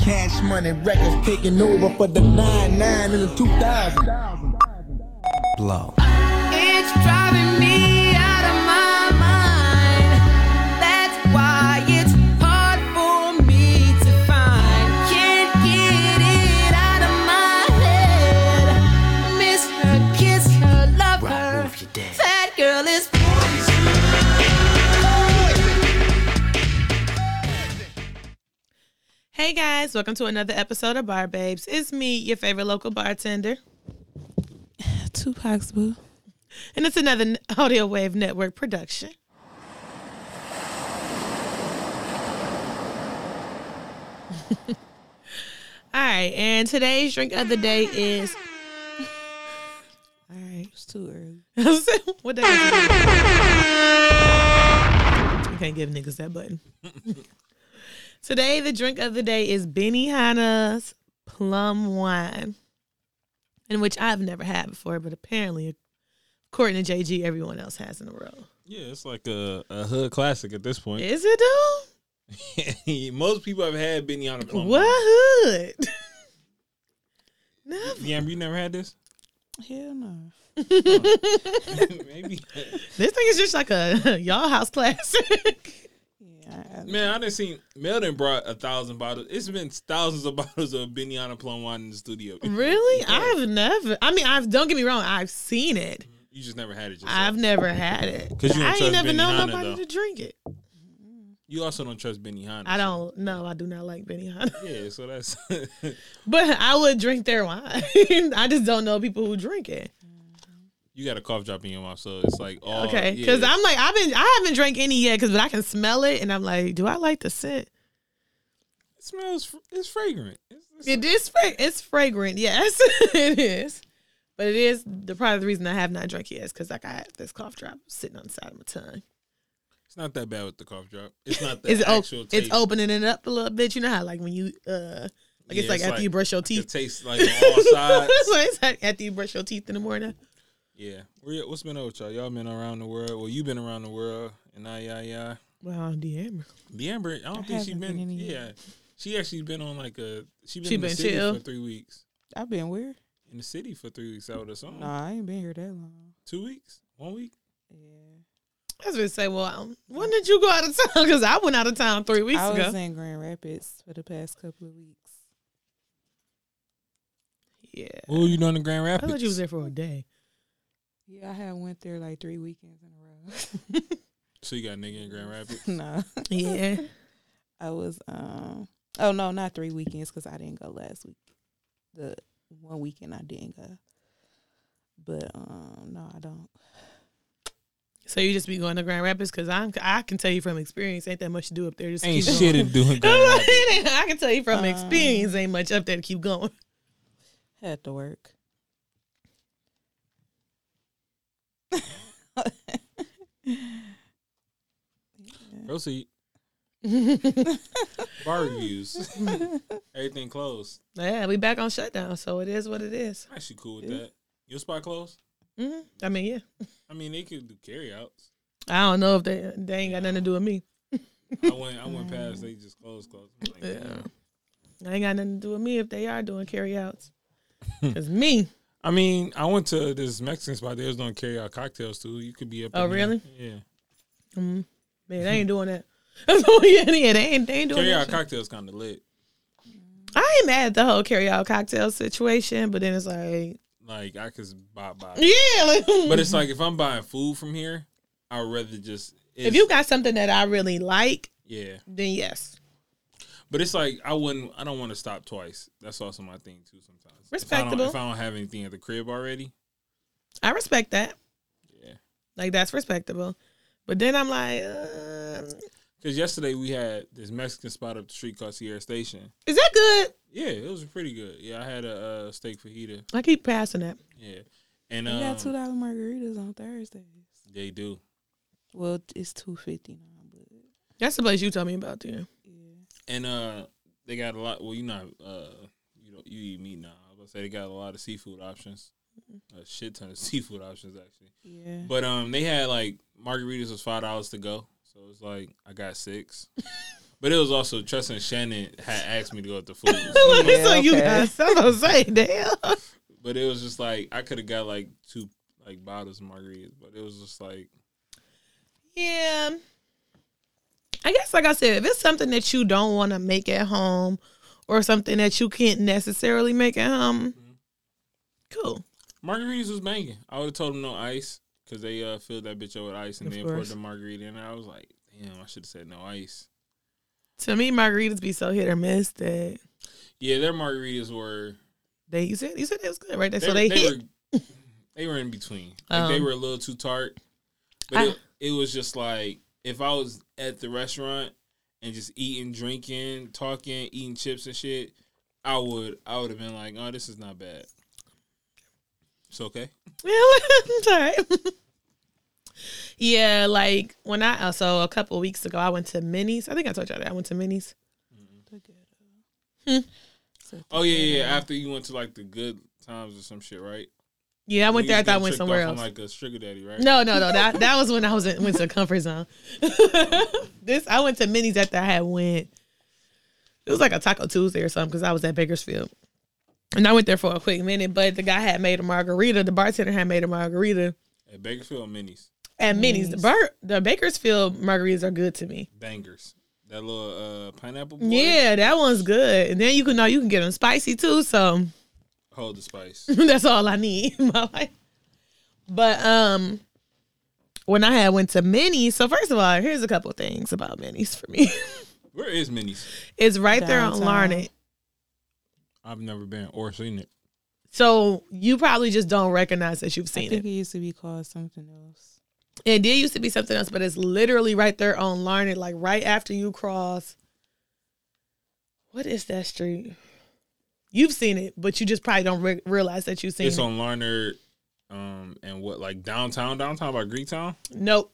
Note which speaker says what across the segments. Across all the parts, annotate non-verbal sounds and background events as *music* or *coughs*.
Speaker 1: Cash money records taking over for the 9 9 in the 2000. Blow.
Speaker 2: It's driving me out of my mind. That's why it's hard for me to find. Can't get it out of my head. Miss her, kiss her, love her. That girl is
Speaker 3: Hey guys, welcome to another episode of Bar Babes. It's me, your favorite local bartender,
Speaker 4: Tupac's boo.
Speaker 3: and it's another N- Audio Wave Network production. *laughs* All right, and today's drink of the day is. All right,
Speaker 4: It's too early.
Speaker 3: *laughs* what day? Is it? You can't give niggas that button. Today, the drink of the day is Benihana's plum wine, in which I've never had before, but apparently, according to JG, everyone else has in the world.
Speaker 5: Yeah, it's like a, a hood classic at this point.
Speaker 3: Is it though?
Speaker 5: *laughs* Most people have had Benihana plum.
Speaker 3: What hood? *laughs* no,
Speaker 5: Yeah, you never had this?
Speaker 4: Hell no.
Speaker 3: *laughs*
Speaker 5: *laughs* Maybe.
Speaker 3: this thing is just like a *laughs* y'all house classic. *laughs*
Speaker 4: Yeah, I- I-
Speaker 5: Man, I done seen Melvin brought a thousand bottles. It's been thousands of *laughs* bottles of Benihana plum wine in the studio. *laughs*
Speaker 3: really? I've never. I mean, I've. Don't get me wrong. I've seen it.
Speaker 5: You just never had it yourself.
Speaker 3: I've never had it.
Speaker 5: 'Cause you don't
Speaker 3: I ain't
Speaker 5: trust
Speaker 3: never known
Speaker 5: Benihana,
Speaker 3: nobody
Speaker 5: though.
Speaker 3: to drink it.
Speaker 5: you also don't trust Benihana.
Speaker 3: I don't know. I do not like Benihana,
Speaker 5: Yeah, so that's *laughs*
Speaker 3: but I would drink their wine. *laughs* I just don't know people who drink it.
Speaker 5: you got a cough drop in your mouth, so it's like oh
Speaker 3: Okay,
Speaker 5: yeah.
Speaker 3: because I'm like I've been I haven't drank any yet, because but I can smell it, and I'm like, do I like the scent?
Speaker 5: it smells fr- it's fragrant. It's, it's
Speaker 3: It is. Fra- it's fragrant. Yes, *laughs* it is. But it is the part of the reason I have not drank yet is because I got this cough drop sitting on the side of my tongue.
Speaker 5: it's not that bad with the cough drop. It's not the
Speaker 3: It's o-
Speaker 5: actual taste.
Speaker 3: it's opening it up a little bit. You know how like when you uh like
Speaker 5: Yeah,
Speaker 3: it's like
Speaker 5: it's
Speaker 3: after
Speaker 5: like-
Speaker 3: you brush your
Speaker 5: It
Speaker 3: teeth.
Speaker 5: tastes like on
Speaker 3: *laughs*
Speaker 5: all sides.
Speaker 3: That's what it's like after you brush your teeth in the morning.
Speaker 5: Yeah. Where y- What's been up with y'all? Y'all been around the world. Well, you been around the world, and I, yeah, yeah.
Speaker 3: Wow, DM.
Speaker 5: The Amber, I don't
Speaker 4: I
Speaker 5: think she
Speaker 4: haven't been
Speaker 5: been.
Speaker 4: in a year.
Speaker 5: yeah, she actually been on like a. She been
Speaker 3: She
Speaker 5: in
Speaker 3: been
Speaker 5: the city
Speaker 3: chill.
Speaker 5: for three weeks.
Speaker 4: I've been weird.
Speaker 5: In the city for three weeks out of the
Speaker 3: Mm.
Speaker 5: song.
Speaker 4: Nah, I ain't been here that long.
Speaker 5: Two weeks, one week.
Speaker 4: Yeah.
Speaker 3: That's what I say. Well, um, when did you go out of town? *laughs* Because I went out of town three weeks
Speaker 4: I was
Speaker 3: ago.
Speaker 4: in Grand Rapids for the past couple of weeks.
Speaker 3: Yeah,
Speaker 5: What were you doing in Grand
Speaker 3: I
Speaker 5: Rapids?
Speaker 3: thought you was there for a day.
Speaker 4: Yeah, I had went there like three weekends in a
Speaker 5: So you got a nigga in Grand Rapids.
Speaker 4: row. *laughs* no.
Speaker 3: Yeah,
Speaker 4: I was um oh no, not three weekends because I didn't go last week. The one weekend I didn't go. But um no, I don't.
Speaker 3: so you just be going to Grand Rapids because I'm I can tell you from experience, ain't that much to do up there. Just
Speaker 5: Ain't
Speaker 3: keep
Speaker 5: shit
Speaker 3: going.
Speaker 5: to do in
Speaker 3: *laughs*
Speaker 5: Grand Rapids.
Speaker 3: I can tell you from experience, ain't much up there to keep going.
Speaker 4: Had to work.
Speaker 5: Proceed. Bar reviews. Everything closed.
Speaker 3: Yeah, we back on shutdown, so it is what it is.
Speaker 5: I'm actually cool with that. Your spot closed.
Speaker 3: Mhm. I mean, yeah,
Speaker 5: I mean, they could do carryouts.
Speaker 3: I don't know if they they ain't got nothing to do with me.
Speaker 5: I went. I went past. They just closed. Closed. I'm like,
Speaker 3: Yeah. I ain't got nothing to do with me if they are doing
Speaker 5: *laughs*
Speaker 3: carryouts. Cause me,
Speaker 5: I mean, I went to this Mexican spot. They was doing carry out cocktails too. You could be up.
Speaker 3: Oh,
Speaker 5: in there.
Speaker 3: really?
Speaker 5: Yeah.
Speaker 3: man, they ain't doing that. *laughs* yeah, yeah, they ain't they ain't doing
Speaker 5: Carry
Speaker 3: that.
Speaker 5: out
Speaker 3: shit.
Speaker 5: cocktails kind of lit.
Speaker 3: I ain't mad at the whole carry out cocktail situation, but then it's like,
Speaker 5: Like I could buy buy.
Speaker 3: yeah, like,
Speaker 5: but it's like if I'm buying food from here, I'd rather just.
Speaker 3: if you got something that I really like,
Speaker 5: Yeah,
Speaker 3: then yes,
Speaker 5: but it's like I wouldn't. I don't want to stop twice. That's also my thing too. Sometimes If I don't-
Speaker 3: Respectable.
Speaker 5: If I don't, have anything at the crib already,
Speaker 3: I respect that.
Speaker 5: Yeah.
Speaker 3: like that's respectable. But then I'm like, uh,
Speaker 5: because yesterday we had this Mexican spot up the street called Sierra Station.
Speaker 3: is that good?
Speaker 5: Yeah, it was pretty good. Yeah, I had a, uh steak fajita.
Speaker 3: I keep passing that.
Speaker 5: Yeah, and
Speaker 4: We got two
Speaker 5: um,
Speaker 4: dollar margaritas on Thursdays.
Speaker 5: they do.
Speaker 4: Well, it's two fifty now, but
Speaker 3: That's the place you told me about then. *laughs*
Speaker 4: yeah.
Speaker 5: And uh they got a lot well you know uh you know you eat meat now. I was gonna say they got a lot of seafood options. A shit ton of *laughs* seafood options actually.
Speaker 4: Yeah.
Speaker 5: But um they had like margaritas was five dollars to go. So it's like I got six. But it was also Tress and Shannon had asked me to go to the food.
Speaker 3: Look,
Speaker 4: Yeah,
Speaker 3: so you
Speaker 4: okay.
Speaker 3: guys, that's what I'm saying. Damn.
Speaker 5: but it was just like I could have got like two like bottles of margaritas, but it was just like
Speaker 3: Yeah. I guess, like I said, if it's something that you don't want to make at home or something that you can't necessarily make at home,
Speaker 5: Mm-hmm.
Speaker 3: cool.
Speaker 5: margaritas was banging. I would have told them no ice because they uh, filled that bitch up with ice and
Speaker 3: Of
Speaker 5: then poured
Speaker 3: course.
Speaker 5: the margarita in. there. I was like, damn, I should have said no ice.
Speaker 3: To me, margaritas be so hit or miss that
Speaker 5: Yeah, their margaritas were
Speaker 3: they you said you said it was good, right? That's
Speaker 5: they,
Speaker 3: so they,
Speaker 5: they
Speaker 3: hit.
Speaker 5: were they were in between. Like they
Speaker 3: Um,
Speaker 5: were a little too tart, but it, it was just like if I was at the restaurant and just eating, drinking, talking, eating chips and shit, I would I would have been like, oh, this is not bad. It's okay.
Speaker 3: *laughs* Yeah, it's all right. yeah, like when I uh, so a couple weeks ago, I went to Minnie's. I think I told y'all that I went to Minnie's.
Speaker 5: Oh yeah, yeah. yeah. After you went to like the good times or some shit, right?
Speaker 3: Yeah, I went
Speaker 5: You
Speaker 3: there. I
Speaker 5: was
Speaker 3: thought I
Speaker 5: getting
Speaker 3: went
Speaker 5: tricked
Speaker 3: somewhere
Speaker 5: off on,
Speaker 3: else.
Speaker 5: like a sugar daddy, right?
Speaker 3: No, no, no. That that was when I was in, went to a comfort zone. *laughs* this I went to Minnie's after I had went. It was like a Taco Tuesday or something because I was at Bakersfield, and I went there for a quick minute. But the guy had made a margarita. The bartender had made a margarita
Speaker 5: At Bakersfield Minis,
Speaker 3: at Minnie's. The bar, the Bakersfield margaritas are good to me.
Speaker 5: bangers. That little uh, pineapple. Boy,
Speaker 3: Yeah, that one's good. And then you can know you can get them spicy too. So *laughs*
Speaker 5: Hold the spice.
Speaker 3: That's all I need in my life. But um when I had went to Minnie's, so first of all, here's a couple things about Minnie's for me. *laughs*
Speaker 5: Where is Minis?
Speaker 3: it's right there on
Speaker 4: Downtown.
Speaker 3: Larned.
Speaker 5: I've never been or seen it.
Speaker 3: So you probably just don't recognize that you've
Speaker 4: I
Speaker 3: seen
Speaker 4: think
Speaker 3: it.
Speaker 4: it used to be called something else.
Speaker 3: It did used to be something else, but it's literally right there on Larned, like right after you cross. What is that street? You've seen it, but you just probably don't re- realize that you've seen
Speaker 5: It's
Speaker 3: it.
Speaker 5: on Larner, um, and what like downtown, downtown by Greektown
Speaker 3: nope.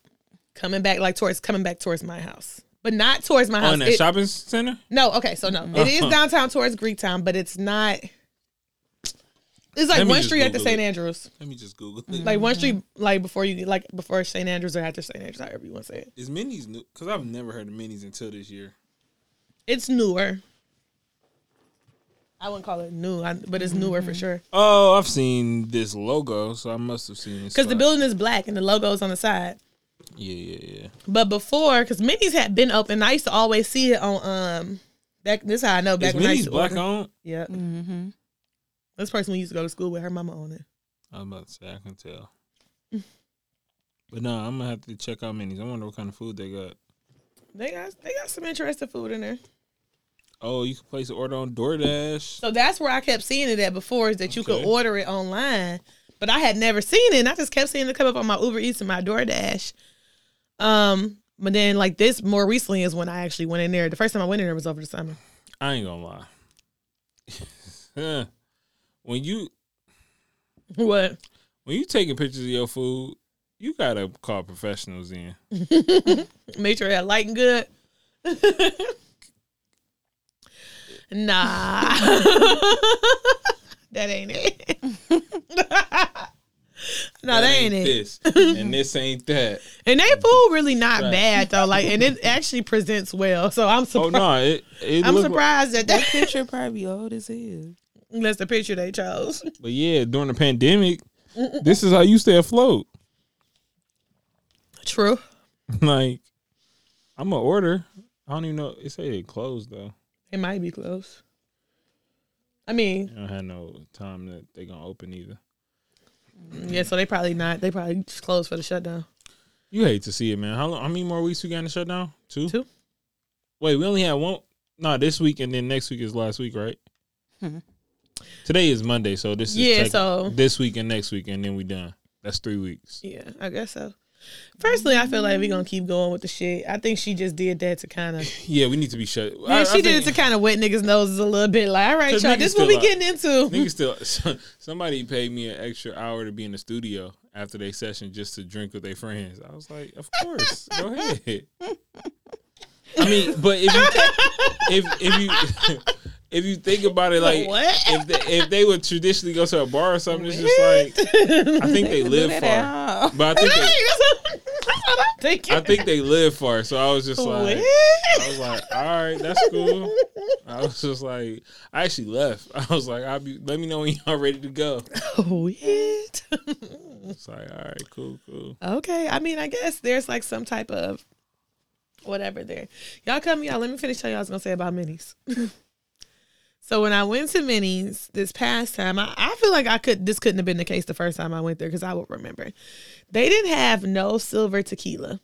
Speaker 3: Coming back like towards coming back towards my house. But not towards my
Speaker 5: on
Speaker 3: house.
Speaker 5: that Uh-huh.
Speaker 3: It-
Speaker 5: shopping center.
Speaker 3: No, okay, so no. It is downtown towards Greektown, but it's not it's like
Speaker 5: Let me
Speaker 3: one
Speaker 5: just
Speaker 3: street after
Speaker 5: Google
Speaker 3: St.
Speaker 5: it.
Speaker 3: Andrews.
Speaker 5: Let me just Google it.
Speaker 3: Like one street like before you like before St. Andrews or after St. Andrews, however you want to say it.
Speaker 5: Is Minis new? Because I've never heard of Minis until this year.
Speaker 3: It's newer. I wouldn't call it new, I- but it's newer for sure.
Speaker 5: Oh, I've seen this logo, so I must have seen it.
Speaker 3: Because the building is black and the logo's on the side.
Speaker 5: Yeah, yeah, yeah.
Speaker 3: But before, because Minnie's had been open, I used to always see it on um back. This is how I know back
Speaker 5: is
Speaker 3: when I used to
Speaker 5: Minis black
Speaker 3: order.
Speaker 5: on?
Speaker 3: Yeah,
Speaker 4: Mm-hmm.
Speaker 3: this person we used to go to school with her mama on it.
Speaker 5: I'm about to say I can tell. *laughs* But no, I'm gonna have to check out Minis. I wonder what kind of food they got.
Speaker 3: They got they got some interesting food in there.
Speaker 5: Oh, you can place an order on DoorDash.
Speaker 3: So that's where I kept seeing it at before is that you could
Speaker 5: Okay.
Speaker 3: order it online. But I had never seen it and I just kept seeing it come up on my Uber Eats and my DoorDash. Um, but then like this more recently is when I actually went in there. The first time I went in there was over the summer. *laughs*
Speaker 5: I ain't gonna lie. *laughs* when you
Speaker 3: What?
Speaker 5: when you taking pictures of your food, you gotta call professionals in.
Speaker 3: Make sure it had light and good. *laughs* nah. *laughs* that ain't it. *laughs* no, that, ain't it. *laughs*
Speaker 5: this, and this ain't that.
Speaker 3: And they food really not
Speaker 5: Right.
Speaker 3: bad though. Like, and it actually presents well. So I'm
Speaker 5: Oh
Speaker 3: surprised.
Speaker 5: no, it, it
Speaker 3: I'm
Speaker 5: look
Speaker 3: surprised that
Speaker 4: That
Speaker 3: that
Speaker 4: picture probably old as hell.
Speaker 3: that's the picture they *laughs* chose.
Speaker 5: Like, but yeah, during the pandemic, this is how you stay afloat. *laughs*
Speaker 3: True.
Speaker 5: like, I'm gonna order. I don't even know. It said it closed though.
Speaker 3: It might be close. I mean,
Speaker 5: I don't have no time that they gonna open either.
Speaker 3: yeah. So they probably not. They probably just closed for the shutdown.
Speaker 5: You hate to see it, man. How long? How many more weeks we got in the shutdown? Two.
Speaker 3: Two.
Speaker 5: Wait, we only had one. Nah, this week and then next week is last week, right? Today is Monday, so this is
Speaker 3: Mm-hmm. Yeah,
Speaker 5: tech-
Speaker 3: so-
Speaker 5: this week and next week, and then we done. That's three weeks.
Speaker 3: Yeah, I guess so. Personally, I feel like we're gonna keep going with the shit. I think she just did that to kind
Speaker 5: *laughs*
Speaker 3: of.
Speaker 5: Yeah, we need to be shut.
Speaker 3: Yeah, she did it to kind of wet niggas' noses a little bit. Like, all right,
Speaker 5: 'Cause
Speaker 3: y'all,
Speaker 5: niggas
Speaker 3: this what
Speaker 5: still
Speaker 3: we
Speaker 5: out.
Speaker 3: getting into. *laughs*
Speaker 4: Hmm.
Speaker 5: Nigga still. *laughs* Somebody paid me an extra hour to be in the studio after they session just to drink with their friends. I was like, of course, go ahead. I mean, but if you if if you *laughs* if you think about it, like
Speaker 3: What?
Speaker 5: if they, if they would traditionally go to a bar or something, it's just like I think they
Speaker 4: Do *laughs*
Speaker 5: live
Speaker 4: that
Speaker 5: far,
Speaker 4: at home.
Speaker 5: but I think they,
Speaker 3: Right, that's what- that's what I'm Take
Speaker 5: I
Speaker 3: it. *laughs*
Speaker 5: think they live for it, so I was just like, I was like, all right, that's cool. I was just like, I actually left. *laughs* I was like, I'll be. Let me know when y'all ready to go.
Speaker 3: Oh, What?
Speaker 5: *laughs* It's like, all right, cool, cool.
Speaker 3: okay. I mean, I guess there's like some type of whatever there. Y'all come, y'all. Let me finish telling y'all I was gonna say about minis. *laughs* so when I went to minis this past time, I, I feel like I could. This couldn't have been the case the first time I went there because I would remember. They didn't have no silver tequila.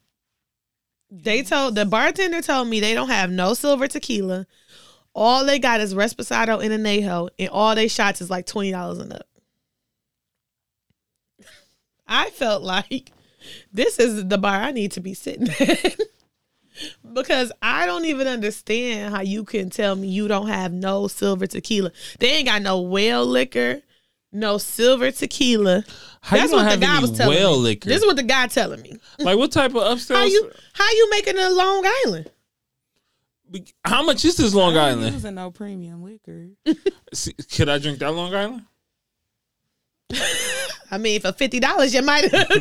Speaker 3: They told the bartender told me they don't have no silver tequila. All they got is Reposado and Anejo, and all they shots is like twenty dollars and up. *laughs* I felt like this is the bar I need to be sitting *laughs* at. because I don't even understand how you can tell me you don't have no silver tequila. They ain't got no whale liquor, no silver tequila.
Speaker 5: How
Speaker 3: That's
Speaker 5: you
Speaker 3: what
Speaker 5: don't
Speaker 3: the
Speaker 5: have
Speaker 3: guy
Speaker 5: any
Speaker 3: was telling
Speaker 5: whale
Speaker 3: me.
Speaker 5: liquor?
Speaker 3: This is what the guy telling me.
Speaker 5: like, what type of upstairs?
Speaker 3: How you how you making a Long Island?
Speaker 5: Be- How much is this Long
Speaker 4: I'm
Speaker 5: Island?
Speaker 4: using no premium liquor.
Speaker 5: See, could I drink that Long Island?
Speaker 3: I mean, for fifty dollars, you
Speaker 5: *laughs*
Speaker 3: might. *laughs*
Speaker 4: I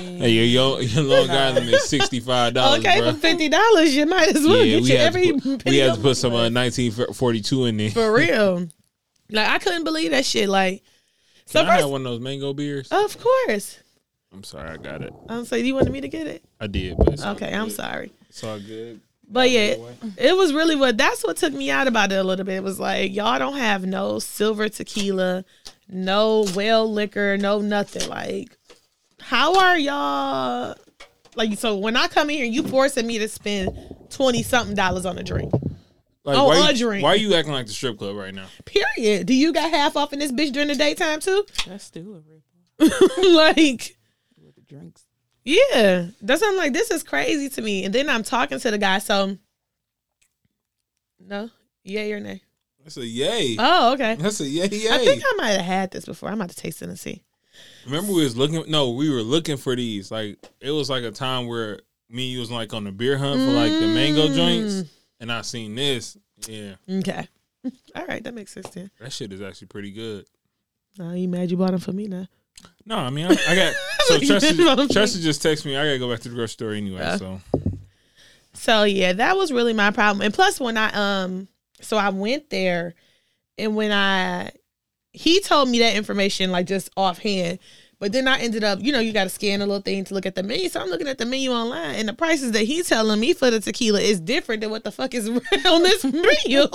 Speaker 4: mean,
Speaker 5: Hey, your, your, your Long Island is sixty five dollars,
Speaker 3: okay,
Speaker 5: bro.
Speaker 3: for fifty dollars, you might as well
Speaker 5: yeah,
Speaker 3: get
Speaker 5: we
Speaker 3: you
Speaker 5: had,
Speaker 3: every.
Speaker 5: to put, we
Speaker 3: penny
Speaker 5: had to
Speaker 3: of-
Speaker 5: put some uh, nineteen forty two in there.
Speaker 3: for real. Like I couldn't believe that shit. Like, so
Speaker 5: Can I had
Speaker 3: first, Uh-
Speaker 5: one of those mango beers.
Speaker 3: of course.
Speaker 5: I'm sorry, I got it.
Speaker 3: Um, so you wanted me to get it?
Speaker 5: I did, but it's all
Speaker 3: Okay, I'm
Speaker 5: good.
Speaker 3: sorry.
Speaker 5: It's all good.
Speaker 3: But yeah,
Speaker 5: way.
Speaker 3: it was really what that's what took me out about it a little bit. It was like y'all don't have no silver tequila, no whale liquor, no nothing. Like, how are y'all? Like, so when I come in here, you forcing me to spend twenty something dollars on a drink.
Speaker 5: Like,
Speaker 3: Oh,
Speaker 5: why,
Speaker 3: a
Speaker 5: you,
Speaker 3: drink.
Speaker 5: why you acting like the strip club right now?
Speaker 3: Period. Do you got half off in this bitch during the daytime too? *laughs*
Speaker 4: that's still a rip
Speaker 3: like,
Speaker 4: with the drinks.
Speaker 3: yeah, that's I'm like this is crazy to me. And then I'm talking to the guy. So, no, yay or nay?
Speaker 5: That's a yay.
Speaker 3: Oh, okay.
Speaker 5: That's a yay yay.
Speaker 3: I think I might have had this before. I'm about to taste it and see.
Speaker 5: Remember we was looking no, we were looking for these. Like it was like a time where me and you was like on the beer hunt for like the mango
Speaker 3: Mm.
Speaker 5: joints and I seen this. Yeah.
Speaker 3: Okay. *laughs* All right, that makes sense then.
Speaker 5: That shit is actually pretty good.
Speaker 3: Now you mad you bought them for me now?
Speaker 5: No, I mean I, I got
Speaker 3: *laughs*
Speaker 5: so
Speaker 3: You know what I'm
Speaker 5: Tressa, Tressa just texted me. I gotta go back to the grocery store anyway. So
Speaker 3: So yeah, that was really my problem. And plus, when I um, so I went there, and when I he told me that information like just offhand, but then I ended up, you know, you got to scan a little thing to look at the menu. So I'm looking at the menu online, and the prices that he's telling me for the tequila is different than what the fuck is *laughs* on this *laughs* menu.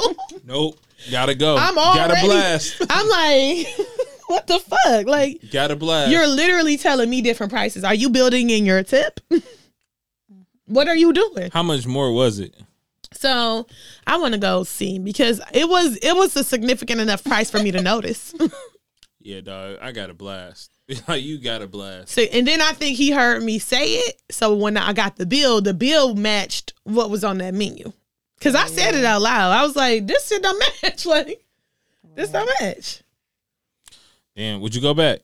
Speaker 5: nope, gotta go.
Speaker 3: I'm
Speaker 5: gotta
Speaker 3: already- *laughs*
Speaker 5: blast.
Speaker 3: I'm like, *laughs* what the fuck? Like
Speaker 5: gotta blast.
Speaker 3: You're literally telling me different prices. Are you building in your tip? *laughs* what are you doing?
Speaker 5: How much more was it?
Speaker 3: So I want to go see because it was it was a significant enough price for me to notice. *laughs*
Speaker 5: Yeah, dog. I got a blast. *laughs* Like you got a blast.
Speaker 3: so and then I think he heard me say it. So when I got the bill, the bill matched what was on that menu. Cause I said it out loud. I was like, this shit don't *laughs* match. Like this don't match.
Speaker 5: Damn, would you go back?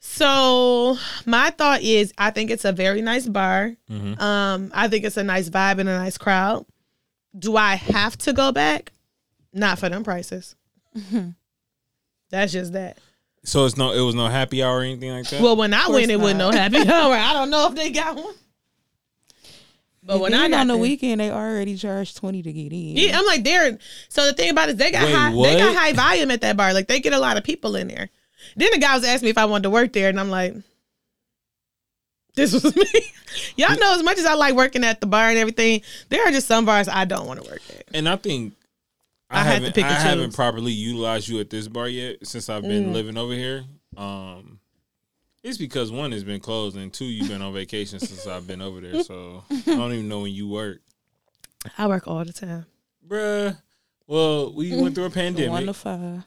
Speaker 3: So my thought is, I think it's a very nice bar. Um, I think it's a nice vibe and a nice crowd. Do I have to go back? Not for them
Speaker 4: *laughs*
Speaker 3: prices. That's just that.
Speaker 5: So it's no, it was no happy hour or anything like that.
Speaker 3: Well, when I went, it
Speaker 4: course
Speaker 3: wasn't no happy
Speaker 4: *laughs*
Speaker 3: hour. I don't know if they got one. But when I
Speaker 4: Even
Speaker 3: got
Speaker 4: on the
Speaker 3: there-
Speaker 4: weekend, they already charged twenty to get in.
Speaker 3: yeah, I'm like they're. So the thing about it is they got
Speaker 5: Mm-hmm. Wait,
Speaker 3: high, they got
Speaker 5: what?
Speaker 3: high volume at that bar. Like they get a lot of people in there. Then the guy was asking me if I wanted to work there, and I'm like, this was *laughs* me. Y'all know as much as I like working at the bar and everything, there are just some bars I don't want to work at.
Speaker 5: and I think I,
Speaker 3: I had to
Speaker 5: haven't,
Speaker 3: pick
Speaker 5: I
Speaker 3: and
Speaker 5: haven't
Speaker 3: choose. Mm.
Speaker 5: properly utilized you at this bar yet since I've been living over here. Um, it's because one has been closed and two you've been on vacation since I've been over there, so I don't even know when you work,
Speaker 3: I work all the time.
Speaker 5: bruh. Well, we went through a pandemic.
Speaker 4: one to five.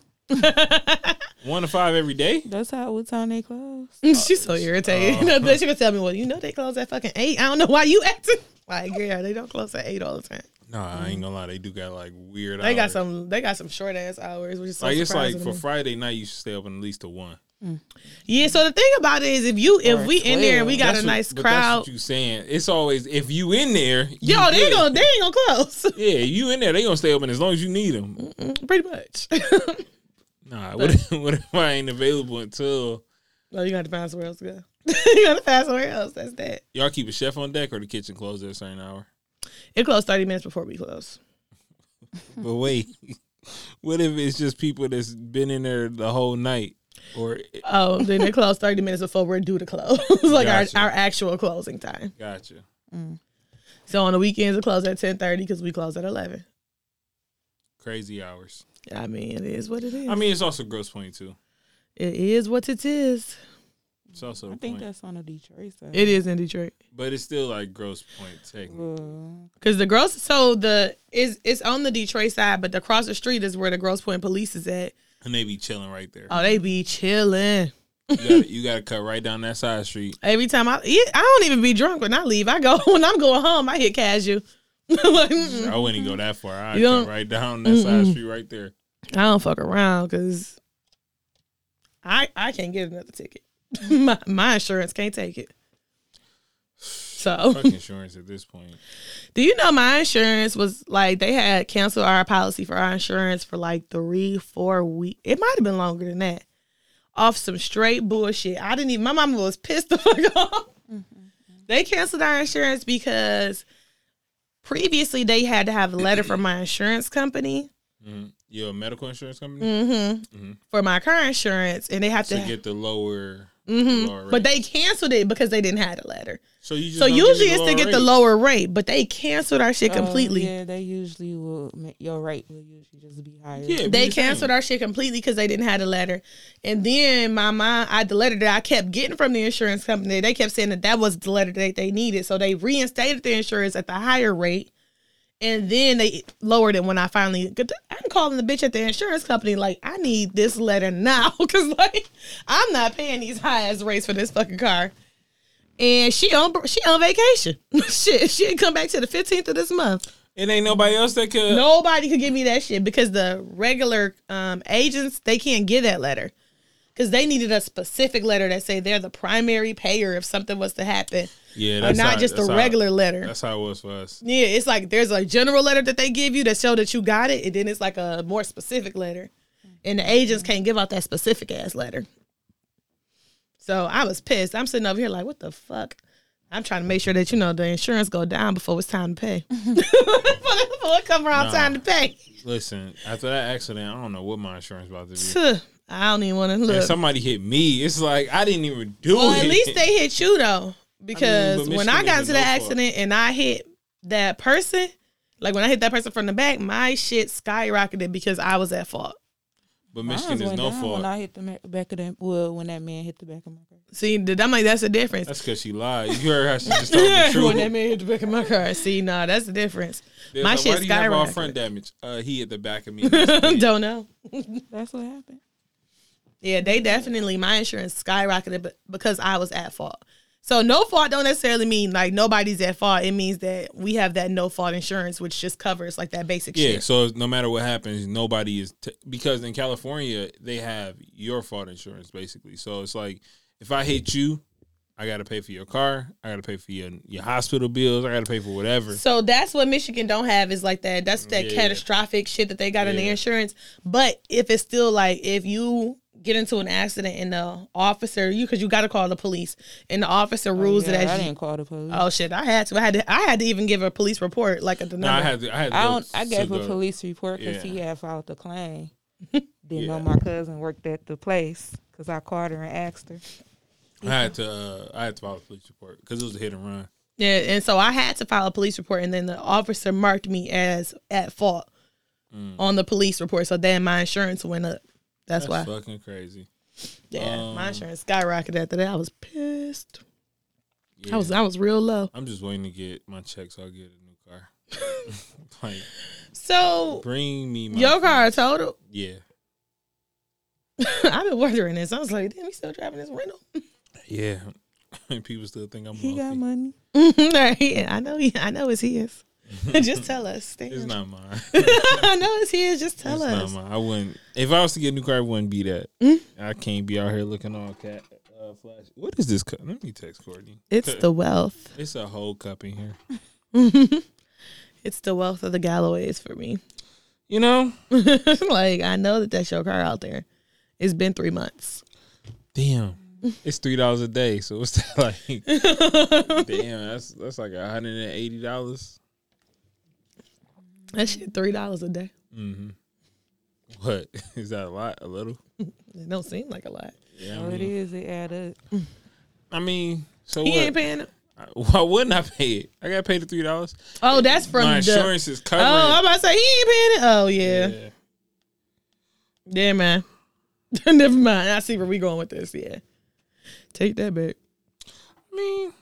Speaker 5: One to five every day.
Speaker 4: That's how what time they close.
Speaker 3: *laughs* She's so irritated. *laughs*
Speaker 5: Oh.
Speaker 3: You know, but she gonna tell me, well, you know they close at fucking eight. I don't know why you acting *laughs* like, girl, they don't close at eight all the time.
Speaker 5: No, I ain't gonna lie. They do got like weird.
Speaker 3: Mm-hmm. They got
Speaker 5: hours.
Speaker 3: some, they got some short ass hours, which is so
Speaker 5: Like it's like
Speaker 3: surprising to
Speaker 5: for
Speaker 3: me.
Speaker 5: Friday night, you should stay open at least to one.
Speaker 3: Yeah, so the thing about it is if you if
Speaker 4: Or
Speaker 3: we in there and we got
Speaker 5: That's
Speaker 3: a
Speaker 5: what-
Speaker 3: nice
Speaker 5: but
Speaker 3: crowd,
Speaker 5: That's what you saying? It's always if you in there, you
Speaker 3: yo, they
Speaker 5: good.
Speaker 3: ain't gonna they ain't gonna *laughs* close.
Speaker 5: Yeah, you in there, they gonna stay open as long as you need them.
Speaker 3: Pretty *laughs* much.
Speaker 5: Nah, *laughs* what if, what if I ain't available until
Speaker 3: well, you got to find somewhere else to go. *laughs* you gotta find somewhere else. That's that.
Speaker 5: Y'all keep a chef on deck or the kitchen closed at a certain hour.
Speaker 3: It closed 30 minutes before we close.
Speaker 5: But wait, *laughs* what if it's just people that's been in there the whole night? Or
Speaker 3: Oh, then they closed 30 minutes before we're due to close. *laughs* like
Speaker 5: Gotcha.
Speaker 3: our, our actual closing time.
Speaker 5: gotcha.
Speaker 3: So on the weekends, it closed at 10.30 because we close at 11.
Speaker 5: Crazy hours.
Speaker 3: I mean, it is what it is.
Speaker 5: I mean, it's also gross point too.
Speaker 3: it is what it is.
Speaker 5: It's also
Speaker 4: I
Speaker 5: a
Speaker 4: think
Speaker 5: point,
Speaker 4: that's on a Detroit side.
Speaker 3: It is in Detroit.
Speaker 5: but it's still like gross point technically.
Speaker 4: Uh,
Speaker 3: Because the gross, so the, is it's on the Detroit side, but across the street is where the Gross Point Police is at.
Speaker 5: and they be chilling right there.
Speaker 3: Oh, they be chilling.
Speaker 5: You, gotta, you gotta cut right down that side street.
Speaker 3: Every time I, yeah, I don't even be drunk when I leave. I go *laughs* when I'm going home. I hit casual. *laughs* like, mm-mm.
Speaker 5: I wouldn't go that far. I
Speaker 3: You
Speaker 5: cut
Speaker 3: don't-
Speaker 5: right down that side street right there.
Speaker 3: I don't fuck around because I I can't get another ticket. *laughs* my, my insurance can't take it. So,
Speaker 5: Fuck insurance at this point.
Speaker 3: do you know my insurance was like they had canceled our policy for our insurance for like three, four weeks. It might have been longer than that. Off some straight bullshit. I didn't even. My mama was pissed the *laughs* fuck off.
Speaker 4: Mm-hmm.
Speaker 3: They canceled our insurance because previously they had to have a letter from my insurance company
Speaker 5: Mhm. You a medical insurance company?
Speaker 3: mhm,
Speaker 5: Mhm.
Speaker 3: for my car insurance, and they have
Speaker 5: To
Speaker 3: to
Speaker 5: get the lower,
Speaker 3: Mhm.
Speaker 5: lower rate.
Speaker 3: But they canceled it because they didn't have the letter.
Speaker 5: so you just
Speaker 3: So
Speaker 5: gonna give me
Speaker 3: usually it's to get the
Speaker 5: rate?
Speaker 3: lower rate, but they canceled our shit
Speaker 4: oh,
Speaker 3: completely.
Speaker 4: yeah, they usually will. ma- Your rate will usually just be higher.
Speaker 5: Yeah,
Speaker 3: They canceled our shit completely because they didn't have the letter. And then my mom, I the letter that I kept getting from the insurance company, they kept saying that that was the letter that they needed. So they reinstated the insurance at the higher rate. And then they lowered it when I finally. 'cause I'm calling the bitch at the insurance company like I need this letter now *laughs* because like I'm not paying these high ass rates for this fucking car. And she on she on vacation. *laughs* shit, she didn't come back to the 15th of this month.
Speaker 5: It ain't nobody else that could.
Speaker 3: Nobody could give me that shit because the regular um, agents they can't give that letter because they needed a specific letter that say they're the primary payer if something was to happen,
Speaker 5: Yeah,
Speaker 3: or
Speaker 5: that's
Speaker 3: not
Speaker 5: how-
Speaker 3: just a
Speaker 5: that's how-
Speaker 3: regular letter.
Speaker 5: That's how it was for us.
Speaker 3: Yeah, it's like there's a general letter that they give you that show that you got it, and then it's like a more specific letter, and the agents can't give out that specific ass letter. So I was pissed. I'm sitting over here like, what the fuck? I'm trying to make sure that you know the insurance go down before it's time to pay. *laughs* before it come around
Speaker 5: Nah.
Speaker 3: time to pay.
Speaker 5: Listen, after that accident, I don't know what my insurance about to be.
Speaker 3: Tuh, I don't even want to
Speaker 5: And
Speaker 3: look.
Speaker 5: somebody hit me. It's like I didn't even do
Speaker 3: well,
Speaker 5: it.
Speaker 3: at least they hit you though, because
Speaker 5: but
Speaker 3: when
Speaker 5: Michigan
Speaker 3: I got
Speaker 5: is
Speaker 3: into
Speaker 5: no
Speaker 3: that
Speaker 5: fault.
Speaker 3: accident and I hit that person, like when I hit that person from the back, my shit skyrocketed because I was at fault.
Speaker 5: But
Speaker 4: Mine
Speaker 5: Michigan is
Speaker 4: went
Speaker 5: no
Speaker 4: down
Speaker 5: fault.
Speaker 4: When I hit the ma- back of that, well, when that man hit the back of my car.
Speaker 3: See, th- I'm like, that's the difference.
Speaker 5: That's because she lied. You heard how she just told the
Speaker 3: *laughs*
Speaker 5: truth.
Speaker 3: when that man hit the back of my car, see, nah, that's the difference.
Speaker 5: They was
Speaker 3: my
Speaker 5: like,
Speaker 3: shit
Speaker 5: Why do you have all
Speaker 3: skyrocketed.
Speaker 5: front damage? Uh, he at the back of me.
Speaker 3: *laughs*
Speaker 5: *laughs*
Speaker 3: Don't know.
Speaker 4: That's what happened.
Speaker 3: Yeah, they definitely my insurance skyrocketed be- because I was at fault. So no fault don't necessarily mean like nobody's at fault. It means that we have that no fault insurance, which just covers like that basic
Speaker 5: yeah.
Speaker 3: shit.
Speaker 5: So no matter what happens, nobody is t- because in California they have your fault insurance basically. So it's like if I hit you, I got to pay for your car. I got to pay for your your hospital bills. I got to pay for whatever.
Speaker 3: So that's what Michigan don't have is like that. That's that
Speaker 5: Yeah.
Speaker 3: catastrophic shit that they got in the
Speaker 5: Yeah.
Speaker 3: insurance. But if it's still like if you get into an accident and the officer you because you got to call the police and the officer
Speaker 5: Oh,
Speaker 3: rules
Speaker 4: yeah,
Speaker 3: it as
Speaker 4: I
Speaker 3: you-
Speaker 4: didn't call the police.
Speaker 3: oh shit I had to I had to I had to even give a police report like a
Speaker 5: No, I
Speaker 3: denial.
Speaker 5: had to. I had. To
Speaker 4: I
Speaker 5: go
Speaker 4: don't. I
Speaker 5: to
Speaker 4: gave
Speaker 5: go-
Speaker 4: a police report because he
Speaker 5: Yeah.
Speaker 4: had filed a
Speaker 5: *laughs*
Speaker 4: claim. Didn't
Speaker 5: Yeah.
Speaker 4: know my cousin worked at the place because I called her and asked her.
Speaker 5: I had to. Uh, I had to file a police report because it was a hit and run.
Speaker 3: yeah, and so I had to file a police report, and then the officer marked me as at fault on the police report. So then my insurance went up. That's,
Speaker 5: Mm. That's
Speaker 3: why.
Speaker 5: fucking crazy.
Speaker 3: Yeah, my
Speaker 5: Um,
Speaker 3: insurance skyrocketed after that. I was pissed.
Speaker 5: Yeah.
Speaker 3: I was I was real low.
Speaker 5: I'm just waiting to get my check so I'll get a new car. like,
Speaker 3: So
Speaker 5: bring me my
Speaker 3: your car total.
Speaker 5: Yeah.
Speaker 3: *laughs* I've been wondering this. I was like, damn, he's still driving this rental. *laughs*
Speaker 5: Yeah. *laughs* People still think I'm
Speaker 4: He
Speaker 5: wealthy.
Speaker 4: got money.
Speaker 3: yeah, I know. He, I know it's his. *laughs* just tell us. damn.
Speaker 5: *laughs* It's not mine.
Speaker 3: *laughs* I know it's his. Just tell
Speaker 5: it's
Speaker 3: us.
Speaker 5: not mine. I wouldn't. If I was to get a new car, it wouldn't be that.
Speaker 3: Mm.
Speaker 5: I can't be out here looking all cat uh, flash. What is this cup? Let me text Courtney.
Speaker 3: It's the wealth.
Speaker 5: It's a whole cup in here.
Speaker 3: It's the wealth of the Galloways for me.
Speaker 5: You know?
Speaker 3: *laughs* like I know that that's your car out there. It's been three months.
Speaker 5: Damn. It's three dollars a day, so it's *laughs* like damn, that's that's like hundred and eighty dollars.
Speaker 3: That shit three dollars a day.
Speaker 5: What *laughs* is that a lot? A little?
Speaker 3: It don't seem like a lot.
Speaker 5: Yeah,
Speaker 4: Oh,
Speaker 5: I
Speaker 4: it
Speaker 5: mean,
Speaker 4: is. It add up.
Speaker 5: I mean, so
Speaker 3: He
Speaker 5: what?
Speaker 3: ain't paying. it.
Speaker 5: I- Why wouldn't I pay it? I got paid the three dollars.
Speaker 3: Oh, that's from
Speaker 5: My
Speaker 3: the.
Speaker 5: insurance is
Speaker 3: Oh,
Speaker 5: covering.
Speaker 3: I'm about to say he ain't paying it. Oh yeah, yeah,
Speaker 5: yeah.
Speaker 3: man. *laughs* Never mind. I see where we going with this. Yeah, take that back.
Speaker 5: I mean,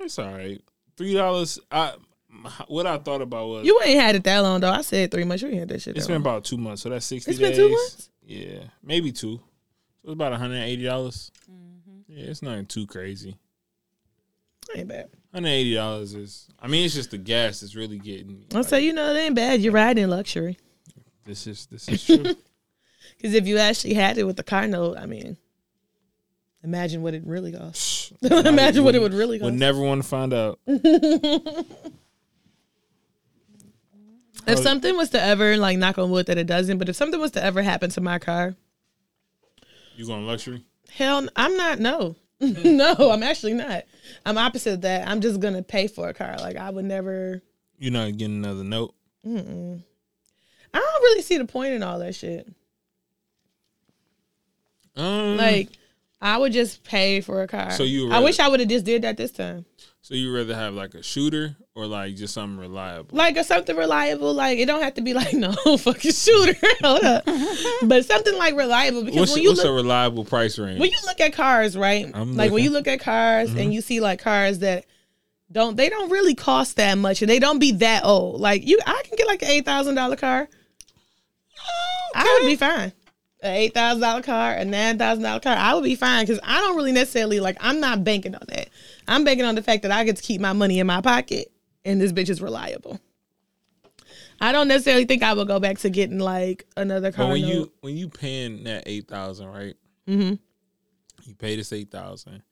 Speaker 5: it's all right. Three dollars. I what I thought about was
Speaker 3: You ain't had it that long though. I said three months. You ain't had that shit.
Speaker 5: it's
Speaker 3: That
Speaker 5: been
Speaker 3: long.
Speaker 5: about two months, so that's sixty.
Speaker 3: It's been
Speaker 5: days.
Speaker 3: two months?
Speaker 5: Yeah, maybe two. So it's about one hundred eighty dollars.
Speaker 3: Mm-hmm.
Speaker 5: Yeah, it's nothing too crazy.
Speaker 3: ain't bad.
Speaker 5: Hundred eighty dollars is. I mean, it's just the gas that's really getting. me.
Speaker 3: I'll say you know it ain't bad. You're riding in luxury.
Speaker 5: This is this is true.
Speaker 3: *laughs* Because if you actually had it with the car note, I mean, imagine what it really costs. *laughs* imagine what it would really
Speaker 5: Would
Speaker 3: cost.
Speaker 5: never want to find out. Oh.
Speaker 3: If something was to ever like knock on wood that it doesn't, but if something was to ever happen to my car,
Speaker 5: You going luxury?
Speaker 3: Hell, n- I'm not. No, *laughs*
Speaker 5: Mm.
Speaker 3: no, I'm actually not. I'm opposite of that. I'm just gonna pay for a car. Like I would never.
Speaker 5: You're not getting another note.
Speaker 3: I don't really see the point in all that shit.
Speaker 5: Um,
Speaker 3: Like I would just pay for a car.
Speaker 5: So you
Speaker 3: I
Speaker 5: rather-
Speaker 3: wish I would have just did that this time.
Speaker 5: so you rather have like a shooter or like just something reliable?
Speaker 3: Like or something reliable. Like it don't have to be like *laughs* no fucking shooter. *laughs* Hold
Speaker 5: *laughs*
Speaker 3: up, but something like reliable because
Speaker 5: What's,
Speaker 3: when you
Speaker 5: what's
Speaker 3: look
Speaker 5: a reliable price range?
Speaker 3: when you look at cars, right?
Speaker 5: I'm
Speaker 3: like when
Speaker 5: looking. Mm-hmm.
Speaker 3: you look at cars and you see like cars that don't they don't really cost that much and they don't be that old. Like you I can get like an eight thousand dollar car. I would be fine. An eight thousand dollar car, a nine thousand dollar car, I would be fine because I don't really necessarily like I'm not banking on that. I'm banking on the fact that I get to keep my money in my pocket and this bitch is reliable. I don't necessarily think I would go back to getting like another car.
Speaker 5: But when
Speaker 3: note.
Speaker 5: you when you paying that eight thousand, right? Mm-hmm. You pay this eight thousand.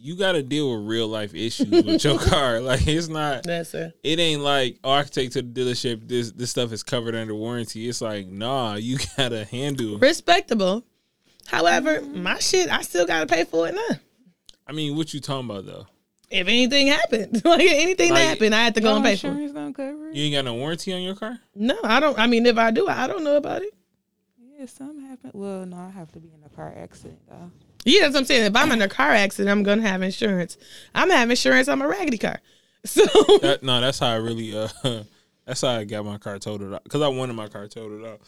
Speaker 5: You got to deal with real life issues with your car. Like it's not.
Speaker 3: that's it.
Speaker 5: It ain't like oh, I can take to the dealership. This this stuff is covered under warranty. It's like nah, you *laughs* gotta handle.
Speaker 3: respectable. However, my shit, I still gotta pay for it now.
Speaker 5: I mean, what you talking about though?
Speaker 3: If anything happened, *laughs* like anything that
Speaker 5: Like-
Speaker 3: happened, I had to go and
Speaker 4: Your
Speaker 3: pay for it.
Speaker 4: insurance don't cover it.
Speaker 5: You ain't got no warranty on your car.
Speaker 3: No, I don't. I mean, if I do, I don't know about it.
Speaker 4: Yeah, something happened. Well, no, I have to be in a car accident *laughs* though.
Speaker 3: Yeah, that's what I'm saying. If I'm in a car accident, I'm gonna have insurance. I'm having insurance on my raggedy car. *laughs* So
Speaker 5: That, no, that's how I really. Uh, *laughs* that's how I got my car totaled out because I wanted my car totaled out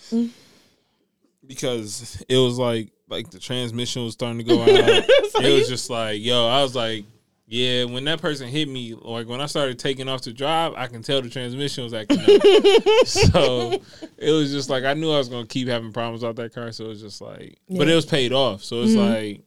Speaker 5: because it was like like the transmission was starting to go out. it was just like yo, I was like. Yeah, when that person hit me, like when I started taking off to drive, I can tell the transmission was acting up. so it was just like I knew I was gonna keep having problems out that car. So it was just like, but it was paid off. So it's like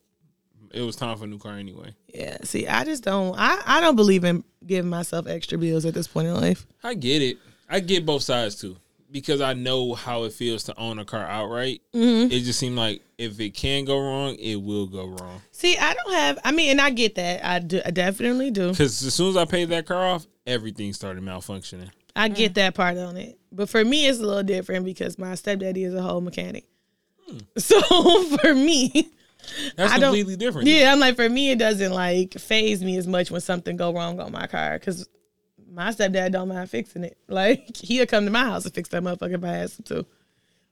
Speaker 5: it was time for a new car anyway.
Speaker 3: yeah, see, I just don't. I I don't believe in giving myself extra bills at this point in life.
Speaker 5: I get it. I get both sides too because I know how it feels to own a car outright.
Speaker 3: Mm-hmm.
Speaker 5: It just seemed like if it can go wrong, it will go wrong.
Speaker 3: See, I don't have. I mean, and I get that. I do. I definitely do.
Speaker 5: Because as soon as I paid that car off, everything started malfunctioning.
Speaker 3: I get that part on it. But for me, it's a little different because my stepdaddy is a whole mechanic. *laughs* So for me,
Speaker 5: That's
Speaker 3: I don't-
Speaker 5: completely different.
Speaker 3: yeah, I'm like, for me, it doesn't like phase me as much when something go wrong on my car because my stepdad don't mind fixing it. *laughs* Like he'll come to my house and fix that motherfucker if I ask him to.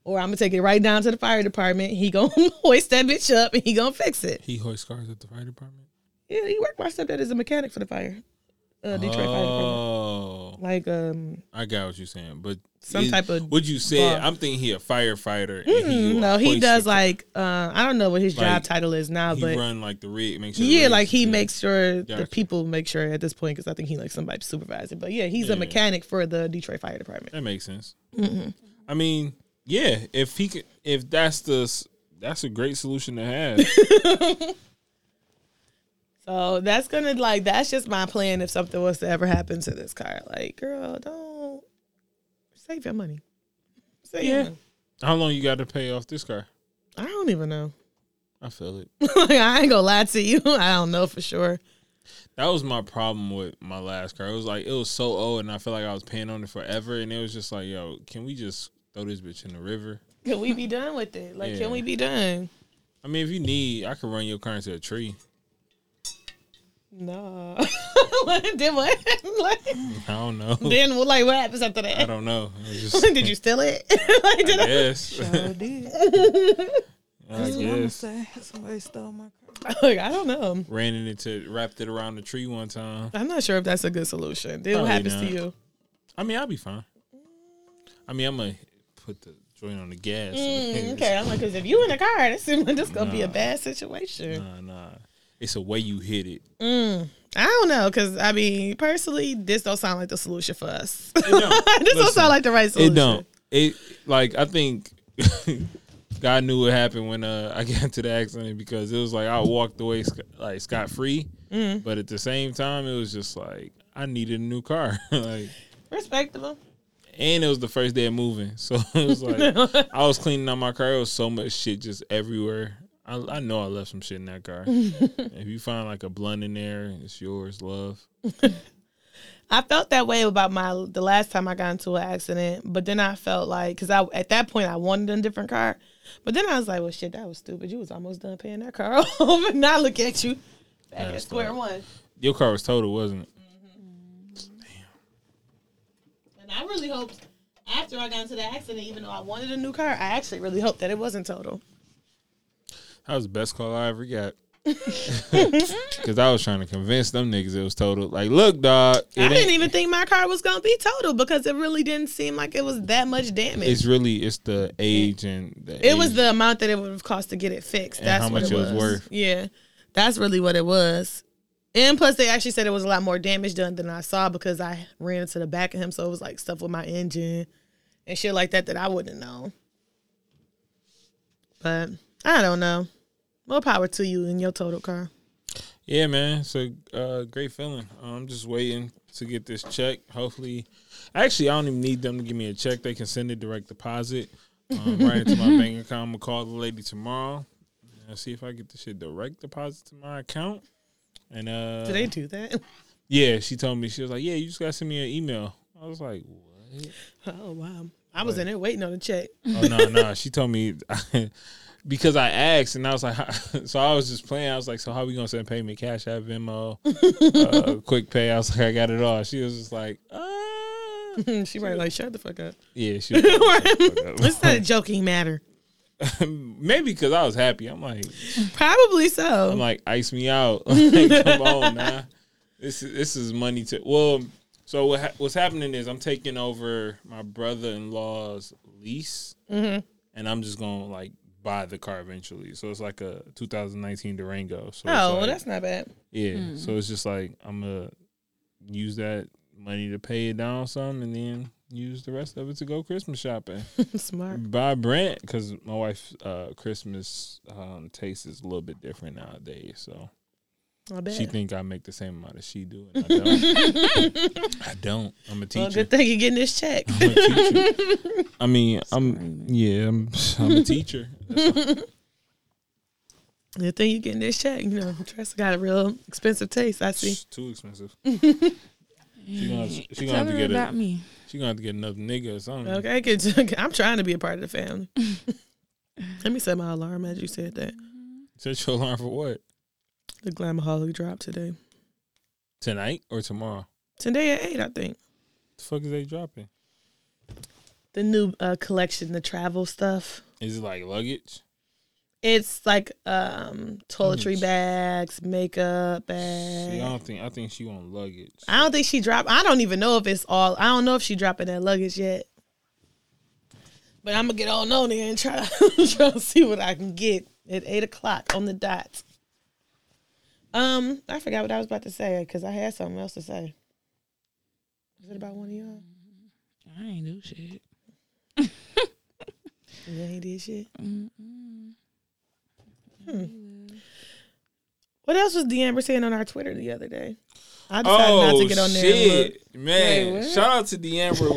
Speaker 3: Or I'm gonna take it right down to the fire department. He gonna *laughs* hoist that bitch up and he gonna fix it.
Speaker 5: He hoists cars at the fire department.
Speaker 3: Yeah, he worked. My stepdad is a mechanic for the fire, uh, Detroit Fire Department.
Speaker 5: Oh,
Speaker 3: Like, um,
Speaker 5: I got what you're saying, but
Speaker 3: Some type of
Speaker 5: what you said.
Speaker 3: bar.
Speaker 5: I'm thinking he a firefighter. and he
Speaker 3: Mm, no, he
Speaker 5: hoists
Speaker 3: does
Speaker 5: the-
Speaker 3: like uh, I don't know what his job
Speaker 5: Like,
Speaker 3: title is now,
Speaker 5: he
Speaker 3: but
Speaker 5: run like the rig. Make sure the
Speaker 3: Yeah,
Speaker 5: rig's
Speaker 3: like he
Speaker 5: good.
Speaker 3: makes sure the
Speaker 5: Gotcha.
Speaker 3: people make sure at this point because I think he like somebody supervising. But yeah, he's
Speaker 5: Yeah.
Speaker 3: a mechanic for the Detroit Fire Department.
Speaker 5: That makes sense.
Speaker 4: Mm-hmm.
Speaker 5: I mean, yeah, if he could, if that's the s- that's a great solution to
Speaker 4: *laughs*
Speaker 5: have.
Speaker 3: So that's gonna like that's just my plan if something was to ever happen to this car. Like, girl, don't save your money. Save your
Speaker 5: Yeah.
Speaker 3: money.
Speaker 5: How long you got to pay off this car?
Speaker 3: I don't even know. *laughs*
Speaker 5: I feel it.
Speaker 3: like, I ain't gonna lie to you. *laughs* I don't know for sure.
Speaker 5: That was my problem with my last car. It was like it was so old, and I feel like I was paying on it forever. And it was just like, yo, can we just throw this bitch in the river?
Speaker 3: Can we be done with it? Like,
Speaker 5: Yeah.
Speaker 3: can we be done?
Speaker 5: I mean, if you need, I could run your car into a tree. *laughs*
Speaker 3: No. *laughs* then what? *laughs* like,
Speaker 5: I
Speaker 4: *laughs*
Speaker 5: don't know.
Speaker 3: then what? Like what happens after
Speaker 5: I
Speaker 3: that?
Speaker 5: don't know. I
Speaker 3: *laughs*
Speaker 5: just,
Speaker 3: Did you steal it? like, *laughs* did I-
Speaker 5: Yes.
Speaker 4: Sure did.
Speaker 5: *laughs* I
Speaker 4: That's what I'm
Speaker 5: guess.
Speaker 4: saying. *laughs* Somebody stole my car.
Speaker 3: Like, I don't know.
Speaker 5: Ran into, wrapped it around the tree one time.
Speaker 3: I'm not sure if that's a good solution. Then what
Speaker 5: Probably
Speaker 3: happens
Speaker 5: not.
Speaker 3: to you?
Speaker 5: I mean, I'll be fine. I mean, I'm going to put the joint on the gas. *laughs*
Speaker 3: Mm, okay, I'm like, because if you in a car, that's this gonna be a
Speaker 5: Nah.
Speaker 3: bad situation.
Speaker 5: Nah, nah. It's the way you hit it.
Speaker 3: Mm, I don't know, because I mean, personally, this don't sound like the solution for us. *laughs* this
Speaker 5: don't.
Speaker 3: don't
Speaker 5: Listen,
Speaker 3: sound like the right solution.
Speaker 5: It don't. It like I think *laughs* God knew what happened when uh, I *laughs* got into the accident because it was like I walked away sc- like scot free,
Speaker 3: Mm.
Speaker 5: but at the same time it was just like I needed a new car, *laughs* like,
Speaker 3: Respectable.
Speaker 5: and it was the first day of moving, so *laughs* it was like I was cleaning out my car. It was so much shit just everywhere. I, I know I left some shit in
Speaker 3: *laughs*
Speaker 5: that car. if you find like a blunt in there, it's yours, love.
Speaker 3: I felt that way about my the last time I got into an accident, but then I felt like because I at that point I wanted a different car, but then I was like, well, shit, that was stupid. You was almost done paying that car *laughs* off, and now look at you back at
Speaker 5: That's
Speaker 3: square
Speaker 5: right.
Speaker 3: one.
Speaker 5: Your car was total, wasn't it?
Speaker 3: And I really hoped after I got into the accident, even though I wanted a new car, I actually really hoped that it wasn't total.
Speaker 5: That was the best call I
Speaker 3: *laughs*
Speaker 5: ever got. Cause I was trying to convince them niggas it was total. Like, look, dog,
Speaker 3: I
Speaker 5: it
Speaker 3: didn't
Speaker 5: ain't,
Speaker 3: even think my car was gonna be total because it really didn't seem like it was that much damage.
Speaker 5: it's really it's the age and the
Speaker 3: it was
Speaker 5: age.
Speaker 3: the amount that it would have cost to get it fixed.
Speaker 5: And
Speaker 3: that's
Speaker 5: how
Speaker 3: what
Speaker 5: much
Speaker 3: it
Speaker 5: it
Speaker 3: was.
Speaker 5: was worth.
Speaker 3: Yeah, that's really what it was. And plus, they actually said it was a lot more damage done than I saw because I ran into the back of him, so it was like stuff with my engine and shit like that that I wouldn't know. But I don't know. More power to you in your total car.
Speaker 5: yeah, man. It's a uh, great feeling. I'm just waiting to get this check. Hopefully, actually, I don't even need them to give me a check. They can send it direct deposit um, right into my bank account. I'm gonna call the lady tomorrow and see if I get the shit direct deposit to my account. And uh,
Speaker 3: Do they do that? *laughs*
Speaker 5: yeah, she told me she was like, yeah, you just gotta send me an email. I was like, what?
Speaker 3: Oh wow! I was in there waiting on the check. *laughs*
Speaker 5: Oh no, no. She told me *laughs* because I asked, and I was like, *laughs* so I was just playing. I was like, so how we gonna send payment? Cash App, Venmo, uh, Quick Pay. I was like, I got it all. She was just like,
Speaker 3: *laughs*
Speaker 5: uh.
Speaker 3: she probably like, "Shut the fuck up."
Speaker 5: yeah, she.
Speaker 3: *laughs*
Speaker 5: Was
Speaker 3: it's not a joking matter.
Speaker 5: Maybe because I was happy. I'm like,
Speaker 3: Probably so.
Speaker 5: I'm like, ice me out. *laughs* Like,
Speaker 3: *laughs*
Speaker 5: come on, nah. This is this is money to. Well, so what ha- what's happening is I'm taking over my brother-in-law's lease,
Speaker 3: Mm-hmm.
Speaker 5: and I'm just gonna like buy the car eventually. So it's like a 2019 Durango. So it's
Speaker 3: oh, well,
Speaker 5: like-
Speaker 3: that's Hmm. not bad.
Speaker 5: yeah. So it's just like I'm gonna use that money to pay it down some, and then use the rest of it to go
Speaker 3: *laughs*
Speaker 5: Christmas shopping.
Speaker 3: Smart.
Speaker 5: Buy Brent because my wife's uh, Christmas um, taste is a little bit different nowadays. So
Speaker 3: I bet.
Speaker 5: she think I make the same amount as she do, and I don't.
Speaker 3: *laughs*
Speaker 5: I don't. I'm a
Speaker 3: well,
Speaker 5: teacher.
Speaker 3: good thing you're getting this check.
Speaker 5: I'm a teacher. I mean, I'm yeah, I'm,
Speaker 3: *laughs*
Speaker 5: I'm a teacher.
Speaker 3: good thing you're getting this check. You know, Tressa got a real expensive taste. I see.
Speaker 5: It's too
Speaker 3: *laughs*
Speaker 5: expensive. She gonna she gonna
Speaker 4: Tell
Speaker 5: have to
Speaker 4: her
Speaker 5: get
Speaker 4: about
Speaker 5: a,
Speaker 4: me.
Speaker 5: she gonna have to get another nigga or something.
Speaker 3: Okay, good. *laughs* I'm trying to be a part of the *laughs* family. Let me set my alarm as you said that.
Speaker 5: Set your alarm for what?
Speaker 3: The Glamaholic dropped today.
Speaker 5: Tonight or tomorrow?
Speaker 3: Today at 8, I think.
Speaker 5: The fuck is they dropping?
Speaker 3: The new uh, collection, the travel stuff.
Speaker 5: Is it like luggage?
Speaker 3: It's like um toiletry bags, makeup bags.
Speaker 5: See, I don't think I think she want luggage.
Speaker 3: I don't think she dropped. I don't even know if it's all. I don't know if she dropping that luggage yet. But I'm gonna get on on there and try *laughs* try to see what I can get at eight o'clock on the dot. Um, I forgot what I was about to say because I had something else to say. Is it about one of y'all?
Speaker 4: I ain't do shit.
Speaker 3: You ain't did shit. Hmm. What else was D'Amber saying on our Twitter the other day? I decided not to get on there. and look.
Speaker 5: Oh, shit,
Speaker 4: Wait,
Speaker 5: man!
Speaker 4: what?
Speaker 5: Shout out
Speaker 3: *laughs*
Speaker 5: to D'Amber.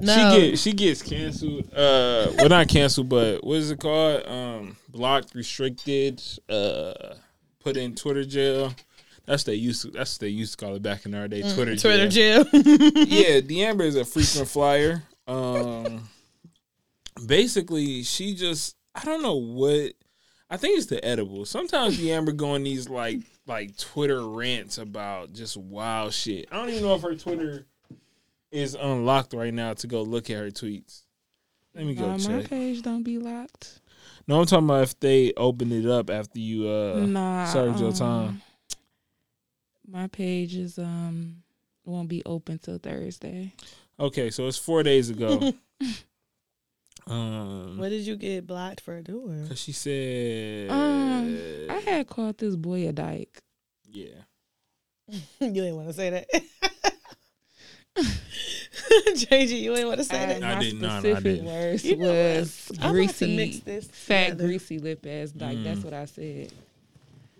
Speaker 3: No.
Speaker 5: She get she gets canceled. Uh, well, not canceled, but what is it called? Um, blocked, restricted, uh, put in Twitter jail. That's what they used to. That's what they used to call it back in our day. Twitter
Speaker 3: Mm, Twitter
Speaker 5: jail.
Speaker 3: jail. *laughs*
Speaker 5: yeah, D'Amber is a frequent flyer. Um, basically, she just I don't know what I think it's the edible. Sometimes the Amber go on these like like Twitter rants about just wild shit. I don't even know if her Twitter is unlocked right now to go look at her tweets. Let me go
Speaker 4: Uh, my
Speaker 5: check.
Speaker 4: page don't be locked.
Speaker 5: No, I'm talking about if they open it up after you uh
Speaker 4: nah,
Speaker 5: served your
Speaker 4: um,
Speaker 5: time.
Speaker 4: My page is um won't be open till Thursday.
Speaker 5: Okay, so it's four days ago. um
Speaker 3: What did you get blocked for doing? *laughs*
Speaker 5: 'cause she said
Speaker 4: Um, I had called this boy a dyke.
Speaker 5: Yeah.
Speaker 3: you didn't want to say that. *laughs* JG, you didn't want to say
Speaker 4: And
Speaker 3: that.
Speaker 5: I
Speaker 4: my
Speaker 5: did not, I
Speaker 4: specific
Speaker 5: didn't.
Speaker 4: words
Speaker 3: You know what?
Speaker 4: was
Speaker 3: I'm about to mix
Speaker 4: greasy,
Speaker 3: this
Speaker 4: fat,
Speaker 3: together.
Speaker 4: greasy lip ass dyke.
Speaker 5: Mm.
Speaker 4: That's what I said.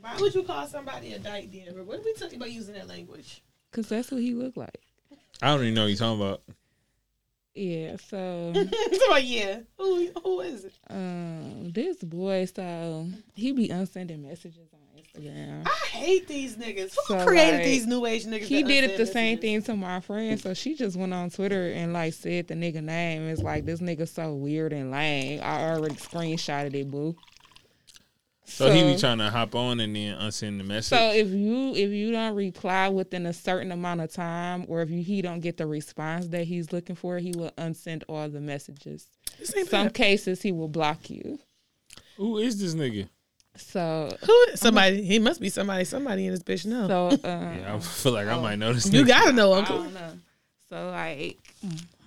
Speaker 3: Why would you call somebody a dyke, Denver? What are we talking about using that *laughs* language?
Speaker 4: Cause that's what he looked like.
Speaker 5: I don't even know what you're talking about.
Speaker 4: Yeah. So *laughs*
Speaker 3: so, yeah. Who, who is it?
Speaker 4: um, this boy, so he be unsending messages on Instagram.
Speaker 3: I hate these niggas. Who
Speaker 4: So,
Speaker 3: created
Speaker 4: like,
Speaker 3: these new age niggas?
Speaker 4: He
Speaker 3: that
Speaker 4: did it
Speaker 3: unsend
Speaker 4: the same
Speaker 3: messages?
Speaker 4: thing to my friend, so she just went on Twitter and like said the nigga name. It's like this nigga so weird and lame. I already screenshotted it, boo.
Speaker 5: So, he be trying to hop on and then unsend the message.
Speaker 4: So if you if you don't reply within a certain amount of time, or if you, he don't get the response that he's looking for, he will unsend all the messages.
Speaker 3: This ain't
Speaker 4: Some
Speaker 3: bad.
Speaker 4: cases he will block you.
Speaker 5: Who is this nigga?
Speaker 4: So
Speaker 3: Who? Somebody. He must be somebody. Somebody in this bitch. No.
Speaker 4: so um,
Speaker 5: *laughs* Yeah, I feel like I might know this
Speaker 3: you
Speaker 5: nigga.
Speaker 3: gotta know,
Speaker 4: I
Speaker 3: Uncle.
Speaker 4: don't know. So like,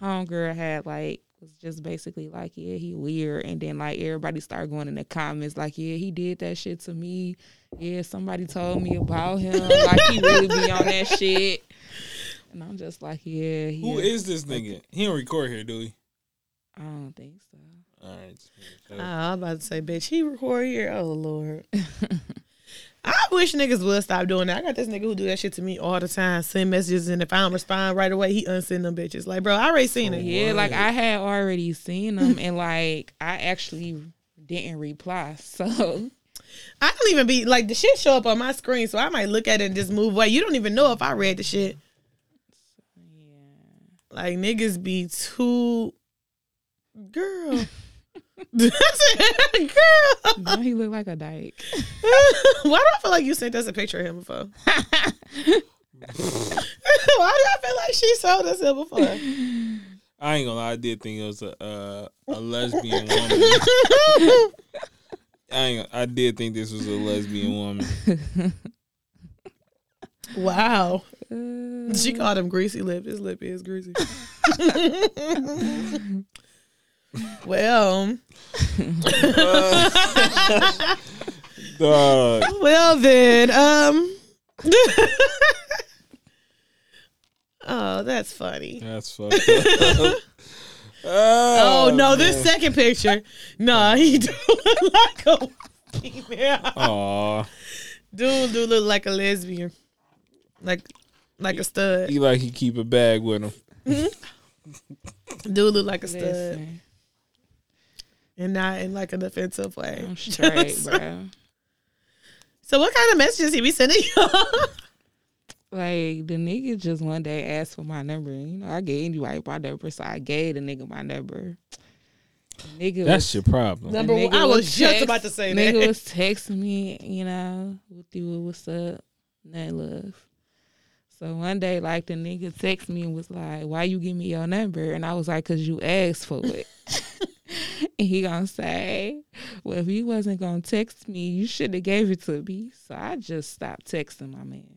Speaker 4: homegirl had like was just basically like, yeah, he weird, and then like everybody started going in the comments like, yeah, he did that shit to me. Yeah, somebody told me about him. like he really be on that shit. And I'm just like, yeah, he
Speaker 5: Who
Speaker 4: is-
Speaker 5: is this nigga? He don't record here, do he?
Speaker 4: I don't think so.
Speaker 5: All right.
Speaker 3: Ah, I'm about to say, bitch, he record here. Oh Lord. *laughs* I wish niggas would stop doing that. I got this nigga who do that shit to me all the time. Send messages and if I don't respond right away, he unsend them bitches. Like, bro, I already seen it.
Speaker 4: Yeah, like I had already seen him, and like I actually didn't reply. So *laughs*
Speaker 3: I don't even be like the shit show up on my screen, so I might look at it and just move away. You don't even know if I read the shit. Like niggas be too girl. *laughs* I said, girl.
Speaker 4: now he looked like a dyke.
Speaker 3: *laughs* Why do I feel like you sent us a picture of him before? *laughs* Why do I feel like she showed us him before?
Speaker 5: I ain't gonna lie, I did think it was a uh, a lesbian woman. I ain't, I did think this was a lesbian woman.
Speaker 3: Wow.
Speaker 4: Uh,
Speaker 3: She called him greasy lip. His lip is greasy. *laughs* well,
Speaker 5: Dog.
Speaker 3: well then. Um. *laughs* oh, that's funny.
Speaker 5: That's fucked up. oh,
Speaker 3: Oh, no, this second picture. Nah, he *laughs* do look like a female.
Speaker 5: Aw.
Speaker 3: Dude, do look like a lesbian, like like a stud.
Speaker 5: He like he keep a bag with him.
Speaker 3: Dude look like a stud,
Speaker 4: listen,
Speaker 3: and not in like an offensive way. *laughs*
Speaker 4: I'm straight, bro.
Speaker 3: So, what kind of messages he be sending you?
Speaker 4: Like the nigga just one day asked for my number. and, You know, I gave anybody my number, so I gave the nigga my number. Nigga was
Speaker 5: That's your problem.
Speaker 3: Number
Speaker 4: Nigga
Speaker 3: one, I was just
Speaker 4: text-
Speaker 3: about to say
Speaker 4: nigga
Speaker 3: that.
Speaker 4: was texting me, you know, with you, what's up, nothing love. So one day, like the nigga texted me and was like, "Why you give me your number?" And I was like, "Cause you asked for
Speaker 3: *laughs*
Speaker 4: it." and he gonna say, "Well, if you wasn't gonna text me, you should have gave it to me." So I just stopped texting my man.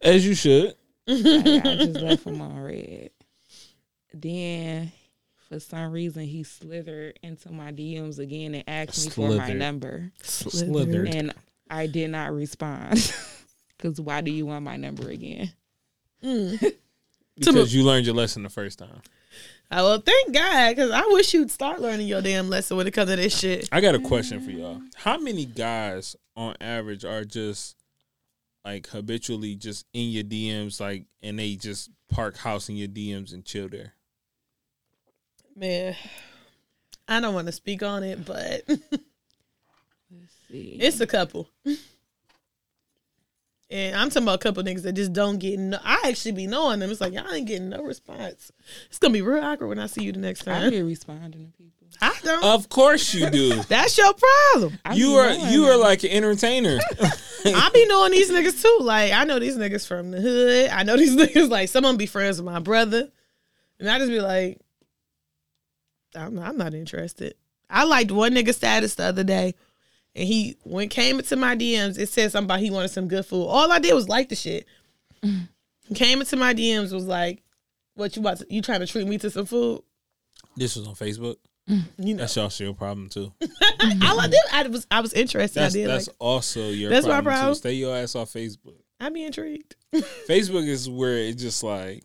Speaker 5: As you should.
Speaker 4: Like, I just left him on red. Then, for some reason, he slithered into my DMs again and asked me for my
Speaker 5: Slithered.
Speaker 4: number,
Speaker 3: *laughs*
Speaker 5: Slithered.
Speaker 4: and I did not respond. *laughs* Cause why do you want my number again?
Speaker 5: Because you learned your lesson the first time.
Speaker 3: Oh, well, thank God, because I wish you'd start learning your damn lesson when it comes to this shit.
Speaker 5: I got a question for y'all. How many guys on average are just like habitually just in your DMs, like, and they just park house in your DMs and chill there?
Speaker 3: Man, I don't want to speak on it, but *laughs*
Speaker 4: See,
Speaker 3: it's a couple. And I'm talking about a couple niggas that just don't get no. I actually be knowing them. It's like y'all ain't getting no response. It's gonna be real awkward when I see you the next
Speaker 4: I
Speaker 3: time.
Speaker 4: be responding to people.
Speaker 3: I don't.
Speaker 5: Of course you do.
Speaker 3: That's your problem.
Speaker 4: I
Speaker 5: You
Speaker 4: be
Speaker 5: are
Speaker 4: knowing
Speaker 5: you
Speaker 4: them.
Speaker 5: are like an entertainer.
Speaker 3: I be knowing these niggas too. Like I know these niggas from the hood. I know these *laughs* niggas like some of them be friends with my brother, and I just be like, I'm not, I'm not interested. I liked one nigga status the other day, and he when it came into my DMs, it said something about he wanted some good food. All I did was like the shit. He came into my DMs was like, "What you about? To, you trying to treat me to some food?"
Speaker 5: this was on Facebook.
Speaker 3: You know,
Speaker 5: That's also your problem too.
Speaker 3: all I did, I was I was interested.
Speaker 5: That's
Speaker 3: I did.
Speaker 5: that's
Speaker 3: like,
Speaker 5: also your
Speaker 3: That's my
Speaker 5: problem,
Speaker 3: problem.
Speaker 5: too. Stay your ass off Facebook.
Speaker 3: I be intrigued.
Speaker 5: Facebook is where it just like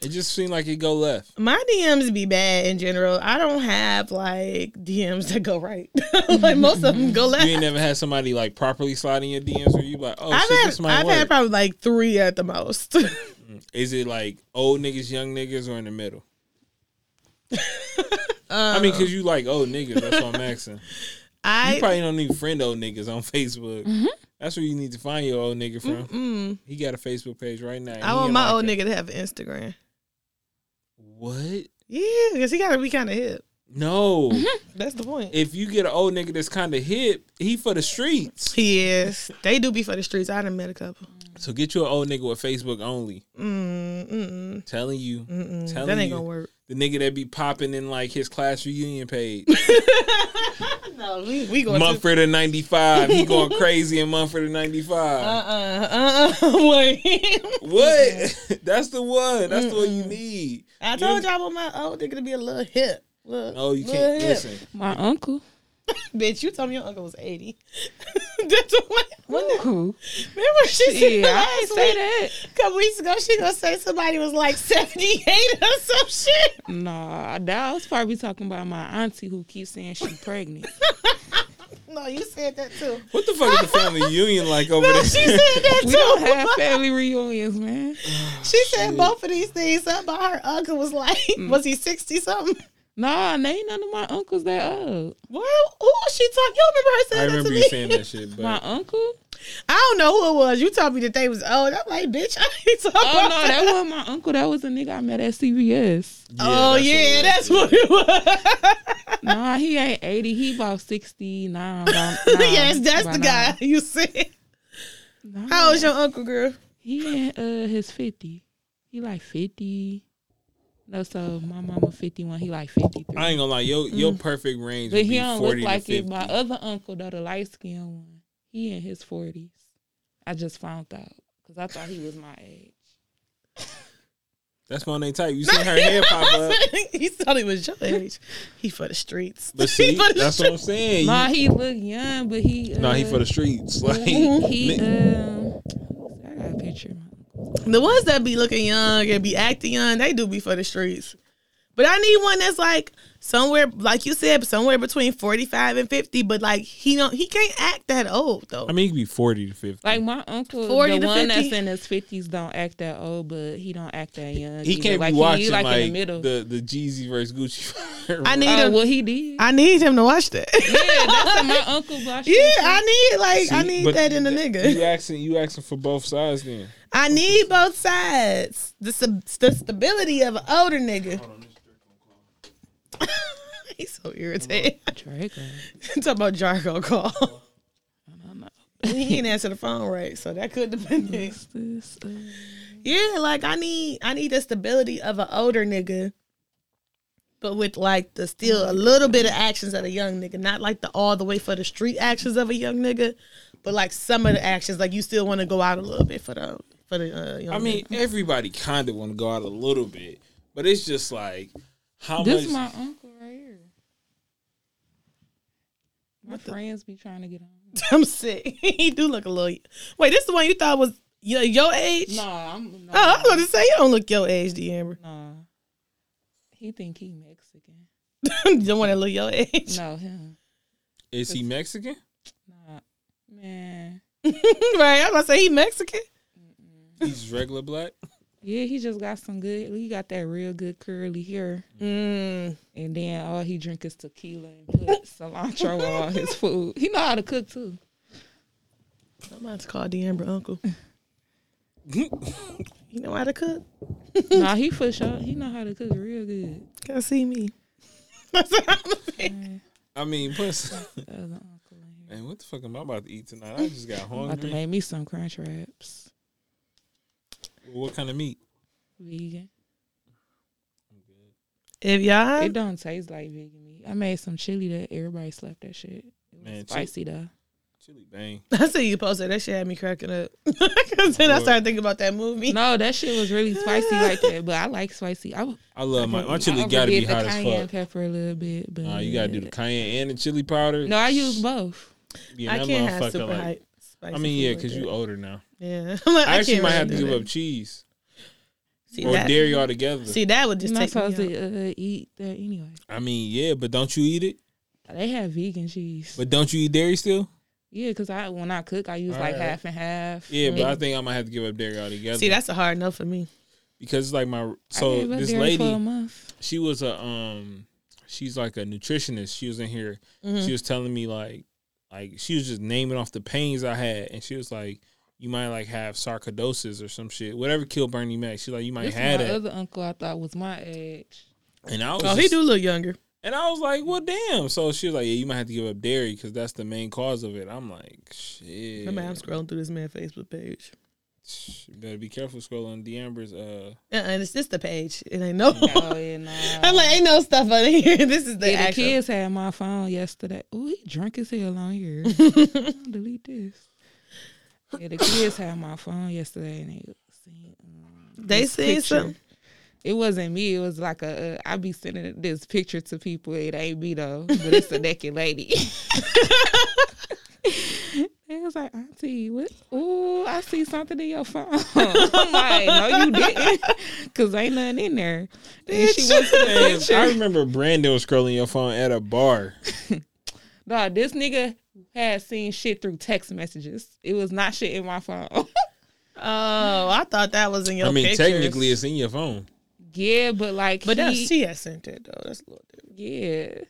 Speaker 5: it just seemed like it go left.
Speaker 3: my DMs be bad in general. I don't have like DMs that go right. *laughs* like most of them go
Speaker 5: You
Speaker 3: left.
Speaker 5: ain't never had somebody like properly sliding your DMs where you like, oh
Speaker 3: I've
Speaker 5: shit,
Speaker 3: had
Speaker 5: this might
Speaker 3: I've
Speaker 5: work.
Speaker 3: had probably like three at the most. *laughs*
Speaker 5: Is it like old niggas, young niggas, or in
Speaker 3: *laughs*
Speaker 5: the middle? I mean, cause you like old niggas. That's what I'm asking. You
Speaker 3: Uh, I Mm-hmm.
Speaker 5: probably don't even friend old niggas on Facebook. That's where you need to find your old nigga from.
Speaker 3: mm,
Speaker 5: He got a Facebook page right now. and
Speaker 3: I
Speaker 5: he
Speaker 3: want
Speaker 5: in,
Speaker 3: my
Speaker 5: like,
Speaker 3: old
Speaker 5: a-
Speaker 3: nigga to have an Instagram.
Speaker 5: What?
Speaker 3: Yeah, because he gotta be kind of hip.
Speaker 5: No.
Speaker 3: That's the point.
Speaker 5: if you get an old nigga that's kind of hip, he for the streets.
Speaker 3: Yes, they do be for the streets. I done met a couple.
Speaker 5: So get you an old nigga with Facebook only.
Speaker 3: Mm, mm,
Speaker 5: Telling you, telling
Speaker 3: that ain't
Speaker 5: you,
Speaker 3: gonna work. *laughs*
Speaker 5: the nigga that be popping in like his class reunion page.
Speaker 3: No, we, we going to
Speaker 5: Mumford of '95, he going crazy in Mumford of '95.
Speaker 3: uh uh uh uh. *laughs*
Speaker 5: *laughs*
Speaker 3: Wait,
Speaker 5: What? *laughs* That's the one. That's the one you need.
Speaker 3: I told y'all I want my old nigga to be a little hip. Look,
Speaker 5: No, you
Speaker 3: little
Speaker 5: can't
Speaker 3: hip.
Speaker 5: listen.
Speaker 4: My uncle.
Speaker 3: Bitch, you told me your uncle was 80. *laughs* That's what, what the-
Speaker 4: Cool.
Speaker 3: remember she said
Speaker 4: Yeah, I ain't
Speaker 3: last
Speaker 4: say
Speaker 3: week,
Speaker 4: that.
Speaker 3: a couple weeks ago, she gonna say somebody was like 78 or some shit.
Speaker 4: Nah, that was probably talking about my auntie who keeps saying she pregnant.
Speaker 3: No, you said that too.
Speaker 5: What the fuck is
Speaker 3: *laughs*
Speaker 5: the family union like over
Speaker 3: No,
Speaker 5: there?
Speaker 3: she
Speaker 5: *laughs*
Speaker 3: said that
Speaker 4: we don't have
Speaker 3: too.
Speaker 4: family reunions, man.
Speaker 3: She said both of these things. Something about her uncle was like,
Speaker 4: Mm.
Speaker 3: was he 60 something?
Speaker 4: Nah, they ain't none of my uncles that old.
Speaker 3: Well, who was she talking? You
Speaker 5: I
Speaker 3: remember her saying that
Speaker 5: remember
Speaker 3: to
Speaker 5: you
Speaker 3: me?
Speaker 5: saying that shit,
Speaker 4: My
Speaker 5: but
Speaker 4: uncle?
Speaker 3: *laughs* I don't know who it was. You told me that they was old. I'm like, bitch, I ain't talking
Speaker 4: Oh
Speaker 3: about
Speaker 4: no, that wasn't my uncle. That was a nigga I met at CVS.
Speaker 3: oh yeah, that's what
Speaker 5: what.
Speaker 3: it was.
Speaker 4: Nah, he ain't eighty. He about sixty nine.
Speaker 3: *laughs* yes, that's the guy you said. How old's your uncle, girl?
Speaker 4: He in uh his fifty. He like fifty. No, so my mama fifty one. He like fifty
Speaker 5: I
Speaker 4: three.
Speaker 5: ain't gonna lie, your
Speaker 3: Mm.
Speaker 5: your perfect range
Speaker 4: But
Speaker 5: would
Speaker 4: he
Speaker 5: be
Speaker 4: don't look
Speaker 5: forty
Speaker 4: like
Speaker 5: to fifty.
Speaker 4: it. My
Speaker 3: uh,
Speaker 4: other uncle though, the light skinned one. He in his forties. I just found out because I thought he was my age.
Speaker 5: That's my name
Speaker 3: *laughs*
Speaker 5: type. You seen her hair pop up.
Speaker 3: he thought he was your age. He for the streets.
Speaker 5: But
Speaker 3: *laughs*
Speaker 5: see,
Speaker 3: he for the
Speaker 5: that's what I'm
Speaker 3: streets.
Speaker 5: saying.
Speaker 4: Nah,
Speaker 5: Nah,
Speaker 4: he look young, but he. Uh,
Speaker 5: nah, he for the streets. *laughs* Like
Speaker 3: Mm-hmm.
Speaker 4: He.
Speaker 5: ni-
Speaker 4: Um, I got a picture. of my uncle.
Speaker 3: the ones that be looking young and be acting young, they do be for the streets. But I need one that's like somewhere, like you said, somewhere between forty five and fifty. But like he don't, he can't act that old though.
Speaker 5: I mean, he could be forty to fifty.
Speaker 4: Like my uncle,
Speaker 3: 40
Speaker 4: the
Speaker 3: to
Speaker 4: one
Speaker 3: 50.
Speaker 4: that's in his fifties, don't act that old, but he don't act that young.
Speaker 5: he
Speaker 4: either.
Speaker 5: can't
Speaker 4: like
Speaker 5: be watching
Speaker 4: he,
Speaker 5: like,
Speaker 4: like, in the middle.
Speaker 5: the the Jeezy versus Gucci. *laughs*
Speaker 3: I need
Speaker 4: oh,
Speaker 3: him.
Speaker 4: well, he did.
Speaker 3: I need him to watch that.
Speaker 4: yeah, that's what my uncle
Speaker 3: *laughs*
Speaker 4: watched.
Speaker 3: yeah, I need like I
Speaker 5: See,
Speaker 3: need
Speaker 5: but
Speaker 3: that in a
Speaker 5: you
Speaker 3: nigga.
Speaker 5: asking you asking for both sides then.
Speaker 3: I need both sides. The, sub- the stability of an older nigga. *laughs* He's so irritated.
Speaker 4: Draco.
Speaker 3: *laughs* Talk about Jargo call. *laughs*
Speaker 4: I don't know.
Speaker 3: he didn't answer the phone right, so that could have been
Speaker 5: Mm-hmm.
Speaker 3: it.
Speaker 4: What's this? Uh,
Speaker 3: Yeah, like I need I need the stability of an older nigga, but with like the still a little bit of actions of a young nigga, not like the all the way for the street actions of a young nigga, but like some of the actions like you still want to go out a little bit for the for the uh, young.
Speaker 5: I mean, everybody kind of want to go out a little bit, but it's just like how
Speaker 4: this
Speaker 5: much.
Speaker 4: my uncle right here. My friends be trying to get on.
Speaker 3: nigga. *laughs* I'm sick. *laughs* he do look a little. Wait, this the one you thought was your, your age?
Speaker 4: Nah, I'm. Nah,
Speaker 3: Oh, I was going to say you don't look your age, D Amber. *laughs*
Speaker 4: nah. He think he Mexican.
Speaker 3: the one that look your age,
Speaker 4: No, him.
Speaker 5: is he Mexican?
Speaker 4: Nah, man.
Speaker 3: *laughs* right? I'm gonna say he Mexican.
Speaker 5: He's regular black. *laughs*
Speaker 4: Yeah, he just got some good. He got that real good curly hair.
Speaker 3: Mm.
Speaker 4: And then all he drink is tequila and put cilantro on all his food. He know how to cook too.
Speaker 3: I'm about to call D Amber uncle. You know how to cook?
Speaker 4: nah, he for sure. He know how to cook real good.
Speaker 3: Come see me.
Speaker 5: I mean, plus,
Speaker 4: That was an uncle in here.
Speaker 5: man, what the fuck am I about to eat tonight? I just got
Speaker 4: About to
Speaker 5: hungry.
Speaker 4: make me some crunch wraps.
Speaker 5: What kind of meat?
Speaker 4: Vegan.
Speaker 3: If y'all, *laughs*
Speaker 4: It don't taste like vegan meat. I made some chili that everybody slapped that shit. It was
Speaker 5: Man, chili-
Speaker 4: spicy though.
Speaker 5: Chili bang.
Speaker 3: I see you posted that shit had me cracking up. *laughs* Cause then I started thinking about that movie.
Speaker 4: No, that shit was really spicy like that. But I like spicy. I
Speaker 5: I love my my chili.
Speaker 4: I
Speaker 5: Got to be
Speaker 4: overdid the
Speaker 5: hot as
Speaker 4: cayenne
Speaker 5: fuck.
Speaker 4: pepper a little bit, but
Speaker 5: Nah, you gotta do the cayenne and the chili powder.
Speaker 4: No, I use both.
Speaker 5: yeah,
Speaker 3: I
Speaker 5: that
Speaker 3: can't have
Speaker 5: motherfucker,
Speaker 3: super
Speaker 5: like-
Speaker 3: hot. Spicy
Speaker 5: I mean, yeah, because
Speaker 3: food
Speaker 5: you
Speaker 3: like
Speaker 5: older now.
Speaker 3: that. yeah. *laughs* I'm like,
Speaker 5: I, actually
Speaker 3: can't
Speaker 5: might
Speaker 3: really
Speaker 5: have to
Speaker 3: do
Speaker 5: give
Speaker 3: that.
Speaker 5: up cheese
Speaker 3: See
Speaker 5: or
Speaker 3: that, *laughs*
Speaker 5: dairy altogether.
Speaker 3: See that would
Speaker 4: You're
Speaker 3: just
Speaker 4: not
Speaker 3: take me
Speaker 4: supposed
Speaker 3: out.
Speaker 4: to uh, eat that anyway.
Speaker 5: I mean, yeah, but don't you eat it?
Speaker 4: They have vegan cheese.
Speaker 5: But don't you eat dairy still?
Speaker 4: yeah, because I when I cook, I use like
Speaker 5: Alright.
Speaker 4: half and half.
Speaker 5: Yeah, but I
Speaker 4: Mm.
Speaker 5: think I might have to give up dairy altogether.
Speaker 3: See that's a hard no for me.
Speaker 5: because it's like my
Speaker 4: I
Speaker 5: so
Speaker 4: gave up
Speaker 5: this
Speaker 4: dairy for a
Speaker 5: lady,
Speaker 4: month.
Speaker 5: she was a um, she's like a nutritionist. She was in here. She was telling me like, like she was just naming off the pains I had, and she was like, you might like have sarcoidosis or some shit, whatever killed Bernie Mac. She's like, you might
Speaker 4: This
Speaker 5: have
Speaker 4: my
Speaker 5: that,
Speaker 4: other uncle I thought was my age.
Speaker 5: and I was
Speaker 3: Oh, he
Speaker 5: just-
Speaker 3: do look younger.
Speaker 5: And I was like, well, damn. So she was like, yeah, you might have to give up dairy because that's the main cause of it. I'm like, shit.
Speaker 3: I mean, I'm scrolling through this man Facebook page.
Speaker 5: Shh, You better be careful scrolling
Speaker 4: *laughs*
Speaker 5: D'Amber's. Uh,
Speaker 3: Uh, and it's just the page. It ain't no.
Speaker 4: Oh yeah, nah.
Speaker 3: *laughs* I'm like, ain't no stuff on here. *laughs* This is the
Speaker 4: Yeah, the
Speaker 3: actual.
Speaker 4: kids had my phone yesterday. Ooh, he drunk as hell on here. I'll delete this. Yeah, the kids had my phone yesterday, and they seen. Um,
Speaker 3: They
Speaker 4: this
Speaker 3: seen
Speaker 4: picture.
Speaker 3: some-
Speaker 4: It wasn't me. It was like a. Uh, I be sending this picture to people. It ain't me though, but it's a naked lady. *laughs* They was like, Auntie, what? Ooh, I see something in your phone. *laughs* I'm like, no, you didn't, *laughs* cause ain't nothing in there. And she went to the
Speaker 5: man,
Speaker 4: picture.
Speaker 5: I remember Brandon was scrolling your phone at a bar.
Speaker 4: Dog, this nigga had seen shit through text messages. It was not shit in my phone. *laughs*
Speaker 3: Oh, I thought that was in your.
Speaker 5: I mean,
Speaker 3: pictures.
Speaker 5: technically, it's in your phone.
Speaker 4: yeah, but like,
Speaker 3: But that's
Speaker 4: he-
Speaker 3: she that sent that though. That's a little different.
Speaker 4: yeah.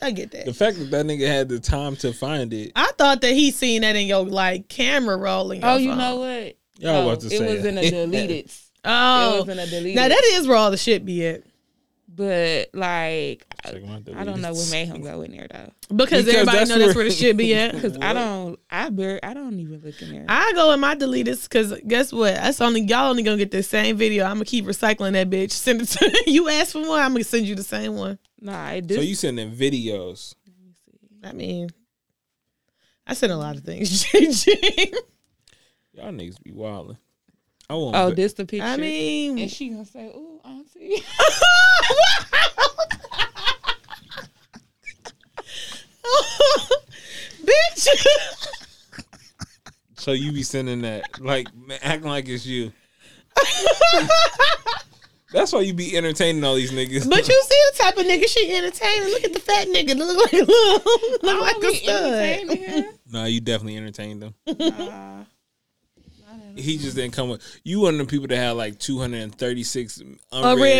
Speaker 3: I get that.
Speaker 5: The fact that that nigga had the time to find it,
Speaker 3: I thought that he seen that in your like camera rolling.
Speaker 4: Oh, you know what?
Speaker 5: y'all
Speaker 4: No,
Speaker 5: about to
Speaker 4: it
Speaker 5: say
Speaker 4: was in
Speaker 5: *laughs*
Speaker 4: a deleted.
Speaker 3: Oh,
Speaker 4: It was in a deleted.
Speaker 3: now that is where all the shit be at
Speaker 4: but like, I,
Speaker 5: Check my
Speaker 4: I don't know what
Speaker 5: deletes.
Speaker 4: made him go in there though,
Speaker 3: because,
Speaker 5: Because
Speaker 3: everybody
Speaker 5: that's
Speaker 3: know that's
Speaker 5: where-
Speaker 3: where the shit
Speaker 4: *laughs*
Speaker 3: be at.
Speaker 4: because I don't. I bar- I don't even look in there.
Speaker 3: I go in my deletes because guess what? That's only y'all only gonna get the same video. I'm gonna keep recycling that bitch. Send it to *laughs* you. Ask for one. I'm gonna send you the same one.
Speaker 4: nah, it
Speaker 5: So
Speaker 4: just
Speaker 5: you sending videos?
Speaker 3: I mean, I send a lot of things. *laughs* JJ.
Speaker 5: Y'all niggas be wilding. I want.
Speaker 4: oh, this the picture.
Speaker 3: I mean, *laughs*
Speaker 4: and she gonna say, "Ooh, auntie." *laughs*
Speaker 3: bitch. *laughs*
Speaker 5: so you be sending that, like man, acting like
Speaker 4: *laughs*
Speaker 5: it's you. That's why you be entertaining all these niggas.
Speaker 3: But you see the type of nigga she entertaining. Look at the fat nigga. Look like *laughs* look, look
Speaker 4: I
Speaker 3: like
Speaker 4: don't
Speaker 3: a
Speaker 4: be
Speaker 3: stud.
Speaker 4: entertaining him.
Speaker 5: No, you definitely entertained them.
Speaker 3: *laughs*
Speaker 4: Nah.
Speaker 5: He just didn't come with you. One of them people that had like two hundred and thirty six unread,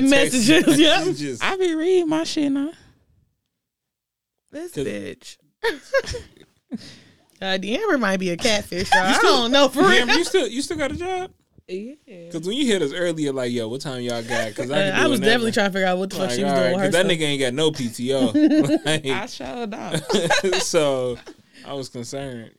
Speaker 3: Unread
Speaker 5: texts.
Speaker 3: messages, yeah.
Speaker 5: *laughs* You just-
Speaker 4: I be reading my shit now.
Speaker 3: This
Speaker 5: 'Cause-
Speaker 3: bitch. *laughs* Uh, Deamber might be a catfish. y'all. I don't know for real.
Speaker 5: Damn, you still you still got a job?
Speaker 4: Yeah.
Speaker 5: Because when you hit us earlier, like yo, what time y'all got? Because I,
Speaker 3: Uh,
Speaker 5: can
Speaker 3: I
Speaker 5: do
Speaker 3: was
Speaker 5: another.
Speaker 3: definitely trying to figure out what the fuck
Speaker 5: Like,
Speaker 3: she was
Speaker 5: all
Speaker 3: doing
Speaker 5: right,
Speaker 3: with her
Speaker 5: 'cause that
Speaker 3: stuff.
Speaker 5: nigga ain't got no PTO.
Speaker 3: *laughs*
Speaker 4: I showed up.
Speaker 5: Like, *laughs* so I was concerned.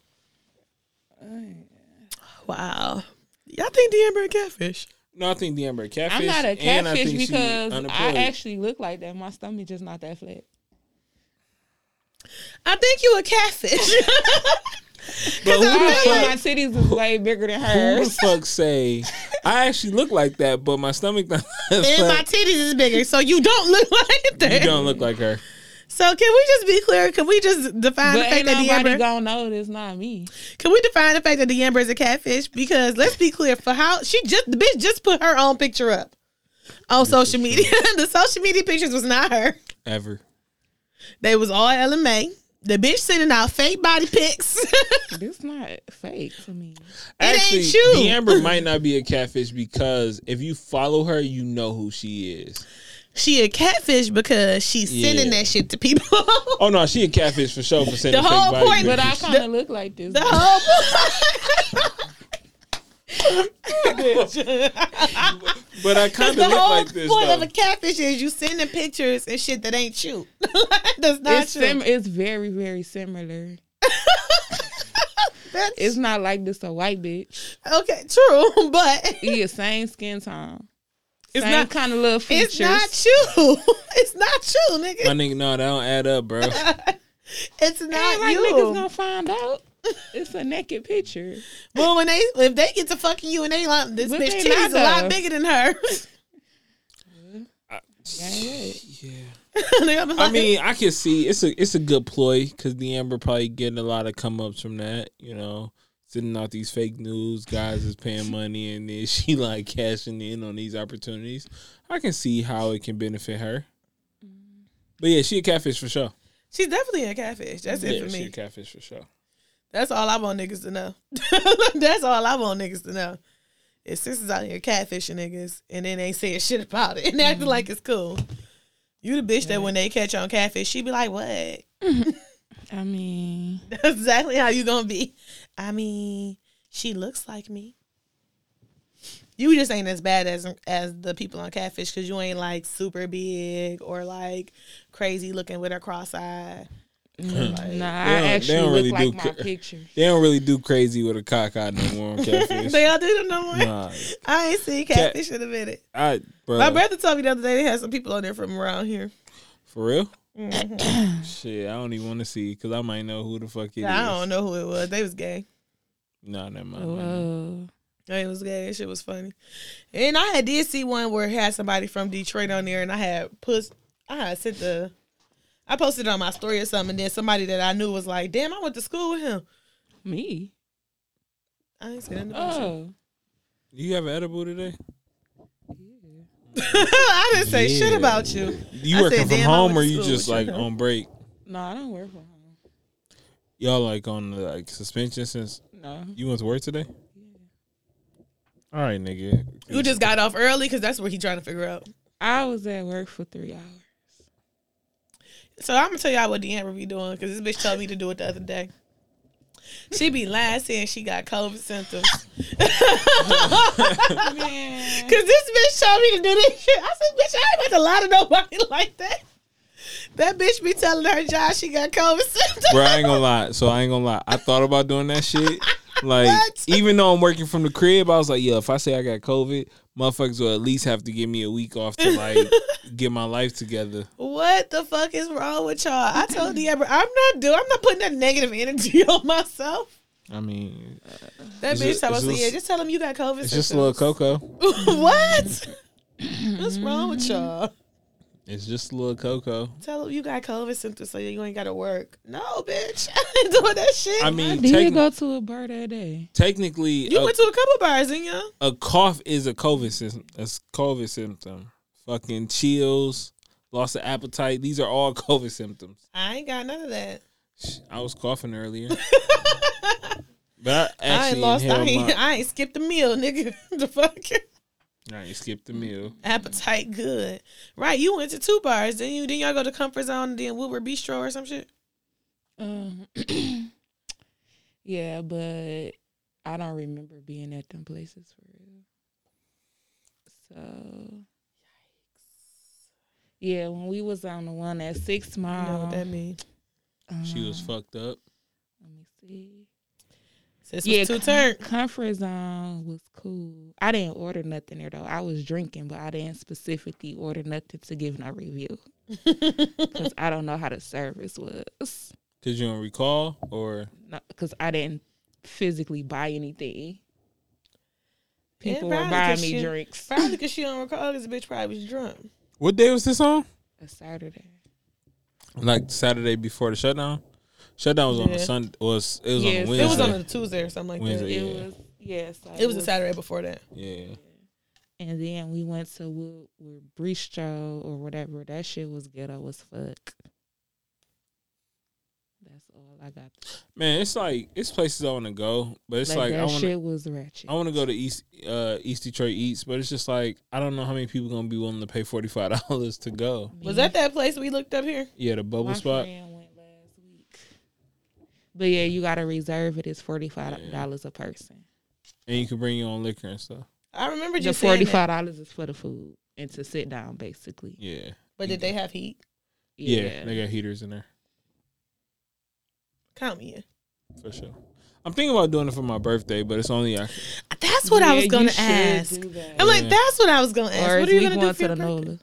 Speaker 3: Wow. Y'all think Deamber a catfish?
Speaker 5: No, I think D'Amber a
Speaker 4: *laughs*
Speaker 5: catfish.
Speaker 4: I'm not a
Speaker 5: and I
Speaker 4: catfish
Speaker 5: think she
Speaker 4: because I
Speaker 5: unemployed.
Speaker 4: actually look like that. My stomach just not that flat.
Speaker 3: I think you a
Speaker 5: *laughs*
Speaker 3: catfish.
Speaker 5: But who
Speaker 4: I
Speaker 5: the
Speaker 4: feel
Speaker 5: fuck?
Speaker 4: my titties is way bigger than
Speaker 5: Who the
Speaker 4: hers.
Speaker 5: fuck say I actually look like that, but my stomach not *laughs*
Speaker 3: and my
Speaker 5: flat.
Speaker 3: titties is bigger, so you don't look *laughs* like that.
Speaker 5: you don't look like her.
Speaker 3: So can we just be clear? Can we just define the
Speaker 4: But
Speaker 3: fact
Speaker 4: ain't
Speaker 3: that
Speaker 4: nobody
Speaker 3: Deamber?
Speaker 4: gonna know this not me.
Speaker 3: can we define the fact that Deamber is a catfish? Because let's be clear, for how she just the bitch just put her own picture up on social media. *laughs* the social media pictures was not her.
Speaker 5: Ever.
Speaker 3: They was all LMA. The bitch sending out fake body pics. *laughs*
Speaker 4: This not fake to me.
Speaker 3: ain't
Speaker 5: Actually,
Speaker 3: you.
Speaker 5: D'Amber might not be a catfish because if you follow her, you know who she is.
Speaker 3: she a catfish because she's sending
Speaker 5: Yeah.
Speaker 3: that shit to people. *laughs*
Speaker 5: Oh no, she a catfish for sure for sending
Speaker 3: The
Speaker 5: fake
Speaker 3: whole
Speaker 5: body
Speaker 3: point-
Speaker 4: But I
Speaker 5: pictures. *laughs*
Speaker 4: kind of look like this.
Speaker 3: the whole
Speaker 5: bitch. *laughs* but I kind of
Speaker 3: the
Speaker 5: look
Speaker 3: whole
Speaker 5: like this.
Speaker 3: point of
Speaker 5: though.
Speaker 3: a catfish is you sending pictures and shit that ain't you. *laughs* That's not
Speaker 4: It's
Speaker 3: you.
Speaker 4: sim- it's very very similar.
Speaker 3: That's,
Speaker 4: It's not like this a white bitch.
Speaker 3: okay, true, *laughs*
Speaker 5: *laughs*
Speaker 3: but
Speaker 4: Yeah, same skin tone.
Speaker 3: It's
Speaker 4: same
Speaker 3: not-
Speaker 4: kind of little features.
Speaker 3: it's not you. *laughs* It's not you,
Speaker 5: My
Speaker 3: nigga.
Speaker 5: nigga, no, that don't add up, bro.
Speaker 3: It's
Speaker 4: Ain't
Speaker 3: not
Speaker 4: like
Speaker 3: you.
Speaker 4: niggas gonna find out. It's a naked picture.
Speaker 3: *laughs* Well, when they if they get to fucking you and they like this
Speaker 4: But
Speaker 3: bitch
Speaker 4: they
Speaker 3: titty's
Speaker 4: not,
Speaker 3: a lot
Speaker 4: though.
Speaker 3: bigger than her. *laughs* They gonna be
Speaker 5: I
Speaker 3: like,
Speaker 5: mean, I can see it's a it's a good ploy because the Amber probably getting a lot of come ups from that. You know, sending out these fake news, guys is paying money, and then *laughs* she like cashing in on these opportunities. I can see how it can benefit her. But yeah, she a catfish for sure.
Speaker 3: she's definitely a catfish. That's it
Speaker 5: Yeah,
Speaker 3: for
Speaker 5: she a
Speaker 3: me.
Speaker 5: catfish for sure.
Speaker 3: That's all I want niggas to know. *laughs* That's all I want niggas to know. Is sisters out here catfishing niggas and then they saying shit about it *laughs* and
Speaker 4: Mm-hmm.
Speaker 3: acting like it's cool. You the bitch that when they catch on catfish, she be like, "What?"
Speaker 4: I mean,
Speaker 3: That's *laughs* exactly how you gonna be. I mean, she looks like me. You just ain't as bad as as the people on Catfish because you ain't like super big or like crazy looking with her cross eye.
Speaker 4: nah.
Speaker 5: They
Speaker 4: I
Speaker 5: don't- they
Speaker 4: actually
Speaker 5: don't
Speaker 4: look
Speaker 5: really
Speaker 4: like
Speaker 5: do
Speaker 4: my
Speaker 5: ca-
Speaker 4: picture.
Speaker 5: They don't really do crazy with a cock eye no more on
Speaker 3: *laughs*
Speaker 5: catfish.
Speaker 3: They all do them no more.
Speaker 5: nah,
Speaker 3: *laughs* I ain't seen
Speaker 5: Cat- Uh.
Speaker 3: Catfish in a minute.
Speaker 5: I bro,
Speaker 3: My brother told me the other day they had some people on there from around here.
Speaker 5: for real. *coughs* Shit, I don't even want to see because I might know who the fuck it is.
Speaker 3: Mm-hmm. I don't know who it was. They was gay.
Speaker 5: Nah, never mind.
Speaker 4: Whoa.
Speaker 3: It was gay. That shit was funny. And I had- did see one where it had somebody from Detroit on there, and I had put, I had sent the, I posted it on my story or something, and then somebody that I knew was like, "Damn, I went to school with him."
Speaker 4: me.
Speaker 3: I ain't seen nothing about you.
Speaker 4: Oh,
Speaker 5: You have an edible today?
Speaker 3: *laughs* I didn't say shit
Speaker 5: Yeah.
Speaker 3: about you.
Speaker 5: You
Speaker 3: I
Speaker 5: working
Speaker 3: said,
Speaker 5: from
Speaker 3: "Damn, I
Speaker 5: home
Speaker 3: went
Speaker 5: or
Speaker 3: to
Speaker 5: you
Speaker 3: school
Speaker 5: just
Speaker 3: with
Speaker 5: like
Speaker 3: you."
Speaker 5: on break?
Speaker 4: no, I don't work from home.
Speaker 5: Y'all like on like suspension since
Speaker 4: No,
Speaker 5: you went to work today? All right, nigga.
Speaker 3: You just got off early because that's what he trying to figure out.
Speaker 4: I was at work for three hours.
Speaker 3: So I'm gonna tell y'all what Deandra be doing because this bitch told me to do it the other day. She be lying saying she got COVID symptoms. *laughs*
Speaker 4: Man,
Speaker 3: Cause this bitch told me to do this shit. I said, bitch, I ain't about to lie to nobody *laughs* like that. That bitch be telling her job she got COVID symptoms.
Speaker 5: Bro, I ain't gonna lie. So I ain't gonna lie. I thought about doing that shit. Like,
Speaker 3: What?
Speaker 5: even though I'm working from the crib, I was like, yeah, if I say I got COVID, motherfuckers will at least have to give me a week off
Speaker 3: *laughs*
Speaker 5: to like get my life together.
Speaker 3: *laughs* What the fuck is wrong with y'all? I told the Amber, I'm not doing. I'm not putting that negative energy *laughs* on myself.
Speaker 5: I mean,
Speaker 3: That
Speaker 5: It's
Speaker 3: bitch
Speaker 5: just-
Speaker 3: told us,
Speaker 5: it's
Speaker 3: yeah,
Speaker 5: just-
Speaker 3: just tell him you got COVID symptoms.
Speaker 5: it's just a little
Speaker 3: *laughs*
Speaker 5: cocoa.
Speaker 3: what? What's wrong with y'all?
Speaker 5: It's just a little cocoa.
Speaker 3: Tell him you got COVID symptoms, so you ain't got to work. No, bitch, *laughs* I ain't doing that shit.
Speaker 5: I mean, uh,
Speaker 4: did you
Speaker 5: techni-
Speaker 4: go to a bar that day?
Speaker 5: technically,
Speaker 3: you
Speaker 5: a-
Speaker 3: went to a couple bars, and you
Speaker 5: a cough is a COVID symptom. A s- COVID symptom. Fucking chills, loss of appetite. These are all *laughs* COVID symptoms.
Speaker 3: I ain't got none of that.
Speaker 5: Sh- I was
Speaker 3: *laughs*
Speaker 5: coughing earlier, but
Speaker 3: I ain't
Speaker 5: I actually
Speaker 3: lost. I
Speaker 5: inhaled
Speaker 3: ain't,
Speaker 5: my.
Speaker 3: I ain't skipped a meal, nigga. *laughs* the fuck
Speaker 5: I ain't skipped the meal.
Speaker 3: appetite good, right? You went to two bars, then you then y'all go to Comfort Zone, and then Woodward Bistro or some shit.
Speaker 4: Um, *clears throat* yeah, but I don't remember being at them places for real. So, yeah, when we was on the one at Six
Speaker 3: You know
Speaker 4: Mile,
Speaker 3: what that means?
Speaker 5: She was
Speaker 4: um,
Speaker 5: fucked up.
Speaker 4: Let me see.
Speaker 3: This
Speaker 4: yeah,
Speaker 3: was two
Speaker 4: com-
Speaker 3: turn.
Speaker 4: Comfort zone was cool. I didn't order nothing there though. I was drinking, but I didn't specifically order nothing to give no
Speaker 3: *laughs*
Speaker 4: review because I don't know how the service was.
Speaker 5: Cause you don't recall, or
Speaker 4: Because I didn't physically buy anything.
Speaker 3: Yeah,
Speaker 4: People were
Speaker 3: probably
Speaker 4: buying
Speaker 3: 'cause
Speaker 4: me
Speaker 3: you-
Speaker 4: drinks.
Speaker 3: Probably because she don't recall. This bitch probably was drunk.
Speaker 5: what day was this on?
Speaker 4: A Saturday.
Speaker 5: Like Saturday before the shutdown. Shutdown was on a
Speaker 3: Yeah.
Speaker 5: Sunday. Was it was
Speaker 4: Yes,
Speaker 5: on a
Speaker 4: it
Speaker 5: Wednesday?
Speaker 3: It was on a Tuesday or something like
Speaker 5: Wednesday.
Speaker 3: that.
Speaker 4: It
Speaker 5: Yeah.
Speaker 4: was yes. Yeah, so
Speaker 3: It was a Saturday before that.
Speaker 5: yeah.
Speaker 4: And then we went to Wood with Bristro or whatever. That shit was ghetto as fuck. That's all I got.
Speaker 5: Man, it's like it's places I want to go, but it's like,
Speaker 4: like,
Speaker 5: I
Speaker 4: that
Speaker 5: want to
Speaker 4: shit was ratchet.
Speaker 5: I want to go to East uh, East Detroit Eats, but it's just like I don't know how many people gonna be willing to pay forty five *laughs* dollars to go.
Speaker 3: Was that that place we looked up here?
Speaker 5: Yeah, the bubble
Speaker 4: My
Speaker 5: spot.
Speaker 4: friend went last week. But yeah, you gotta reserve it. It's forty five dollars a person.
Speaker 5: and you can bring your own liquor and stuff.
Speaker 3: I remember
Speaker 4: The
Speaker 3: just forty five.
Speaker 4: forty-five dollars is for the food and to sit down, basically.
Speaker 5: Yeah.
Speaker 3: But did they have heat?
Speaker 5: yeah, They got heaters in there
Speaker 3: Count me in.
Speaker 5: for sure. I'm thinking about doing it for my birthday, but it's only I,
Speaker 3: That's what I
Speaker 4: Yeah,
Speaker 3: was
Speaker 4: you
Speaker 3: gonna
Speaker 4: should
Speaker 3: ask.
Speaker 4: do that.
Speaker 3: I'm like, that's what I was gonna ask.
Speaker 4: Or
Speaker 3: what
Speaker 4: is
Speaker 3: are you gonna
Speaker 4: we
Speaker 3: do
Speaker 4: going
Speaker 3: for
Speaker 4: to
Speaker 3: your
Speaker 4: the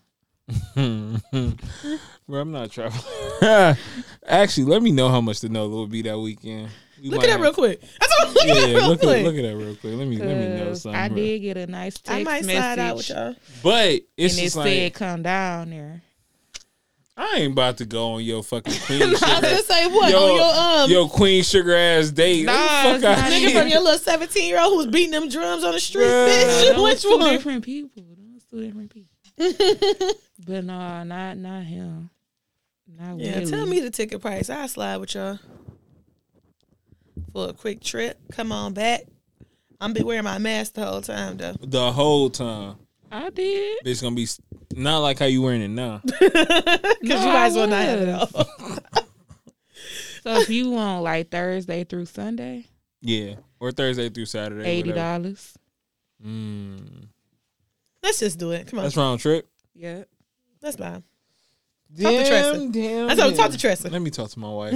Speaker 3: birthday?
Speaker 4: NOLA?
Speaker 5: Bro, I'm not traveling. *laughs* Actually, let me know how much the NOLA will be that weekend. We
Speaker 3: Look
Speaker 5: might
Speaker 3: at that
Speaker 5: have-
Speaker 3: real quick. *laughs* That's what I'm looking
Speaker 5: Yeah,
Speaker 3: at real *laughs*
Speaker 5: look
Speaker 3: quick.
Speaker 5: at look at that real quick. Let me let me know
Speaker 4: 'Cause
Speaker 5: something.
Speaker 4: I
Speaker 5: bro.
Speaker 4: did get a nice text
Speaker 3: I might
Speaker 4: message,
Speaker 3: slide out with
Speaker 5: *laughs*
Speaker 3: y'all.
Speaker 5: But it's
Speaker 4: and it
Speaker 5: just
Speaker 4: said,
Speaker 5: like
Speaker 4: "Come
Speaker 3: *laughs*
Speaker 4: down there."
Speaker 5: I ain't about to go on your fucking queen
Speaker 3: I was
Speaker 5: sugar.
Speaker 3: gonna say what
Speaker 5: Yo,
Speaker 3: on your um
Speaker 5: your queen sugar ass date. Nah,
Speaker 4: Nah,
Speaker 5: fuck
Speaker 4: it's
Speaker 5: out
Speaker 4: not
Speaker 5: here.
Speaker 3: nigga from your little seventeen year old who's beating them drums on the street,
Speaker 5: Bruh.
Speaker 3: bitch.
Speaker 4: Them was
Speaker 3: Which
Speaker 4: two
Speaker 3: one?
Speaker 4: Different people. Them was two different people.
Speaker 3: *laughs*
Speaker 4: but no, not not him. Not
Speaker 3: Yeah,
Speaker 4: Willie.
Speaker 3: tell me the ticket price. I'll slide with y'all for a quick trip. Come on back. I'm be wearing my mask the whole time though.
Speaker 5: the whole time.
Speaker 3: *laughs*
Speaker 4: I did.
Speaker 5: It's gonna be s- not like how you wearing it *laughs* now.
Speaker 3: Because you guys will not have it all.
Speaker 4: *laughs* So if you want like Thursday through Sunday,
Speaker 5: Yeah, or Thursday through Saturday.
Speaker 4: eighty
Speaker 5: whatever.
Speaker 4: dollars.
Speaker 5: Mm.
Speaker 3: Let's just do it. Come on.
Speaker 5: That's round trip.
Speaker 4: Yeah.
Speaker 3: Let's buy. Talk to Tressa.
Speaker 5: damn.
Speaker 3: That's how we
Speaker 5: damn.
Speaker 3: talk to Tressa.
Speaker 5: Let me talk to my wife.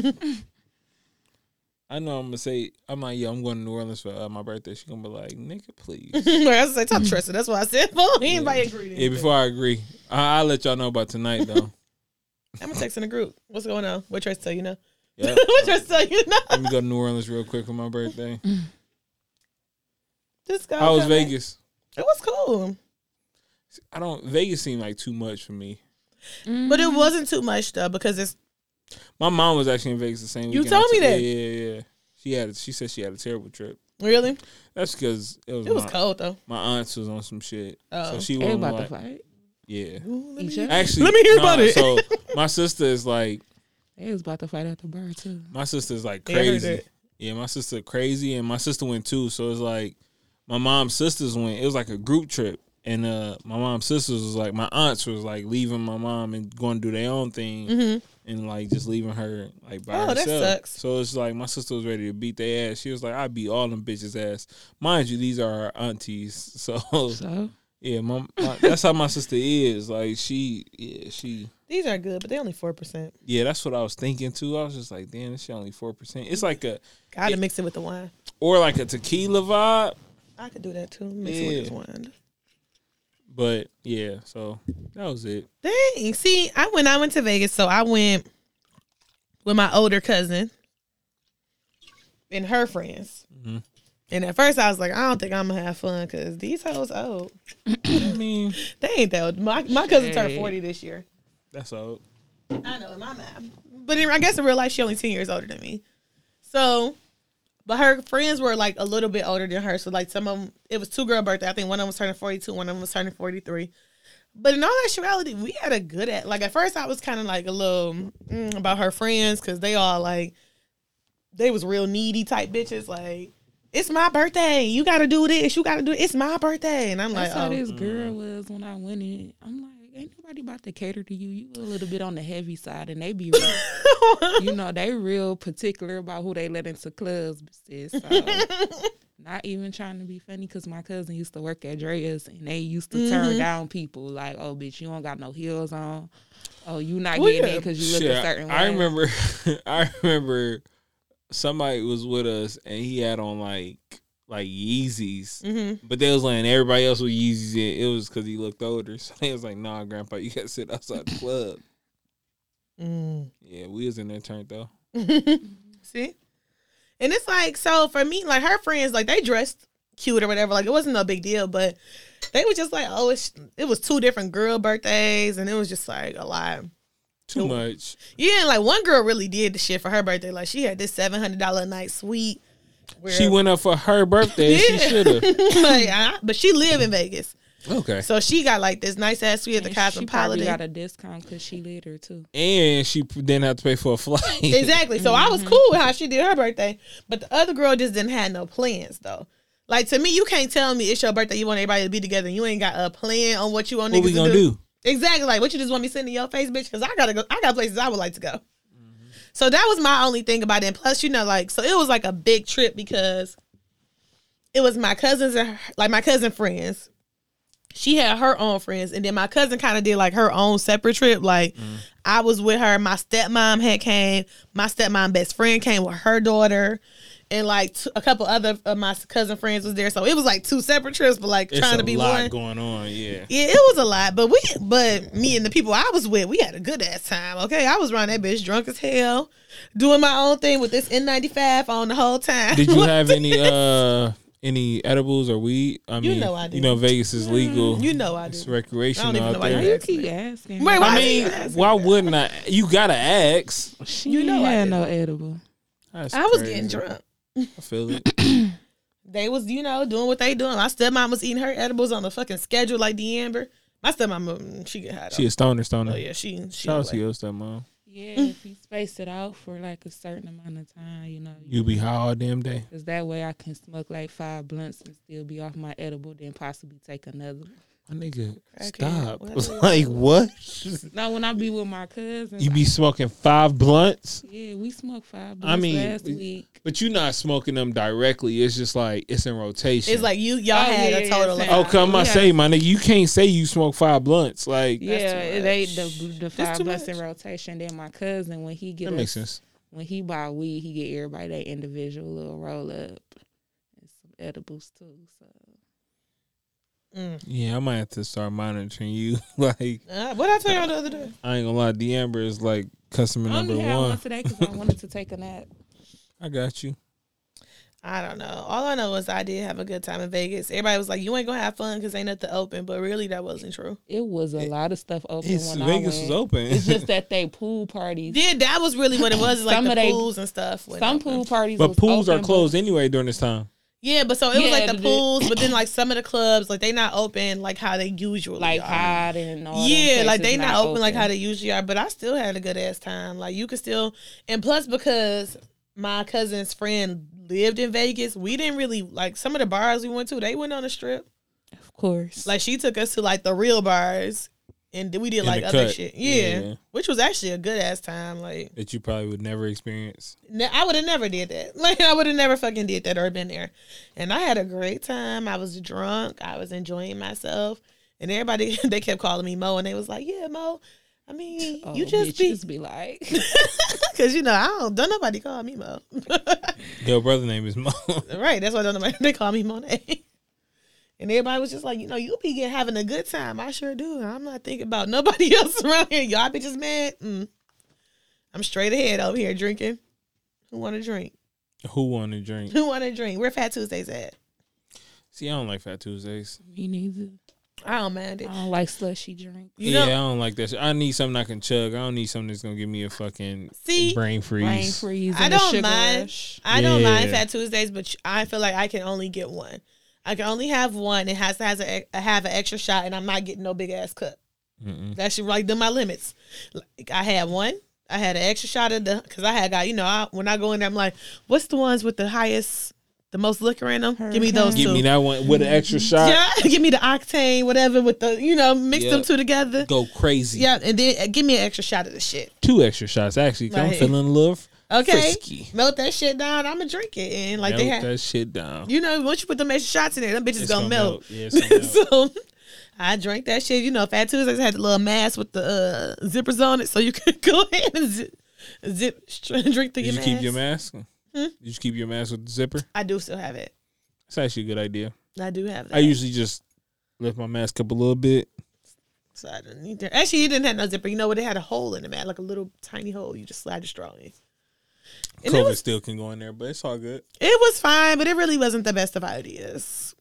Speaker 5: I know I'm gonna say I'm like, yeah, I'm going to New Orleans for uh, my birthday. She gonna be like,
Speaker 3: *laughs*
Speaker 5: nigga, please.
Speaker 3: I was *laughs* like, talk to Tressa. That's why I said, *laughs* well, anybody agree to
Speaker 5: yeah, before I agree, I- I'll let y'all know about tonight though.
Speaker 3: *laughs* I'm going to text in the group. What's going on? What Tressa tell you know?
Speaker 5: yeah,
Speaker 3: *laughs* what Tressa tell you know?
Speaker 5: let me go to New Orleans real quick for my birthday.
Speaker 3: *laughs* Just go.
Speaker 5: How was
Speaker 3: come back.
Speaker 5: Vegas?
Speaker 3: It was cool.
Speaker 5: I don't. Vegas seemed like too much for me.
Speaker 3: But it wasn't too much, though, because it's,
Speaker 5: My mom was actually in Vegas the same.
Speaker 3: You
Speaker 5: weekend I
Speaker 3: told me
Speaker 5: took-
Speaker 3: that.
Speaker 5: Yeah, yeah, yeah. She had. She said she had a terrible trip.
Speaker 3: really?
Speaker 5: That's because it was.
Speaker 3: It was
Speaker 5: my,
Speaker 3: cold, though.
Speaker 5: my aunts was on some shit,
Speaker 3: Oh.
Speaker 5: so she
Speaker 4: They
Speaker 5: was
Speaker 4: about to
Speaker 5: like,
Speaker 4: fight.
Speaker 5: yeah.
Speaker 3: Ooh, let me-
Speaker 4: Each other.
Speaker 5: Actually,
Speaker 3: Let me hear
Speaker 5: nah,
Speaker 3: about it. *laughs*
Speaker 5: So my sister is like,
Speaker 4: They was about to fight at the bar too.
Speaker 5: my sister's like
Speaker 3: Yeah, I heard
Speaker 5: crazy.
Speaker 3: that.
Speaker 5: Yeah, my sister crazy, and my sister went too. So it's like my mom's sisters went. It was like a group trip, and uh, my mom's sisters was like my aunts was like leaving my mom and going to do their own thing, and like just leaving her like by
Speaker 3: Mm-hmm. Oh, that
Speaker 5: herself.
Speaker 3: sucks.
Speaker 5: So it's like my sister was ready to beat their ass. She was like, I beat all them bitches ass. Mind you, these are our aunties, *laughs* so
Speaker 4: So
Speaker 5: yeah, my, my that's how my sister is. Like she, yeah, she.
Speaker 3: These are good, but they only 4%.
Speaker 5: Yeah, that's what I was thinking too. I was just like, damn, this shit only four percent. It's like a
Speaker 3: Got to mix it with the wine.
Speaker 5: or like a tequila vibe.
Speaker 3: I could do that, too. Mix it with this
Speaker 5: Yeah.
Speaker 3: wine.
Speaker 5: But yeah, so that was it.
Speaker 3: Dang. See, I when I went to Vegas, so I went with my older cousin and her friends. And at first, I was like, I don't think I'm gonna have fun because these hoes old.
Speaker 5: I mean,
Speaker 3: They ain't that old. My my cousin turned
Speaker 4: Shit.
Speaker 3: forty this year.
Speaker 5: that's all.
Speaker 3: I know in my mind, but in, I guess in real life, she only ten years older than me. So, but her friends were like a little bit older than her. So like some of them, it was two girl birthday. I think one of them was turning forty two, one of them was turning forty three. But in all actuality, we had a good at like at first I was kind of like a little mm, about her friends because they all like they was real needy type bitches. Like it's my birthday, you got to do this, you got to do it's my birthday, and I'm
Speaker 4: that's how
Speaker 3: like,
Speaker 4: this girl was when I went in. I'm like, ain't nobody about to cater to you. You a little bit on the heavy side, and they be real.
Speaker 3: oh, *laughs*
Speaker 4: you know, they real particular about who they let into clubs,
Speaker 3: *laughs*
Speaker 4: sis. So, not even trying to be funny because my cousin used to work at Drea's and they used to
Speaker 3: Mm-hmm.
Speaker 4: turn down people like, oh, bitch, you don't got no heels on. Oh, you not
Speaker 3: Well,
Speaker 4: getting in
Speaker 3: yeah.
Speaker 4: because you look a
Speaker 5: Shit,
Speaker 4: certain way.
Speaker 5: I remember, *laughs* I remember somebody was with us and he had on like like
Speaker 4: Mm.
Speaker 3: "Oh."
Speaker 5: Yeezys,
Speaker 3: Mm-hmm.
Speaker 5: but they was letting everybody else with Yeezys in. It was because he looked older. *laughs* So they was like, nah, grandpa, you gotta sit outside the club.
Speaker 3: Mm.
Speaker 5: Yeah, we was in there turned though.
Speaker 3: See? And it's like, so for me, like her friends, like they dressed cute or whatever. Like it wasn't no big deal, but they were just like, oh, it's, it was two different girl birthdays and it was just like a lot.
Speaker 5: Too much.
Speaker 3: Yeah, and like one girl really did the shit for her birthday. Like she had this $700 a night suite. Where,
Speaker 5: She went up for her birthday. and
Speaker 4: *laughs*
Speaker 5: She
Speaker 3: Yeah.
Speaker 5: should have.
Speaker 3: *laughs* like, I- but she live in Vegas.
Speaker 5: Okay.
Speaker 3: So she got like this nice ass suite at the
Speaker 4: And she probably got
Speaker 3: Cosmopolitan.
Speaker 4: a discount because she lit her too.
Speaker 5: and she p- didn't have to pay for a flight. *laughs*
Speaker 3: Exactly. So I was cool with how she did her birthday, but the other girl just didn't have no plans though. Like to me, you can't tell me it's your birthday. You want everybody to be together. and You ain't got a plan on what you want
Speaker 5: *laughs* What
Speaker 3: niggas
Speaker 5: we
Speaker 3: to
Speaker 5: gonna do?
Speaker 3: Exactly. Like what you just want me sitting in your face, bitch? Because I gotta go. I got places I would like to go. So that was my only thing about it. And plus, you know, like so it was like a big trip because it was my cousins and her- like my cousin friends. She had her own friends, and then my cousin kind of did like her own separate trip. Like I was with her. My stepmom had came. My stepmom best friend came with her daughter, and like t- a couple other of my cousin friends was there. So it was like two separate trips, but like
Speaker 5: It's
Speaker 3: trying
Speaker 5: a
Speaker 3: to be
Speaker 5: lot
Speaker 3: one.
Speaker 5: going
Speaker 3: *laughs*
Speaker 5: on. Yeah.
Speaker 3: Yeah, it was a lot, but we, but me and the people I was with, we had a good ass time. Okay, I was around that bitch drunk as hell, doing my own thing with this N95 on the whole time.
Speaker 5: Did you have any uh any edibles or weed? I mean,
Speaker 3: know I do. Mm,
Speaker 5: You know Vegas is legal.
Speaker 3: *laughs* you know I
Speaker 5: it's
Speaker 3: do. I
Speaker 5: recreational
Speaker 3: don't even
Speaker 5: out
Speaker 3: know why
Speaker 5: there.
Speaker 4: Why
Speaker 3: you
Speaker 4: you keep asking?
Speaker 3: Wait, why
Speaker 5: I
Speaker 3: do you
Speaker 5: mean,
Speaker 3: ask me
Speaker 5: why wouldn't I? You gotta ask.
Speaker 4: she
Speaker 3: you
Speaker 4: you
Speaker 3: know
Speaker 4: know
Speaker 3: I
Speaker 4: had
Speaker 3: did.
Speaker 4: no edible.
Speaker 5: That's
Speaker 3: I was
Speaker 5: crazy.
Speaker 3: getting drunk.
Speaker 5: I feel it.
Speaker 3: They was, you know, doing what they doing. My stepmom was eating her edibles on the fucking schedule like the Amber. My stepmom, mm, she get high.
Speaker 5: She a stoner, stoner.
Speaker 3: oh yeah, she she.
Speaker 5: Shout out to
Speaker 3: like-
Speaker 5: your stepmom.
Speaker 4: Yeah,
Speaker 5: Mm.
Speaker 4: if you space it out for like a certain amount of time, you know,
Speaker 5: You be high all damn day.
Speaker 4: Cause that way I can smoke like five blunts and still be off my edible, then possibly take another.
Speaker 5: *laughs*
Speaker 4: one.
Speaker 5: My nigga,
Speaker 3: Okay,
Speaker 5: stop.
Speaker 3: whatever.
Speaker 5: like what?
Speaker 4: Now when I be with my cousins,
Speaker 5: You be smoking five blunts,
Speaker 4: I- yeah, we smoked five
Speaker 5: I
Speaker 4: blunts
Speaker 5: mean,
Speaker 4: last
Speaker 5: it-
Speaker 4: week.
Speaker 5: but you not smoking them directly. It's just like it's in rotation.
Speaker 3: It's like you, y'all
Speaker 4: Oh,
Speaker 3: had
Speaker 4: yeah,
Speaker 3: a
Speaker 4: yeah,
Speaker 3: total.
Speaker 4: yeah,
Speaker 3: of,
Speaker 5: Oh, come on,
Speaker 4: Yeah.
Speaker 5: say, my nigga, you can't say you smoke five blunts. Like
Speaker 4: Yeah,
Speaker 3: too
Speaker 4: they
Speaker 3: much.
Speaker 4: the, the
Speaker 3: That's
Speaker 4: five
Speaker 3: too
Speaker 4: blunts
Speaker 3: much.
Speaker 4: in rotation. Then my cousin when he get
Speaker 5: that
Speaker 4: us-
Speaker 5: makes sense.
Speaker 4: when he buy weed, he get everybody their individual little roll up and some edibles too. So
Speaker 3: Mm.
Speaker 5: Yeah, I might have to start monitoring you. *laughs* like
Speaker 3: Uh, what I tell y'all the other day?
Speaker 5: I ain't gonna lie, D'Amber is like customer
Speaker 4: I
Speaker 5: number
Speaker 4: only had
Speaker 5: one.
Speaker 4: one today because I wanted to take a nap.
Speaker 5: I got you.
Speaker 3: I don't know. All I know is I did have a good time in Vegas. Everybody was like, "You ain't gonna have fun because ain't nothing open," but really, that wasn't true.
Speaker 4: It was a lot of stuff open
Speaker 5: It's,
Speaker 4: when
Speaker 5: Vegas
Speaker 4: I
Speaker 5: was
Speaker 4: went.
Speaker 5: open.
Speaker 4: It's
Speaker 5: *laughs*
Speaker 4: just that they pool parties.
Speaker 3: Yeah, that was really what it was. is, Like
Speaker 4: Some
Speaker 3: the
Speaker 4: of they-
Speaker 3: pools and stuff. went
Speaker 4: Some
Speaker 3: open.
Speaker 4: pool parties,
Speaker 5: but
Speaker 4: was
Speaker 5: pools
Speaker 4: open,
Speaker 5: are
Speaker 4: but-
Speaker 5: closed anyway during this time.
Speaker 3: Yeah, but so it was
Speaker 4: Yeah,
Speaker 3: like the
Speaker 4: the-
Speaker 3: pools, but then like some of the clubs, like they not open like how they usually
Speaker 4: like
Speaker 3: are.
Speaker 4: hide and all. them
Speaker 3: Yeah, like
Speaker 4: places
Speaker 3: they not open, like how they usually are. But I still had a good ass time. Like you could still, and plus because my cousin's friend lived in Vegas, we didn't really like some of the bars we went to. They went on a strip.
Speaker 4: of course.
Speaker 3: Like she took us to like the real bars, and then we did
Speaker 5: In
Speaker 3: like
Speaker 5: the
Speaker 3: other
Speaker 5: cut.
Speaker 3: shit. Yeah.
Speaker 5: Yeah.
Speaker 3: which was actually a good ass time. Like
Speaker 5: That you probably would never experience.
Speaker 3: Ne- I would have never did that. *laughs* Like I would have never fucking did that or been there. And I had a great time. I was drunk. I was enjoying myself. And everybody *laughs* they kept calling me Mo, and they was like, "Yeah, Mo. I mean,
Speaker 4: *laughs* Oh,
Speaker 3: you just
Speaker 4: bitch,
Speaker 3: be *laughs*
Speaker 4: just be like, *laughs*
Speaker 3: because you know I don't don't nobody call me Mo. *laughs*
Speaker 5: Your brother name is Mo. *laughs*
Speaker 3: right. That's why don't nobody *laughs* they call me Monet. *laughs* And everybody was just like, you know, you be get, having a good time. I sure do. I'm not thinking about *laughs* nobody else around here. Y'all bitches mad. Mm. I'm straight ahead over here drinking. Who want to drink?
Speaker 5: Who want
Speaker 3: *laughs*
Speaker 5: to drink?
Speaker 3: Who want to drink? Where Fat Tuesdays at?
Speaker 5: See, I don't like Fat Tuesdays.
Speaker 4: me neither.
Speaker 3: I don't mind it.
Speaker 4: I don't like slushy drink.
Speaker 3: You
Speaker 5: yeah,
Speaker 3: know,
Speaker 5: I don't like that. Shit. I need something I can chug. I don't need something that's gonna give me a fucking
Speaker 3: See,
Speaker 5: brain freeze.
Speaker 4: Brain freeze.
Speaker 3: I
Speaker 4: and a
Speaker 3: don't
Speaker 4: sugar
Speaker 3: mind.
Speaker 4: rush.
Speaker 3: I don't mind
Speaker 5: Yeah.
Speaker 3: Fat Tuesdays, but I feel like I can only get one. I can only have one. It has to has a, have an extra shot, and I'm not getting no big ass cup.
Speaker 5: Mm-mm.
Speaker 3: That's like them my limits. Like, I had one. I had an extra shot of the because I had got you know I, when I go in there I'm like, what's the ones with the highest, the most liquor in them? Give me those
Speaker 5: Give
Speaker 3: two.
Speaker 5: me that one with an
Speaker 4: *laughs*
Speaker 5: extra
Speaker 3: *laughs*
Speaker 5: shot.
Speaker 3: yeah, give me the octane, whatever with the you know mix them
Speaker 5: Yeah.
Speaker 3: two together.
Speaker 5: Go crazy.
Speaker 3: Yeah, and then uh, give me an extra shot of the shit.
Speaker 5: Two extra shots actually. 'cause I'm
Speaker 3: Right.
Speaker 5: feeling a little
Speaker 3: Okay,
Speaker 5: frisky.
Speaker 3: melt that shit down. I'ma drink it, and like
Speaker 5: Melt
Speaker 3: they had,
Speaker 5: that shit down.
Speaker 3: you know, once you put them extra shots in there, them bitches
Speaker 5: It's
Speaker 3: gonna, melt.
Speaker 5: Yeah, it's
Speaker 3: *laughs*
Speaker 5: gonna melt.
Speaker 3: so I drank that shit. You know, Fat Tuesdays had the little mask with the uh, zippers on it, so you *laughs* could go ahead and zip, zip str- *laughs* drink through
Speaker 5: Did
Speaker 3: your
Speaker 5: you
Speaker 3: mask. Hmm?
Speaker 5: keep your mask? Did you keep your mask with the zipper?
Speaker 3: I do still have it.
Speaker 5: It's actually a good idea.
Speaker 3: I do have that.
Speaker 5: I usually just lift my mask up a little bit.
Speaker 3: so I didn't need to- Actually, it didn't have no zipper. You know what? It had a hole in the mask, like a little tiny hole. You just slide your straw in. And it
Speaker 5: COVID
Speaker 3: was
Speaker 5: still can go in there, but it's all good.
Speaker 3: it was fine, but it really wasn't the best of ideas.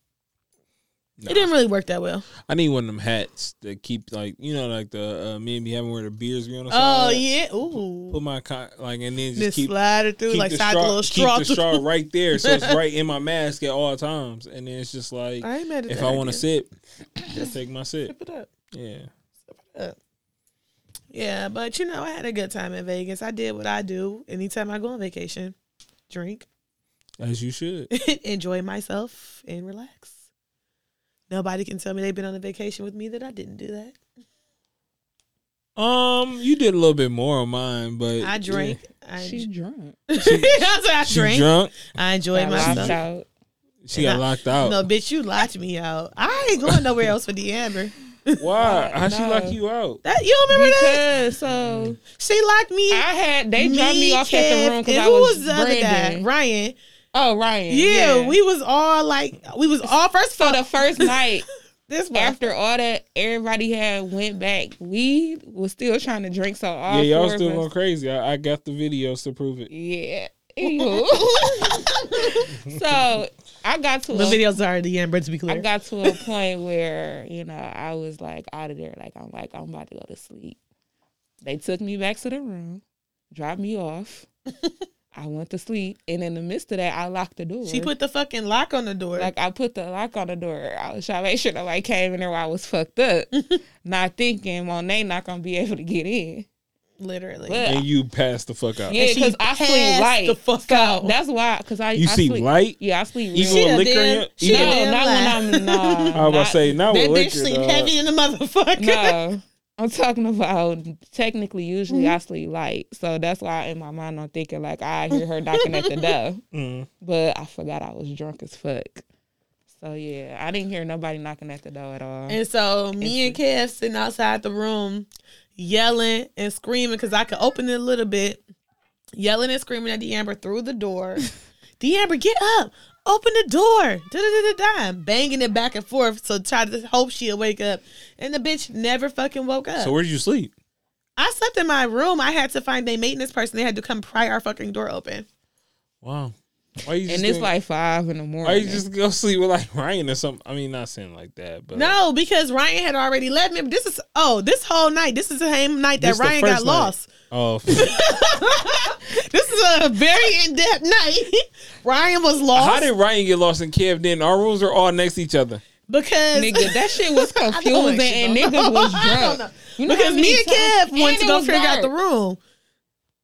Speaker 5: Nah.
Speaker 3: It didn't really work that well.
Speaker 5: I need one of them hats that keep like you know like the uh, me and me having where the beers be on the
Speaker 3: Oh
Speaker 5: side.
Speaker 3: yeah, ooh.
Speaker 5: Put my con- like and then just
Speaker 3: Just
Speaker 5: keep
Speaker 3: slide it through,
Speaker 5: keep
Speaker 3: like
Speaker 5: the
Speaker 3: slide
Speaker 5: straw,
Speaker 3: the little straw
Speaker 5: keep the
Speaker 3: through.
Speaker 5: straw right there, so it's right in my mask at all times. And then it's just
Speaker 3: *laughs*
Speaker 5: like
Speaker 3: I ain't mad at
Speaker 5: if
Speaker 3: that.
Speaker 5: I want to
Speaker 3: idea.
Speaker 5: sip,
Speaker 3: *coughs*
Speaker 5: I take my sip.
Speaker 3: Zip it up.
Speaker 5: Yeah,
Speaker 3: Yeah, but you know, I had a good time in Vegas. I did what I do anytime I go on vacation drink, *laughs*
Speaker 5: as you should.
Speaker 3: enjoy myself, and relax. Nobody can tell me they've been on a vacation with me that I didn't do that.
Speaker 5: Um, you did a little bit more on mine, but
Speaker 3: I drank. I,
Speaker 4: She drunk.
Speaker 3: That's what *laughs* I
Speaker 5: Yeah. She
Speaker 3: drank.
Speaker 5: drunk.
Speaker 3: I enjoyed
Speaker 4: Got
Speaker 3: myself. *laughs*
Speaker 4: locked out.
Speaker 5: She got locked out.
Speaker 3: No, bitch, you locked me out. I ain't going nowhere else for the Amber.
Speaker 5: Why? How she
Speaker 4: No.
Speaker 5: lock you out?
Speaker 3: That you don't remember that?
Speaker 4: Because so
Speaker 3: She locked me.
Speaker 4: I had they dropped me off at the
Speaker 3: Kev,
Speaker 4: room because
Speaker 3: and
Speaker 4: I
Speaker 3: who
Speaker 4: was,
Speaker 3: the other guy?
Speaker 4: Brandon.
Speaker 3: Ryan.
Speaker 4: Oh Ryan.
Speaker 3: Yeah, we was all like, we was all first.
Speaker 4: so
Speaker 3: *laughs*
Speaker 4: the first night
Speaker 3: This one.
Speaker 4: after all that everybody had went back, we was still trying to drink. So all
Speaker 5: yeah, y'all
Speaker 4: four
Speaker 5: still
Speaker 4: of us-
Speaker 5: going crazy. I, I got the videos to prove it.
Speaker 4: Yeah. Anywho. *laughs* so I got to
Speaker 3: The
Speaker 4: a-
Speaker 3: videos are the Amber to be
Speaker 4: I
Speaker 3: clear.
Speaker 4: got to a point where you know I was like out of there. Like I'm like I'm about to go to sleep. They took me back to the room, dropped
Speaker 3: *laughs*
Speaker 4: me off. I went to sleep, and in the midst of that, I locked the door.
Speaker 3: she put the fucking lock on the door.
Speaker 4: like I put the lock on the door. I was trying to make sure nobody came in there while I was
Speaker 3: *laughs*
Speaker 4: fucked up, not thinking Monet not gonna be able to get in.
Speaker 3: literally.
Speaker 4: But
Speaker 5: And you passed the fuck out.
Speaker 4: yeah,
Speaker 3: she
Speaker 4: because I sleep
Speaker 3: passed
Speaker 4: light.
Speaker 3: the fuck
Speaker 4: so
Speaker 3: out.
Speaker 4: That's why, because I
Speaker 5: You
Speaker 4: I
Speaker 5: sleep light?
Speaker 4: Yeah, I sleep.
Speaker 5: Even
Speaker 4: real-
Speaker 5: with
Speaker 3: a
Speaker 5: liquor in
Speaker 3: damn-
Speaker 5: your-
Speaker 3: she a
Speaker 5: even-
Speaker 4: no,
Speaker 3: damn
Speaker 4: not when
Speaker 3: lie. *laughs*
Speaker 4: I'm. Nah,
Speaker 5: *laughs* I was about
Speaker 4: not-
Speaker 5: to say not
Speaker 3: that
Speaker 5: with
Speaker 3: bitch
Speaker 5: liquor.
Speaker 3: sleep
Speaker 5: dog.
Speaker 3: heavy in the motherfucker.
Speaker 4: no, I'm talking about technically. Usually,
Speaker 3: Mm-hmm.
Speaker 4: I sleep light, so that's why in my mind I'm thinking like I hear her knocking
Speaker 3: *laughs*
Speaker 4: at the door,
Speaker 5: Mm.
Speaker 4: but I forgot I was drunk as fuck. So yeah, I didn't hear nobody knocking at the door at all.
Speaker 3: And so me and Kev sitting outside the room, yelling and screaming because I could open it a little bit, yelling and screaming at D'Amber through the
Speaker 5: *laughs*
Speaker 3: door. D'Amber, get up, open the door, da da da da da, banging it back and forth so try to hope she'll wake up. And the bitch never fucking woke up.
Speaker 5: So where did you sleep?
Speaker 3: I slept in my room. I had to find a maintenance person. They had to come pry our fucking door open.
Speaker 5: Wow. Why you
Speaker 4: And
Speaker 5: just
Speaker 4: it's
Speaker 5: didn't-
Speaker 4: like five in the morning.
Speaker 5: why you just go *laughs* sleep with like Ryan or something? I mean, not saying like that, but
Speaker 3: No, because Ryan had already left me. This is oh, this whole night. This is the same night that
Speaker 5: This the
Speaker 3: Ryan got
Speaker 5: first night.
Speaker 3: lost.
Speaker 5: Oh,
Speaker 3: This is a very in depth night. *laughs* Ryan was
Speaker 5: how
Speaker 3: lost
Speaker 5: did Ryan get lost in Kev? Then our rooms are all next to each other.
Speaker 3: because
Speaker 4: Nigga, that shit was
Speaker 3: I know
Speaker 4: confusing
Speaker 3: it,
Speaker 4: and
Speaker 3: you know.
Speaker 4: niggas was
Speaker 3: I don't
Speaker 4: drunk.
Speaker 3: know.
Speaker 4: You know how
Speaker 3: because me
Speaker 4: many
Speaker 3: and Kev
Speaker 4: times-
Speaker 3: went to
Speaker 4: it
Speaker 3: go
Speaker 4: was
Speaker 3: figure out the
Speaker 4: dark.
Speaker 3: room.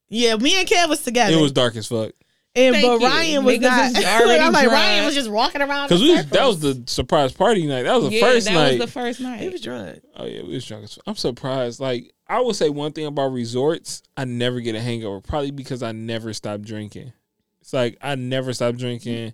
Speaker 3: Yeah, me and Kev was together,
Speaker 5: It was dark as fuck.
Speaker 3: and
Speaker 4: Thank
Speaker 3: but
Speaker 4: you.
Speaker 3: Ryan was
Speaker 4: Niggas
Speaker 3: not.
Speaker 4: was
Speaker 3: *laughs* Like,
Speaker 4: already
Speaker 3: I'm like
Speaker 4: drunk.
Speaker 3: Ryan was just walking around
Speaker 5: Cause
Speaker 3: because
Speaker 5: we was, that was the surprise party night. That was the
Speaker 4: Yeah,
Speaker 5: first
Speaker 4: that
Speaker 5: night.
Speaker 4: was the first night.
Speaker 3: He was drunk.
Speaker 5: oh yeah, we was drunk as fuck. I'm surprised. Like I would say one thing about resorts, I never get a hangover. Probably because I never stop drinking. It's like I never stop drinking,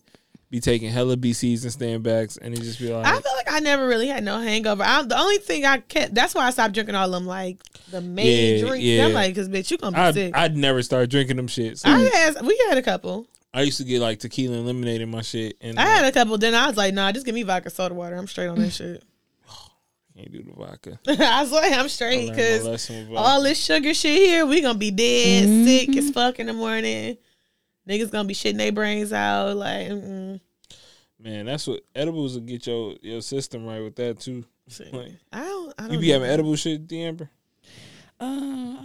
Speaker 5: be taking hella BCs and stand backs, and it just be like
Speaker 3: I feel like I never really had no hangover. I, the only thing I kept that's why I stopped drinking all them like the main
Speaker 5: Yeah,
Speaker 3: drinks.
Speaker 5: yeah.
Speaker 3: I'm like, because bitch, you gonna be
Speaker 5: I'd,
Speaker 3: sick. I,
Speaker 5: I'd never start drinking them shit. So
Speaker 3: had we had a couple.
Speaker 5: I used to get like tequila and lemonade in my shit, and
Speaker 3: I
Speaker 5: I
Speaker 3: had a couple. Then I was like, nah, just give me vodka soda water. I'm straight on
Speaker 4: *laughs*
Speaker 3: that shit. *laughs*
Speaker 5: can't do the vodka.
Speaker 3: I was like, I'm
Speaker 5: I
Speaker 3: straight
Speaker 5: learned my
Speaker 3: because
Speaker 5: lesson with
Speaker 3: all
Speaker 5: vodka.
Speaker 3: this sugar shit here, we gonna be dead,
Speaker 4: Mm-hmm.
Speaker 3: sick as fuck in the morning. Niggas gonna be shitting their brains out. Like, mm-mm.
Speaker 5: man, that's what edibles will get your your system right with that too. Like,
Speaker 3: I don't. I don't
Speaker 5: you be
Speaker 3: know.
Speaker 5: having edible shit, D'Amber?
Speaker 4: Uh,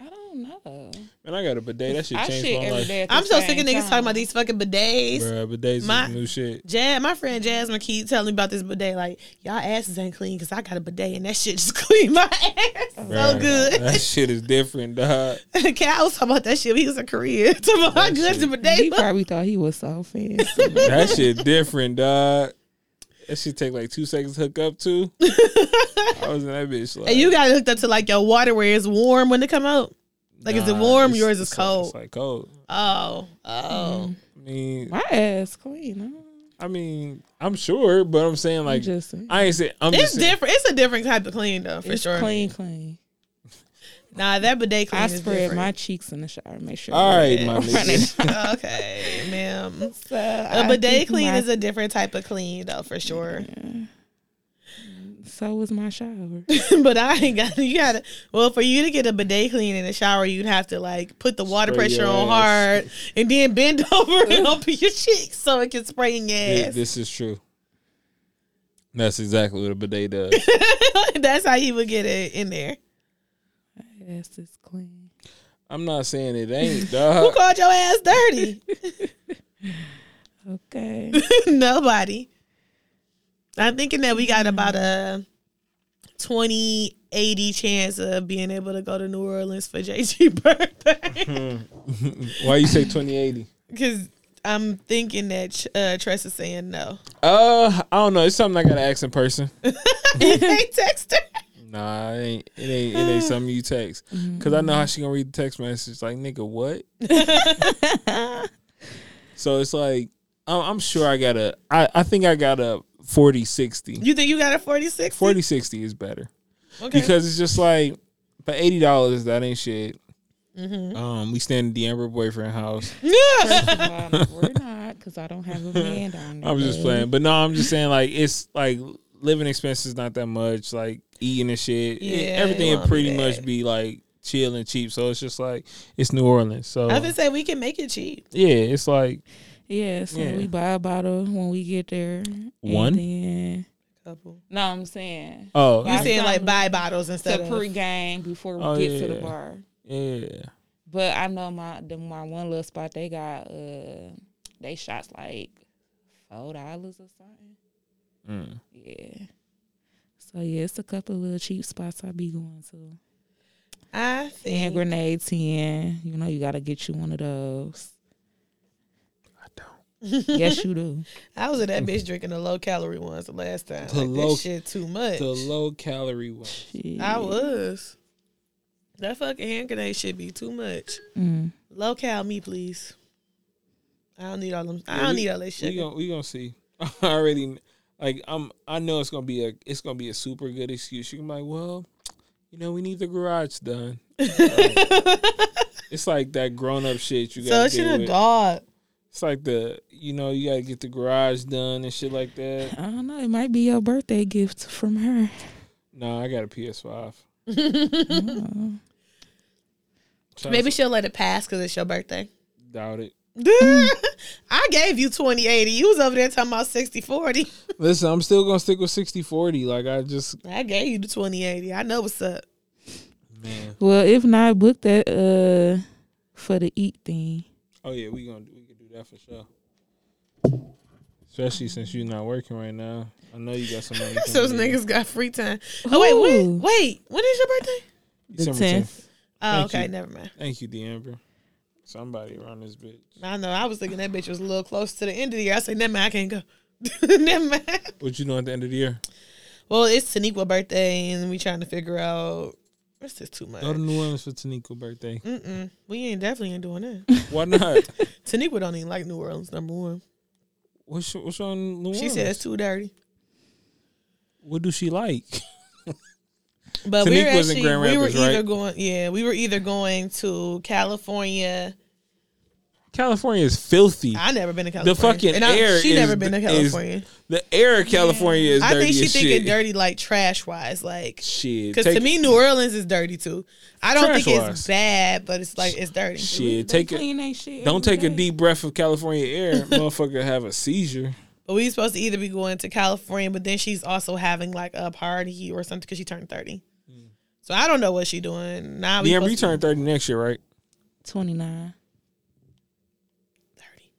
Speaker 4: I don't know.
Speaker 5: Man, I got a bidet. That shit
Speaker 4: I
Speaker 5: changed
Speaker 4: shit
Speaker 5: my
Speaker 4: every
Speaker 5: life.
Speaker 4: day at the
Speaker 3: I'm so
Speaker 4: same
Speaker 3: sick of niggas
Speaker 4: time.
Speaker 3: talking about these fucking bidets.
Speaker 5: Bruh, bidets
Speaker 3: My-
Speaker 5: is new shit.
Speaker 3: Jad, my friend Jasmine keep telling me about this bidet. Like, y'all asses ain't clean because I got a bidet and that shit just *laughs* clean my ass so
Speaker 5: Bruh,
Speaker 3: good.
Speaker 5: That shit is different, dog.
Speaker 3: *laughs* Cal was talking about that shit. when He was in Korea. *laughs* Talking about how
Speaker 5: That
Speaker 3: good the
Speaker 5: shit.
Speaker 4: He
Speaker 3: bidet was.
Speaker 4: probably thought he was so fancy.
Speaker 5: That shit different, dog. That shit take like two seconds to hook up to. I was in that bitch like.
Speaker 3: And you got it hooked up to like your water where it's warm when they come out. Like, is it warm?
Speaker 5: it's-
Speaker 3: Yours is
Speaker 5: it's Like,
Speaker 3: cold.
Speaker 5: it's like cold.
Speaker 3: Oh, oh.
Speaker 5: I mean,
Speaker 4: *laughs* My ass clean. Huh?
Speaker 5: I mean, I'm sure, but I'm saying like,
Speaker 4: I'm just saying.
Speaker 5: I ain't saying. I'm
Speaker 3: It's
Speaker 5: just saying,
Speaker 3: different. It's a different type of clean though, for
Speaker 4: it's
Speaker 3: sure.
Speaker 4: clean, clean.
Speaker 3: Nah, that bidet clean
Speaker 4: I
Speaker 3: is
Speaker 4: spread
Speaker 3: different.
Speaker 4: my cheeks in the shower. Make sure.
Speaker 5: All right, my
Speaker 3: *laughs*
Speaker 5: nigga.
Speaker 3: okay,
Speaker 4: *laughs*
Speaker 3: ma'am.
Speaker 4: so
Speaker 3: A
Speaker 4: a
Speaker 3: bidet clean is a different type of clean though, for sure.
Speaker 4: So was my shower.
Speaker 3: *laughs* but I ain't got you gotta well for you to get a bidet clean in the shower you'd have to like put the water
Speaker 5: Spray
Speaker 3: pressure
Speaker 5: your
Speaker 3: on
Speaker 5: ass.
Speaker 3: hard and then bend *laughs* over
Speaker 4: *laughs*
Speaker 3: and open your cheeks so it can spray in your
Speaker 5: Thi-
Speaker 3: ass.
Speaker 5: This is true. That's exactly what a
Speaker 3: *laughs*
Speaker 5: bidet does.
Speaker 3: *laughs* That's how you would get it in there.
Speaker 4: My ass is clean.
Speaker 5: I'm not saying it ain't,
Speaker 3: Who
Speaker 5: dog.
Speaker 3: called your ass dirty?
Speaker 4: Okay.
Speaker 3: *laughs* Nobody. I'm thinking that we got about a 20 80 chance of being able to go to New Orleans for *laughs* JG
Speaker 5: Mm-hmm.
Speaker 3: birthday.
Speaker 5: Why you say 2080?
Speaker 3: *laughs* Cause I'm thinking that uh, Tress is saying
Speaker 5: *laughs*
Speaker 3: no. *laughs*
Speaker 5: Uh, I don't know. It's something I gotta ask in person.
Speaker 3: they text her.
Speaker 5: Nah, it ain't. It ain't. It ain't something you
Speaker 3: *laughs*
Speaker 5: text.
Speaker 3: Mm-hmm.
Speaker 5: Cause I know how she gonna read the text message. Like, nigga, what? so it's like I'm, I'm sure I got a. I, I think I got a 40 60.
Speaker 3: You think you got a 46?
Speaker 5: 40 60 is better
Speaker 3: Okay.
Speaker 5: because it's just like for eighty dollars that ain't shit.
Speaker 3: Mm-hmm.
Speaker 5: Um, we stand at the Amber boyfriend house.
Speaker 3: yeah.
Speaker 4: Um, we're not because I don't have a man down there.
Speaker 5: *laughs* I was just playing, but no, I'm just saying like it's like living expenses not that much, like eating and shit. It-
Speaker 3: Yeah, it
Speaker 5: everything
Speaker 3: won't
Speaker 5: would pretty
Speaker 3: be
Speaker 5: much
Speaker 3: bad.
Speaker 5: be like chill and cheap. So it's just like it's New Orleans. So
Speaker 3: I would say we can make it cheap.
Speaker 5: yeah, it's like
Speaker 4: Yeah, so
Speaker 5: Yeah.
Speaker 4: we buy a bottle when we get there. and
Speaker 5: One?
Speaker 4: then-
Speaker 3: Couple.
Speaker 4: no, I'm saying
Speaker 5: oh
Speaker 3: You
Speaker 4: Buy
Speaker 3: saying like
Speaker 4: something
Speaker 3: buy bottles instead
Speaker 4: to
Speaker 3: of
Speaker 4: pregame before we
Speaker 5: Oh,
Speaker 4: get to the
Speaker 5: yeah.
Speaker 4: bar.
Speaker 5: yeah.
Speaker 4: But I know my the, my one little spot they got uh they shots like four dollars or something.
Speaker 5: Mm.
Speaker 4: Yeah. So yeah, it's a couple of little cheap spots I be going to.
Speaker 3: I
Speaker 4: Hand
Speaker 3: think
Speaker 4: grenade ten, you know you gotta get you one of those.
Speaker 5: I don't.
Speaker 4: yes, you
Speaker 5: *laughs*
Speaker 4: do.
Speaker 3: I was at that bitch drinking the low calorie ones the last time.
Speaker 5: The
Speaker 3: Like,
Speaker 5: low-
Speaker 3: that shit too much.
Speaker 5: The low calorie one.
Speaker 4: Yeah.
Speaker 3: I was. That fucking hand grenade should be too much.
Speaker 4: Mm.
Speaker 3: Low cal me, please. I don't need all them. I don't
Speaker 5: we-
Speaker 3: need all that
Speaker 5: We
Speaker 3: shit.
Speaker 5: gonna we gonna see. *laughs* I already like I'm. I know it's gonna be a it's gonna be a super good excuse. You can be like, well, you know, we need the
Speaker 3: *laughs*
Speaker 5: garage done. it's like that grown up shit you
Speaker 3: So
Speaker 5: gotta
Speaker 3: it should
Speaker 5: deal
Speaker 3: have
Speaker 5: with.
Speaker 3: dog.
Speaker 5: It's like the you know you gotta get the garage done and shit like that.
Speaker 4: I don't know. It might be your birthday gift from her.
Speaker 5: No, I got a PS
Speaker 3: *laughs*
Speaker 5: Five.
Speaker 3: Maybe she'll let it pass because it's your birthday.
Speaker 5: doubt it.
Speaker 3: *laughs* I gave you 2080. You was over there talking about 6040.
Speaker 5: Listen, I'm still gonna stick with 60-40. Like I just
Speaker 3: I gave you the 2080. I know what's up. *laughs*
Speaker 5: man.
Speaker 4: Well, if not, book that uh for the eat thing.
Speaker 5: Oh yeah, we gonna do, we can do that for sure. Especially since you're not working right now. I know you got some
Speaker 3: *laughs*
Speaker 5: money.
Speaker 3: So those
Speaker 5: coming in.
Speaker 3: niggas got free time. Oh, wait,
Speaker 4: Ooh.
Speaker 3: when, wait. When is your birthday?
Speaker 5: December
Speaker 4: the
Speaker 5: 10th.
Speaker 3: Oh,
Speaker 5: Thank
Speaker 3: okay.
Speaker 5: you.
Speaker 3: Never mind.
Speaker 5: Thank you, D'Amber. Somebody around this bitch.
Speaker 3: I know. I was thinking that bitch was a little close to the end of the year. I said, never mind. I can't go. *laughs* never mind.
Speaker 5: What you doing at the end of the year?
Speaker 3: Well, it's Taniqua's birthday, and we trying to figure out. This is too much.
Speaker 5: Go to New Orleans for Taniqua's birthday.
Speaker 3: Mm-mm. We ain't definitely ain't doing
Speaker 5: *laughs*
Speaker 3: that. *laughs*
Speaker 5: Why not?
Speaker 3: Taniqua don't even like New Orleans. Number one,
Speaker 5: What's what's on New Orleans?
Speaker 3: she said it's too dirty.
Speaker 5: What do she like?
Speaker 3: But we were
Speaker 5: Taniqua's in
Speaker 3: actually
Speaker 5: Grand
Speaker 3: we were
Speaker 5: Rapids,
Speaker 3: either
Speaker 5: right?
Speaker 3: going yeah we were either going to California.
Speaker 5: California is filthy.
Speaker 3: I never been to California.
Speaker 5: fucking
Speaker 3: and I,
Speaker 5: air
Speaker 3: She never
Speaker 5: is-
Speaker 3: been to
Speaker 5: is
Speaker 3: California.
Speaker 5: the air of California is
Speaker 3: I
Speaker 5: dirty
Speaker 3: think she
Speaker 5: as
Speaker 3: thinking
Speaker 5: shit.
Speaker 3: dirty like trash wise like.
Speaker 5: Shit.
Speaker 3: Because to
Speaker 5: take-
Speaker 3: me, New Orleans is dirty too. I don't think it's
Speaker 5: Trash-wise.
Speaker 3: bad, but it's like it's dirty.
Speaker 5: shit. Take a,
Speaker 4: clean that shit.
Speaker 5: don't
Speaker 4: every
Speaker 5: take a
Speaker 4: day.
Speaker 5: deep breath of California
Speaker 3: *laughs*
Speaker 5: air, motherfucker. Have a seizure.
Speaker 3: But we supposed to either be going to California, but then she's also having like a party or something because she turned thirty. So I don't know what she doing now. We
Speaker 5: D'Amber, you
Speaker 3: supposed to
Speaker 5: turn thirty next year, right?
Speaker 4: 29.
Speaker 3: be thirty.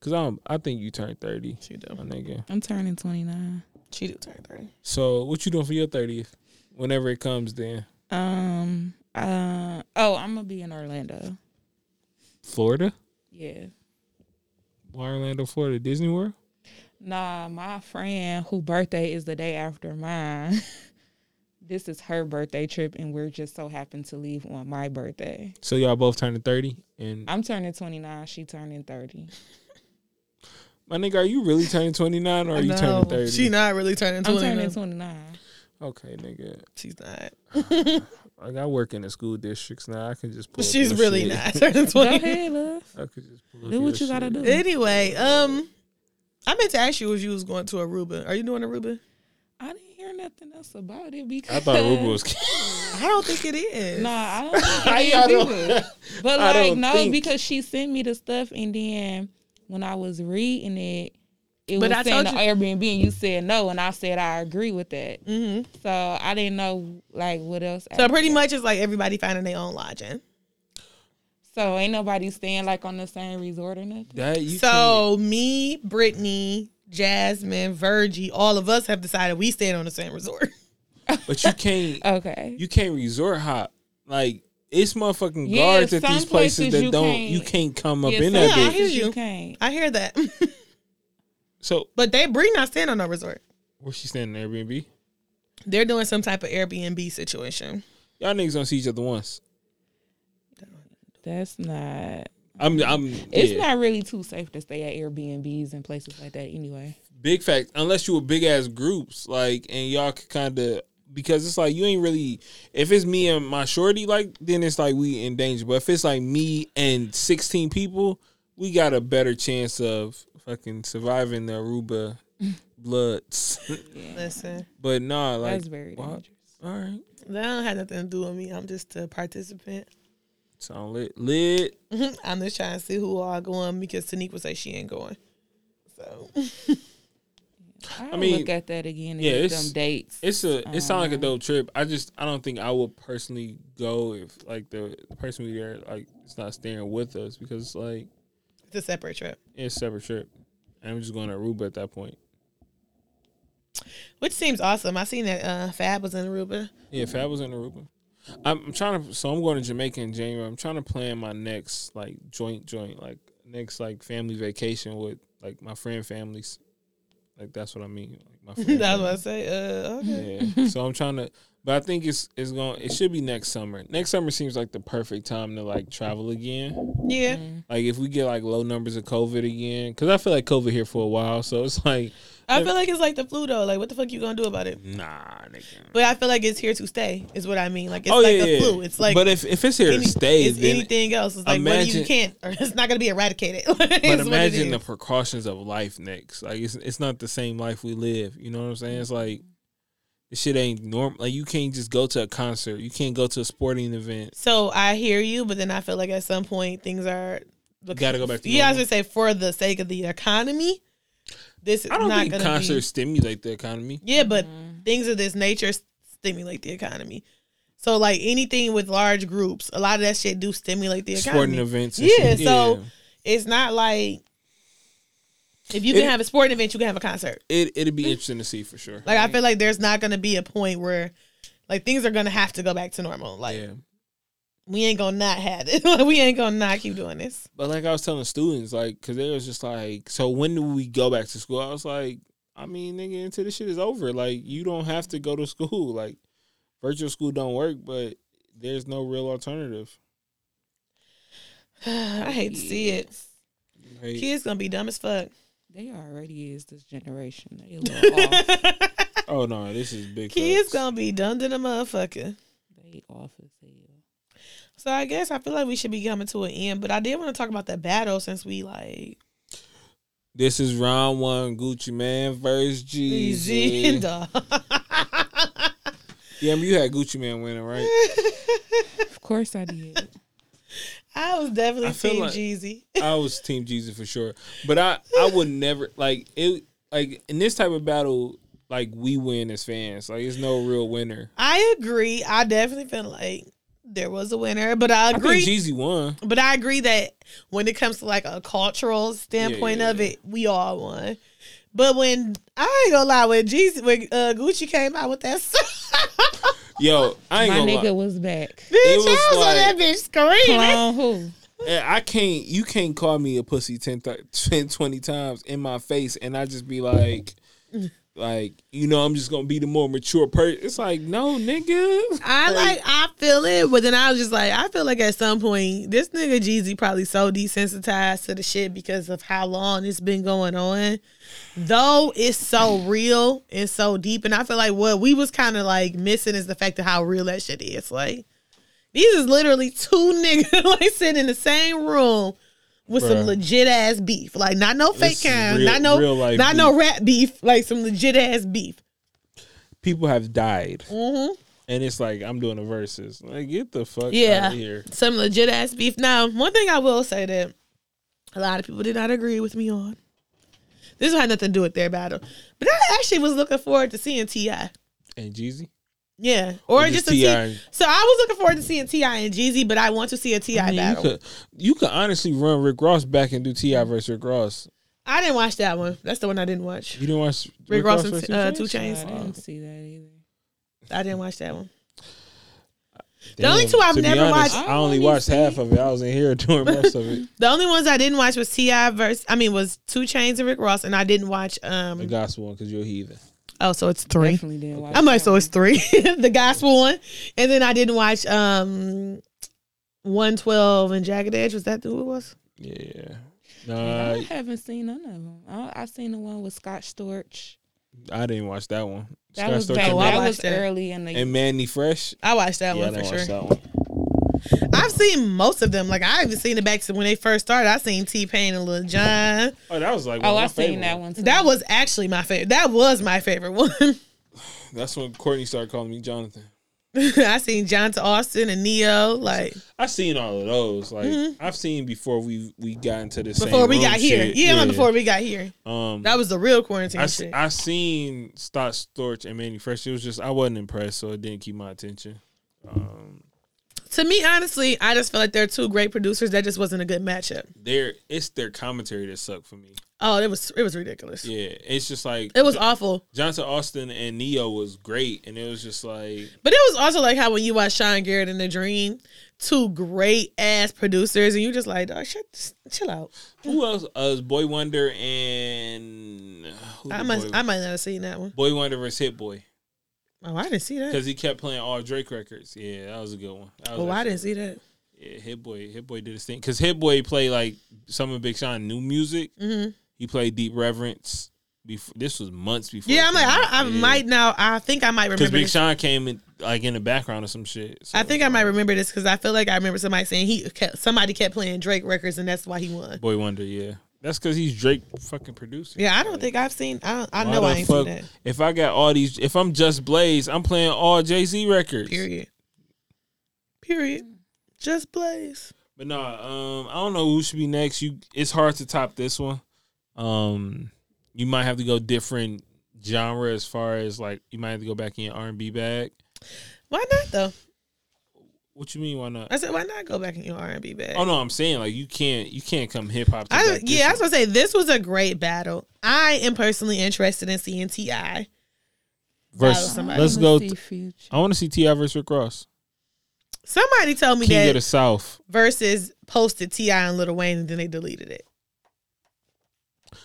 Speaker 5: Cause I'm. I think you turned thirty,
Speaker 3: She
Speaker 5: my
Speaker 3: do.
Speaker 5: nigga.
Speaker 4: I'm turning 29.
Speaker 3: She do turn thirty.
Speaker 5: So what you doing for your thirtieth? Whenever it comes, then
Speaker 4: Um, uh, oh, I'm gonna be in Orlando.
Speaker 5: Florida,
Speaker 4: Yeah.
Speaker 5: Why Orlando, Florida, Disney World.
Speaker 4: Nah, my friend whose birthday is the day after mine. *laughs* this is her birthday trip, and we're just so happened to leave on my birthday.
Speaker 5: So y'all both turning thirty, and
Speaker 4: I'm turning 29. She turning 30.
Speaker 5: my nigga, are you really turning twenty nine or are you turning thirty?
Speaker 3: She not really turning
Speaker 4: I'm
Speaker 3: twenty.
Speaker 4: turning
Speaker 3: no.
Speaker 4: 29.
Speaker 5: Okay, nigga.
Speaker 3: She's not.
Speaker 5: Like I work in the school districts now. I can just pull. up
Speaker 3: She's
Speaker 5: your
Speaker 3: really
Speaker 5: shit.
Speaker 3: not *laughs* turning
Speaker 4: Go
Speaker 3: twenty.
Speaker 4: ahead, love.
Speaker 5: I could just pull up
Speaker 4: Do what
Speaker 5: your
Speaker 4: you gotta
Speaker 5: shit.
Speaker 4: do.
Speaker 3: Anyway, um, I meant to ask you if you was going to Aruba. Are you doing Aruba?
Speaker 4: I didn't hear nothing else about it because
Speaker 5: I thought Aruba was.
Speaker 4: *laughs*
Speaker 5: *laughs*
Speaker 3: I don't think it is.
Speaker 4: Nah, I don't think
Speaker 5: I,
Speaker 4: any
Speaker 5: I
Speaker 4: of you
Speaker 5: don't.
Speaker 4: But
Speaker 5: I
Speaker 4: like
Speaker 5: don't
Speaker 4: no,
Speaker 5: think-
Speaker 4: because she sent me the stuff, and then when I was reading it, it
Speaker 3: But
Speaker 4: was
Speaker 3: I
Speaker 4: saying
Speaker 3: told
Speaker 4: the Airbnb, and you said no, and I said I agree with that.
Speaker 3: hmm
Speaker 4: So I didn't know like what else.
Speaker 3: So pretty much it's like everybody finding their own lodging.
Speaker 4: So ain't nobody staying like on the same resort or nothing.
Speaker 5: That you can't-
Speaker 3: So me, Brittany, Jasmine, Virgie, all of us have decided we staying on the same resort. *laughs*
Speaker 5: but
Speaker 3: uh,
Speaker 5: you can't.
Speaker 4: Okay.
Speaker 5: You can't resort hop. Like it's motherfucking
Speaker 4: Yeah,
Speaker 5: guards at
Speaker 4: some
Speaker 5: these places,
Speaker 4: places
Speaker 5: that
Speaker 4: you
Speaker 5: don't.
Speaker 4: can't.
Speaker 5: You can't come up
Speaker 4: Yeah,
Speaker 5: in
Speaker 4: some
Speaker 5: that
Speaker 3: Yeah, I
Speaker 5: bitch.
Speaker 3: hear
Speaker 4: places
Speaker 3: you.
Speaker 4: you can't.
Speaker 3: I hear that. *laughs*
Speaker 5: So
Speaker 3: but they Brie not staying on no resort.
Speaker 5: where she standing Airbnb?
Speaker 3: They're doing some type of Airbnb situation.
Speaker 5: Y'all niggas don't see each other once.
Speaker 4: That's not.
Speaker 5: I'm. I'm.
Speaker 4: It's
Speaker 5: yeah.
Speaker 4: not really too safe to stay at Airbnbs and places like that anyway.
Speaker 5: big fact unless you were big ass groups like and y'all could kind of because it's like you ain't really if it's me and my shorty like then it's like we in danger but if it's like me and 16 people we got a better chance of fucking surviving the
Speaker 4: *laughs*
Speaker 5: aruba bloods *laughs*
Speaker 3: Listen,
Speaker 5: but nah like
Speaker 4: That's very
Speaker 5: why-
Speaker 4: dangerous.
Speaker 5: all right
Speaker 3: that don't have nothing to do with me. I'm just a participant. *laughs*
Speaker 5: sound lit lit
Speaker 3: I'm just trying to see who all going because Tanique would say she ain't going. So
Speaker 4: I,
Speaker 5: I
Speaker 4: mean,
Speaker 5: mean,
Speaker 4: look at that again.
Speaker 5: yeah,
Speaker 4: Yeah,
Speaker 5: it's-
Speaker 4: them dates.
Speaker 5: it's a it sounds like a dope trip i just i don't think i would personally go if like the, the person we there like it's not staying with us because it's like
Speaker 3: it's a separate trip.
Speaker 5: It's a separate trip. And I'm just going to Aruba at that point.
Speaker 3: Which seems awesome. I seen that uh, Fab was in Aruba. *laughs*
Speaker 5: Yeah, Fab was in Aruba. I'm, I'm trying to, so I'm going to Jamaica in January. I'm trying to plan my next like joint joint, like next like family vacation with like my friend families. Like that's what I mean. Like my
Speaker 3: *laughs*
Speaker 5: friend
Speaker 3: That's what I say. Uh, okay.
Speaker 5: Yeah. So I'm trying to, but I think it's it's going. It should be next summer. Next summer seems like the perfect time to like travel again.
Speaker 3: Yeah.
Speaker 5: Like if we get like low numbers of COVID again, because I feel like COVID here for a while. So it's like
Speaker 3: I feel like it's like the flu though. Like, what the fuck you gonna do about it?
Speaker 5: nah, nigga.
Speaker 3: But I feel like it's here to stay. Is what I mean. Like it's
Speaker 5: Oh,
Speaker 3: like the flu. It's like
Speaker 5: but if, if it's here
Speaker 3: any-
Speaker 5: to stay,
Speaker 3: it's
Speaker 5: then
Speaker 3: anything else. It's like whether you
Speaker 5: imagine-
Speaker 3: can't or it's not gonna be eradicated. *laughs*
Speaker 5: but imagine the precautions of life next. Like it's it's not the same life we live. You know what I'm saying? It's like this shit ain't normal. Like you can't just go to a concert. You can't go to a sporting event.
Speaker 3: So I hear you, but then I feel like at some point things are.
Speaker 5: Gotta go back to
Speaker 3: You guys
Speaker 5: normal.
Speaker 3: would say for the sake of the economy, this is
Speaker 5: I don't
Speaker 3: not
Speaker 5: think
Speaker 3: gonna
Speaker 5: concerts stimulate the economy.
Speaker 3: be. Yeah, but things of this nature s- stimulate the economy. So like anything with large groups, a lot of that shit do stimulate the economy.
Speaker 5: Sporting events. and
Speaker 3: Yeah,
Speaker 5: shit.
Speaker 3: so it's not like if you can
Speaker 5: It-
Speaker 3: have a sporting event, you can have a concert.
Speaker 5: it it'd be interesting to see for sure.
Speaker 3: Like I feel like there's not gonna be a point where like things are gonna have to go back to normal. Like
Speaker 5: yeah.
Speaker 3: we ain't gonna not have it. *laughs* Like, we ain't gonna not keep doing this. *sighs*
Speaker 5: But like I was telling students, like, cause they was just like, so when do we go back to school? I was like, I mean, nigga, until this shit is over, like, you don't have to go to school. *laughs* Like, virtual school don't work, but there's no real alternative.
Speaker 3: I hate to see it.
Speaker 5: Right?
Speaker 3: Kids gonna be dumb as fuck.
Speaker 4: They already is this generation. *laughs* They a little off.
Speaker 5: Oh no, this is big.
Speaker 3: Kids
Speaker 5: facts.
Speaker 3: gonna be dumb to the motherfucker.
Speaker 4: They off as hell.
Speaker 3: So I guess I feel like we should be coming to an end. But I did want to talk about that battle since we like
Speaker 5: This is round one, Gucci Man versus
Speaker 3: easy *laughs* and
Speaker 5: Jeezy.
Speaker 3: dog.
Speaker 5: Yeah, I mean, you had Gucci Man
Speaker 3: *laughs*
Speaker 5: winning, right?
Speaker 4: Of course I did.
Speaker 3: I was definitely
Speaker 5: I feel
Speaker 3: Team
Speaker 5: like-
Speaker 3: Jeezy.
Speaker 5: I was Team Jeezy for sure, but I I would never like it. Like in this type of battle, like we win as fans. Like, it's no real winner.
Speaker 3: I agree. I definitely feel like there was a winner, but I
Speaker 5: I
Speaker 3: agree.
Speaker 5: think Jeezy won.
Speaker 3: but I agree that when it comes to like a cultural standpoint
Speaker 5: yeah,
Speaker 3: of
Speaker 5: yeah.
Speaker 3: it, we all won. But when I ain't gonna lie, when Jeezy, when uh, Gucci came out with that *laughs* song,
Speaker 5: Yo, I
Speaker 4: My
Speaker 5: ain't gonna
Speaker 4: nigga
Speaker 5: lie.
Speaker 4: was back.
Speaker 3: bitch, I
Speaker 5: was
Speaker 3: was on that bitch screaming.
Speaker 4: Clown *laughs* who?
Speaker 5: Eh, I can't. You can't call me a pussy 10, *laughs* th- 10 20 times in my face, and I just be like, like you know, I'm just gonna be the more mature person. It's like, no, nigga.
Speaker 3: I like, I feel it, but then I was just like, I feel like at some point this nigga Jeezy probably so desensitized to the shit because of how long it's been going on. Though it's so real and so deep, and I feel like what we was kind of like missing is the fact of how real that shit is. Like these is literally two *laughs* niggas like sitting in the same room. With some
Speaker 5: Bruh.
Speaker 3: legit ass beef, like not no fake
Speaker 5: This is
Speaker 3: kind,
Speaker 5: real-
Speaker 3: not no,
Speaker 5: real life
Speaker 3: not no
Speaker 5: beef.
Speaker 3: rap beef, like some legit ass beef.
Speaker 5: People have died,
Speaker 3: hmm
Speaker 5: and it's like I'm doing the verses. Like, get the fuck
Speaker 3: Yeah.
Speaker 5: out of here.
Speaker 3: Some legit ass beef. Now, one thing I will say that a lot of people did not agree with me on. This had nothing to do with their battle. But I actually was looking forward to seeing T.I.
Speaker 5: And Jeezy,
Speaker 3: Yeah. Or
Speaker 5: Or just
Speaker 3: just, a T.
Speaker 5: T.I.
Speaker 3: So I was looking forward to seeing T.I. and Jeezy, but I want to see a T.I.
Speaker 5: I mean, you
Speaker 3: battle.
Speaker 5: could you could honestly run Rick Ross back and do Ti versus Rick Ross.
Speaker 3: I didn't watch that one. That's the one I didn't watch.
Speaker 5: You didn't watch
Speaker 3: Rick, Ross,
Speaker 5: versus
Speaker 3: and uh,
Speaker 5: James?
Speaker 3: Two Chains.
Speaker 4: I didn't see that either.
Speaker 3: I didn't watch that one.
Speaker 5: Damn,
Speaker 3: only two I've
Speaker 5: to be
Speaker 3: never
Speaker 5: honest,
Speaker 3: watched-
Speaker 5: I only watched half of it. I was in here *laughs* doing most of it.
Speaker 3: The only ones I didn't watch was T.I. versus, I mean, was Two Chains and Rick Ross, and I didn't watch,
Speaker 5: The
Speaker 3: um,
Speaker 5: gospel one because you're a heathen.
Speaker 3: oh, so it's three.
Speaker 4: Definitely didn't watch.
Speaker 3: I'm like,
Speaker 4: that
Speaker 3: so
Speaker 4: one.
Speaker 3: it's three, *laughs* the gospel one, and then I didn't watch um one twelve and Jagged Edge. Was that who it was?
Speaker 5: Yeah.
Speaker 4: I
Speaker 5: Nah,
Speaker 4: haven't seen none of them. I, I seen the one with Scott Storch.
Speaker 5: I didn't watch that one.
Speaker 4: That was
Speaker 5: Storch
Speaker 4: back,
Speaker 3: Oh,
Speaker 5: and
Speaker 3: I
Speaker 4: that
Speaker 5: Man-
Speaker 4: was
Speaker 3: watched it.
Speaker 4: early in the
Speaker 5: and Mandy Fresh.
Speaker 3: I watched that
Speaker 5: Yeah, I
Speaker 3: one
Speaker 5: didn't
Speaker 3: for
Speaker 5: watch
Speaker 3: sure.
Speaker 5: that one.
Speaker 3: I've seen most of them. Like I even seen it back to when they first started. I seen T Pain and Lil Jon.
Speaker 5: Oh, that was like one
Speaker 4: Oh,
Speaker 5: of my
Speaker 4: I seen
Speaker 5: favorite
Speaker 4: that
Speaker 5: ones.
Speaker 4: one. Too.
Speaker 3: That was actually my favorite. That was my favorite *laughs* one.
Speaker 5: That's when Courtney started calling me Jonathan.
Speaker 3: I seen John to Austin and Neo. Like
Speaker 5: I've seen all of those. Like I've seen before we we got into this. same
Speaker 3: Mm-hmm. before we
Speaker 5: room
Speaker 3: got here.
Speaker 5: shit.
Speaker 3: Yeah, like before we got here.
Speaker 5: Um,
Speaker 3: That was the real quarantine
Speaker 5: I,
Speaker 3: shit.
Speaker 5: I seen Stott Storch and Manny Fresh. It was just I wasn't impressed, so it didn't keep my attention.
Speaker 3: to me, honestly, I just feel like they're two great producers. That just wasn't a good matchup.
Speaker 5: Their it's their commentary that sucked for me.
Speaker 3: Oh, it was it was ridiculous.
Speaker 5: Yeah, it's just like
Speaker 3: It was awful.
Speaker 5: Johnson Austin and Neo was great, and it was just like
Speaker 3: But it was also like how when you watch Sean Garrett in The Dream, two great ass producers, and you just like, dog, shut, chill out.
Speaker 5: who else? Uh, Boy Wonder and who
Speaker 3: I
Speaker 5: the
Speaker 3: must,
Speaker 5: Boy,
Speaker 3: I might not have seen that one.
Speaker 5: Boy Wonder versus Hit Boy
Speaker 3: Oh, I didn't see that.
Speaker 5: because he kept playing all Drake records. Yeah, that was a good one. That was
Speaker 3: Oh, I
Speaker 5: actually-
Speaker 3: didn't see that.
Speaker 5: Yeah, Hit Boy. Hit Boy did his thing because Hit Boy played like some of Big Sean new music.
Speaker 3: hmm
Speaker 5: He played Deep Reverence. Before this was months before.
Speaker 3: Yeah,
Speaker 5: it
Speaker 3: I'm like,
Speaker 5: came out.
Speaker 3: I, I
Speaker 5: Yeah.
Speaker 3: might now. I think I might
Speaker 5: Because
Speaker 3: remember.
Speaker 5: Big
Speaker 3: This.
Speaker 5: Sean came in like in the background or some shit. So
Speaker 3: I think I might remember this because I feel like I remember somebody saying he kept, somebody kept playing Drake records and that's why he won.
Speaker 5: Boy Wonder, yeah, that's because he's Drake fucking producer.
Speaker 3: Yeah, I don't think I've seen. I don't, I
Speaker 5: Why
Speaker 3: know
Speaker 5: the
Speaker 3: I ain't
Speaker 5: fuck-
Speaker 3: seen that.
Speaker 5: If I got all these, if I'm just Blaze, I'm playing all Jay Z records.
Speaker 3: Period. Period. Just Blaze.
Speaker 5: But nah, um, I don't know who should be next. You, it's hard to top this one. Um, you might have to go different genre as far as like you might have to go back in your R and B bag.
Speaker 3: Why not though?
Speaker 5: What you mean? Why not?
Speaker 3: I said, why not go back in your R and B bag?
Speaker 5: Oh no, I'm saying like you can't you can't come hip hop. to
Speaker 3: I,
Speaker 5: back this
Speaker 3: yeah, I
Speaker 5: one.
Speaker 3: was gonna say this was a great battle. I am personally interested in seeing Ti. follow
Speaker 5: versus.
Speaker 3: somebody.
Speaker 5: Let's
Speaker 4: Let's
Speaker 5: go.
Speaker 4: see
Speaker 5: t-
Speaker 4: future.
Speaker 5: I want to see Ti versus Rick Ross.
Speaker 3: Somebody told me
Speaker 5: King
Speaker 3: that
Speaker 5: of the South.
Speaker 3: versus posted Ti and Lil Wayne, and then they deleted it.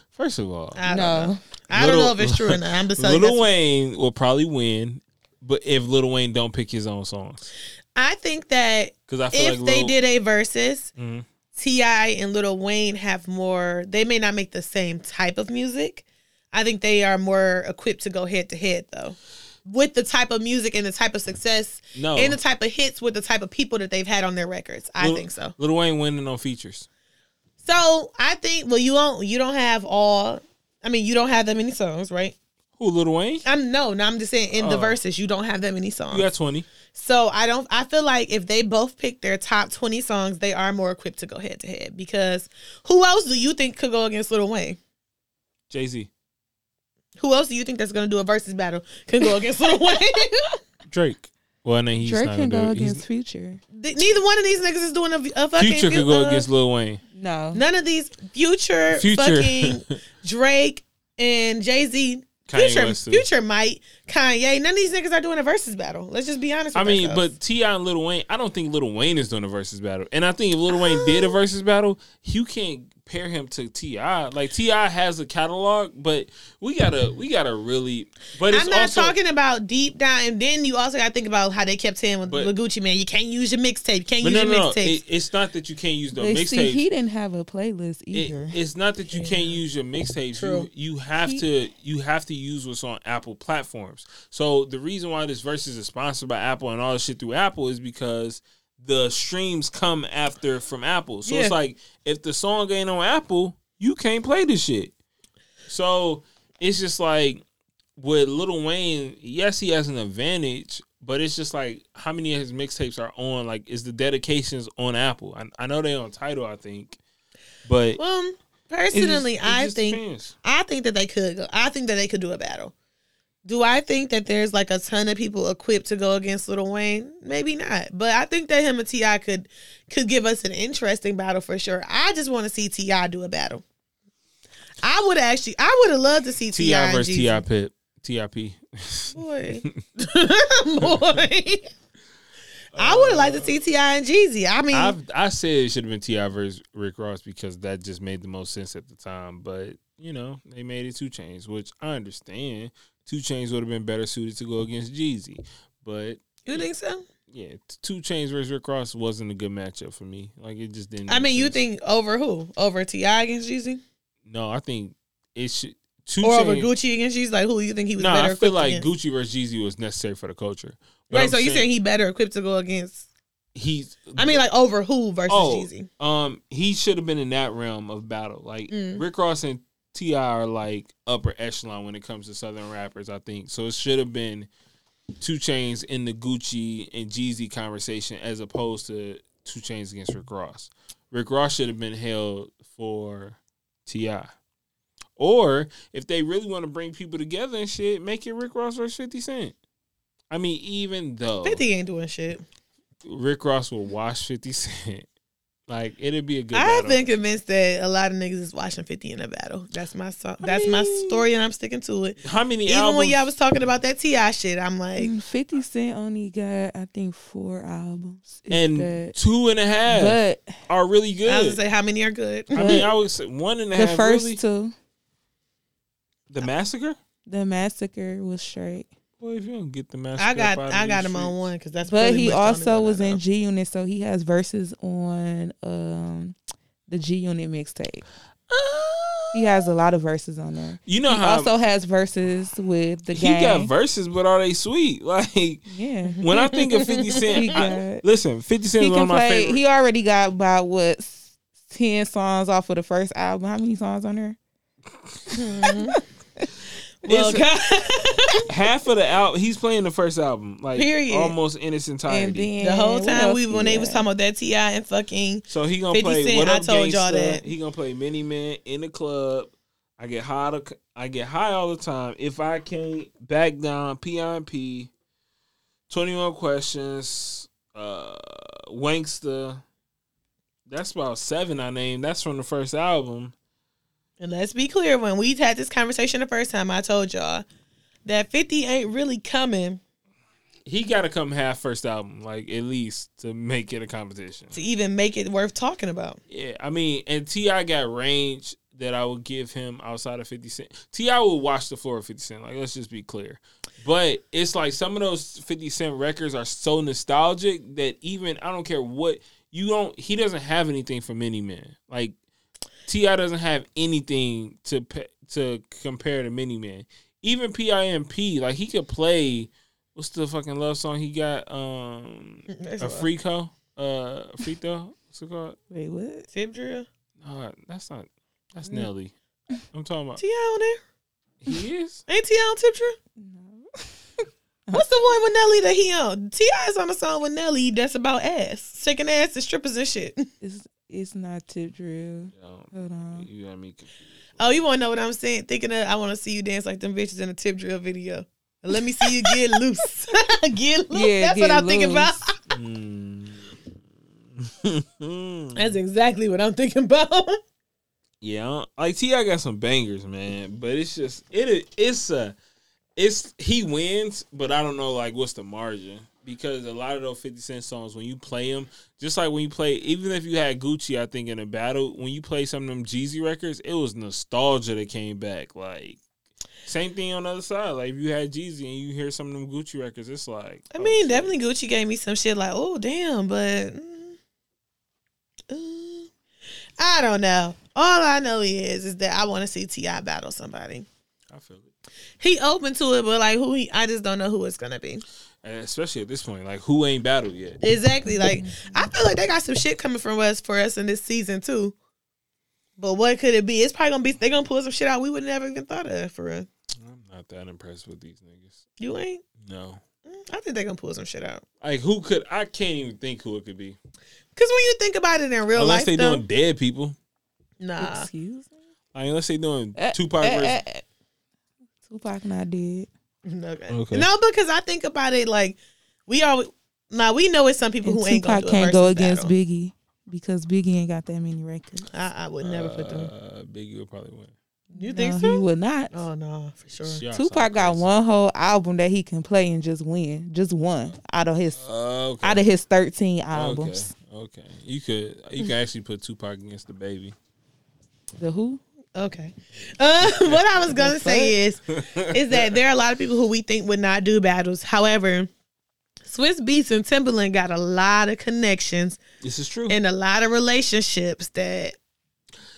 Speaker 5: First of all,
Speaker 3: I don't know.
Speaker 4: no,
Speaker 3: I
Speaker 5: Little-
Speaker 3: don't know if it's true or not. I'm
Speaker 5: *laughs*
Speaker 3: just telling you.
Speaker 5: Little
Speaker 3: Uh, that's-
Speaker 5: Wayne will probably win, but if Little Wayne don't pick his own songs,
Speaker 3: I think that
Speaker 5: because I feel
Speaker 3: if
Speaker 5: like
Speaker 3: they
Speaker 5: Lil-
Speaker 3: did a versus,
Speaker 5: Mhm.
Speaker 3: Ti and Little Wayne have more. They may not make the same type of music. I think they are more equipped to go head to head though, with the type of music and the type of success
Speaker 5: no,
Speaker 3: and the type of hits with the type of people that they've had on their records. I
Speaker 5: Lil-
Speaker 3: think so.
Speaker 5: Little Wayne winning on features.
Speaker 3: So I think well, you don't you don't have all. I mean, you don't have that many songs, right?
Speaker 5: Who Little Wayne?
Speaker 3: I'm no, no. I'm just saying in the
Speaker 5: Oh.
Speaker 3: verses, you don't have that many songs.
Speaker 5: You got twenty.
Speaker 3: So I don't. I feel like if they both pick their top twenty songs, they are more equipped to go head to head. Because who else do you think could go against Lil Wayne?
Speaker 5: Jay Z,
Speaker 3: Who else do you think that's going to do a versus battle can go against Lil Wayne? *laughs*
Speaker 5: Drake. Well, no, he's
Speaker 4: Drake
Speaker 5: not
Speaker 4: can go
Speaker 5: gonna do it. He's-
Speaker 4: against Future.
Speaker 3: Neither one of these niggas is doing a, a fucking.
Speaker 5: Future could go
Speaker 3: uh,
Speaker 5: against Lil Wayne.
Speaker 4: No,
Speaker 3: None of these future,
Speaker 5: Future, *laughs*
Speaker 3: fucking Drake and Jay Z.
Speaker 5: Kanye
Speaker 3: Future,
Speaker 5: West too.
Speaker 3: future might Kanye. None of these niggas are doing a versus battle. Let's just be honest. With
Speaker 5: I mean,
Speaker 3: ourselves.
Speaker 5: but Ti and Little Wayne. I don't think Little Wayne is doing a versus battle, and I think if Little Wayne did a versus battle, you can't pair him to Ti. Like Ti has a catalog, but we gotta we gotta really. But it's
Speaker 3: I'm not
Speaker 5: also,
Speaker 3: talking about deep down, and then you also got to think about how they kept saying with
Speaker 5: But-
Speaker 3: Lil Gucci man, you can't use your mixtape, you can't
Speaker 5: But
Speaker 3: use
Speaker 5: no,
Speaker 3: your
Speaker 5: no, no.
Speaker 3: mixtape.
Speaker 5: It, it's not that you can't use the
Speaker 4: they see
Speaker 5: mixtape.
Speaker 4: he didn't have a playlist either.
Speaker 5: It, it's not that you can't use your mixtapes. You
Speaker 3: True.
Speaker 5: you have to you have to use what's on Apple platforms. So the reason why this versus is sponsored by Apple and all this shit through Apple is because the streams come after from Apple. So
Speaker 3: Yeah.
Speaker 5: it's like if the song ain't on Apple, you can't play this shit. So it's just like with Lil Wayne, yes, he has an advantage, but it's just like how many of his mixtapes are on? Like, is the dedications on Apple? I, I know they on title, I think, but
Speaker 3: well,
Speaker 5: it just-
Speaker 3: personally,
Speaker 5: it
Speaker 3: I
Speaker 5: just
Speaker 3: think
Speaker 5: depends.
Speaker 3: I think that they could. Go, I think that they could do a battle. Do I think that there's like a ton of people equipped to go against Lil Wayne? Maybe not, but I think that him and Ti could could give us an interesting battle for sure. I just want to see Ti do a battle. I would actually, I would have loved to see Ti
Speaker 5: Ti
Speaker 3: and
Speaker 5: versus
Speaker 3: Jeezy.
Speaker 5: Ti Pip. T.I.P.
Speaker 3: Boy. *laughs* Boy. I would have liked to see T.I. and Jeezy. I mean,
Speaker 5: I've, I said it should have been T.I. versus Rick Ross because that just made the most sense at the time. But, you know, they made it two chains, which I understand. Two chains would have been better suited to go against Jeezy. But
Speaker 3: you think so?
Speaker 5: yeah, t- two chains versus Rick Ross wasn't a good matchup for me. Like it just didn't.
Speaker 3: I
Speaker 5: make
Speaker 3: mean, you
Speaker 5: sense.
Speaker 3: think over who? Over Ti against Jeezy,
Speaker 5: No, I think it should two
Speaker 3: or over
Speaker 5: Chainz-
Speaker 3: Gucci against Jeezy? Like, who do you think he was
Speaker 5: No,
Speaker 3: better
Speaker 5: I feel
Speaker 3: equipped
Speaker 5: like
Speaker 3: against?
Speaker 5: Gucci versus Jeezy was necessary for the culture. But
Speaker 3: right,
Speaker 5: I'm
Speaker 3: so you saying he better equipped to go against?
Speaker 5: he's
Speaker 3: I mean, like over who versus
Speaker 5: oh,
Speaker 3: Jeezy?
Speaker 5: um, he should have been in that realm of battle. Like
Speaker 3: Mm.
Speaker 5: Rick Ross and Ti are like upper echelon when it comes to Southern rappers. I think so. It should have been Two Chains in the Gucci and Jeezy conversation as opposed to Two Chains against Rick Ross. Rick Ross should have been held for Ti. Or if they really want to bring people together and shit, make it Rick Ross versus Fifty Cent. I mean, even though
Speaker 3: Fifty ain't doing shit.
Speaker 5: Rick Ross will wash 50 Cent. Like it'd be a good
Speaker 3: I've
Speaker 5: battle.
Speaker 3: been convinced that a lot of niggas is watching Fifty in a battle. That's my so- that's my story, and I'm sticking to it.
Speaker 5: How many
Speaker 3: Even
Speaker 5: albums?
Speaker 3: when y'all was talking about that Ti shit, I'm like,
Speaker 4: And Mm, Fifty Cent only got I think four albums. if
Speaker 5: and
Speaker 4: that.
Speaker 5: two and a half
Speaker 4: but
Speaker 5: are really
Speaker 3: I was gonna
Speaker 5: good.
Speaker 3: say how many are good.
Speaker 4: *laughs*
Speaker 5: I mean, I would say one and a
Speaker 4: the
Speaker 5: half.
Speaker 4: first
Speaker 5: really?
Speaker 4: two,
Speaker 5: the massacre.
Speaker 4: the massacre was straight.
Speaker 5: Boy, if you don't get the massacre,
Speaker 3: *laughs* I got
Speaker 5: up out of
Speaker 3: I got
Speaker 5: these
Speaker 3: him on
Speaker 5: streets-
Speaker 3: one because that's
Speaker 4: But
Speaker 3: pretty
Speaker 4: he
Speaker 3: much the only
Speaker 4: also
Speaker 3: one I
Speaker 4: was
Speaker 3: know.
Speaker 4: in G Unit, so he has verses on um the G Unit mixtape.
Speaker 5: Um,
Speaker 4: He has a lot of verses on there.
Speaker 5: You know
Speaker 4: He
Speaker 5: how
Speaker 4: also has verses with the
Speaker 5: um, he
Speaker 4: gang.
Speaker 5: got verses, but are they sweet? *laughs* Like
Speaker 4: yeah.
Speaker 5: when I think
Speaker 4: *laughs*
Speaker 5: of Fifty
Speaker 4: He
Speaker 5: Cent, I-
Speaker 4: got-
Speaker 5: listen, Fifty Cent
Speaker 4: He
Speaker 5: is one
Speaker 4: can
Speaker 5: of my
Speaker 4: play.
Speaker 5: favorite.
Speaker 4: He already got about what s- ten songs off of the first album. How many songs on there?
Speaker 3: Well,
Speaker 5: It's- *laughs* half of the album, he's playing the first album, like
Speaker 3: Period.
Speaker 5: almost in its entirety.
Speaker 4: And then
Speaker 3: the whole
Speaker 4: what
Speaker 3: time
Speaker 4: else
Speaker 3: we
Speaker 4: he
Speaker 3: when they was
Speaker 4: got?
Speaker 3: talking about that Ti and fucking
Speaker 5: So he gonna
Speaker 3: 50
Speaker 5: play
Speaker 3: Cent,
Speaker 5: what
Speaker 3: I
Speaker 5: up
Speaker 3: told y'all
Speaker 5: Gangsta.
Speaker 3: that.
Speaker 5: He gonna play Mini Man in the club. I get high. To, I get high all the time. If I can't back down, PIP, twenty one questions, uh, Wankster. That's about seven I named. That's from the first album.
Speaker 3: and let's be clear when we had this conversation the first time I told y'all that Fifty ain't really coming
Speaker 5: He got to come half first album, like at least to make it a competition.
Speaker 3: to even make it worth talking about.
Speaker 5: Yeah, I mean, and Ti got range that I would give him outside of Fifty Cent. Ti will watch the floor of Fifty Cent. Like, let's just be clear. But it's like some of those Fifty Cent records are so nostalgic that even I don't care what you don't. He doesn't have anything for Mini Man. Like Ti doesn't have anything to pe- to compare to Mini Man. Even PIMP, like he could play. What's the fucking love song he got? Um,
Speaker 3: That's
Speaker 5: a freako, uh, free throw. What's it called?
Speaker 4: Wait, what?
Speaker 3: tip drill.
Speaker 5: No, that's not. That's Nelly. I'm talking
Speaker 3: *laughs*
Speaker 5: about.
Speaker 3: Ti on there?
Speaker 5: He is.
Speaker 3: Ain't Ti on tip drill? What's the one with Nelly that he on? Ti is on a song with Nelly that's about ass, shaking ass to strippers and shit.
Speaker 4: *laughs*
Speaker 3: *laughs*
Speaker 4: It's it's not tip drill. Hold on.
Speaker 5: You got me.
Speaker 3: Oh, you want to know what I'm saying? Thinking of, I want to see you dance like them bitches in a tip drill video. Let me see you get loose. *laughs* get loose.
Speaker 4: Yeah,
Speaker 3: That's
Speaker 4: get
Speaker 3: what I'm thinking about.
Speaker 4: loose.
Speaker 5: *laughs*
Speaker 3: *laughs*
Speaker 5: confused.
Speaker 3: That's exactly what I'm thinking about. *laughs*
Speaker 5: yeah, like Ti got some bangers, man. But it's just it. It's a. It's he wins, but I don't know like what's the margin because a lot of those Fifty Cent songs when you play them, just like when you play, even if you had Gucci, I think in a battle when you play some of them Jeezy records, it was nostalgia that came back. Like same thing on the other side. Like if you had Jeezy and you hear some of them Gucci records, it's like
Speaker 3: I
Speaker 5: oh,
Speaker 3: mean,
Speaker 5: shit.
Speaker 3: definitely Gucci gave me some shit like, oh, damn, but mm, uh, I don't know. All I know is is that I want to see T.I. battle somebody.
Speaker 5: I feel it,
Speaker 3: He open to it, but like who he, I just don't know who it's gonna be.
Speaker 5: And especially at this point. Like who ain't battled yet?
Speaker 3: Exactly. Like I feel like they got some shit coming from us for us in this season too. But what could it be? It's probably gonna be they gonna pull some shit out we would never even thought of for real.
Speaker 5: I'm not that impressed with these niggas.
Speaker 3: You ain't.
Speaker 5: No.
Speaker 3: Mm, I think they gonna pull some shit out.
Speaker 5: Like who could I can't even think who it could be.
Speaker 3: Cause when you think about it in real
Speaker 5: unless
Speaker 3: life,
Speaker 5: they
Speaker 3: though,
Speaker 5: doing dead people.
Speaker 3: nah.
Speaker 4: Excuse me.
Speaker 5: Like unless they doing
Speaker 4: Eh,
Speaker 5: Tupac
Speaker 4: eh,
Speaker 5: versus
Speaker 4: eh, eh. Tupac not dead.
Speaker 3: Okay.
Speaker 5: Okay.
Speaker 3: No, because I think about it like we are. Now we know it's some people
Speaker 4: And
Speaker 3: who ain't gonna
Speaker 4: Tupac
Speaker 3: do
Speaker 4: can't go against
Speaker 3: Big.
Speaker 4: Biggie because Biggie ain't got that many records.
Speaker 3: I, I would never put them.
Speaker 5: Uh, Biggie would probably win.
Speaker 3: You think
Speaker 4: No,
Speaker 3: so?
Speaker 4: He would not.
Speaker 3: Oh no, for sure.
Speaker 5: Y'all
Speaker 4: Tupac
Speaker 5: sound
Speaker 4: got
Speaker 5: crazy.
Speaker 4: one whole album that he can play and just win, just one out of his
Speaker 5: Oh, Okay.
Speaker 4: out of his thirteen
Speaker 5: okay.
Speaker 4: albums.
Speaker 5: Okay. You could you could actually put Tupac against the baby.
Speaker 4: The Who?
Speaker 3: Okay. Uh, *laughs* what I was gonna say is, is that there are a lot of people who we think would not do battles. However, Swiss Beats and Timberland got a lot of connections
Speaker 5: This is true.
Speaker 3: and a lot of relationships that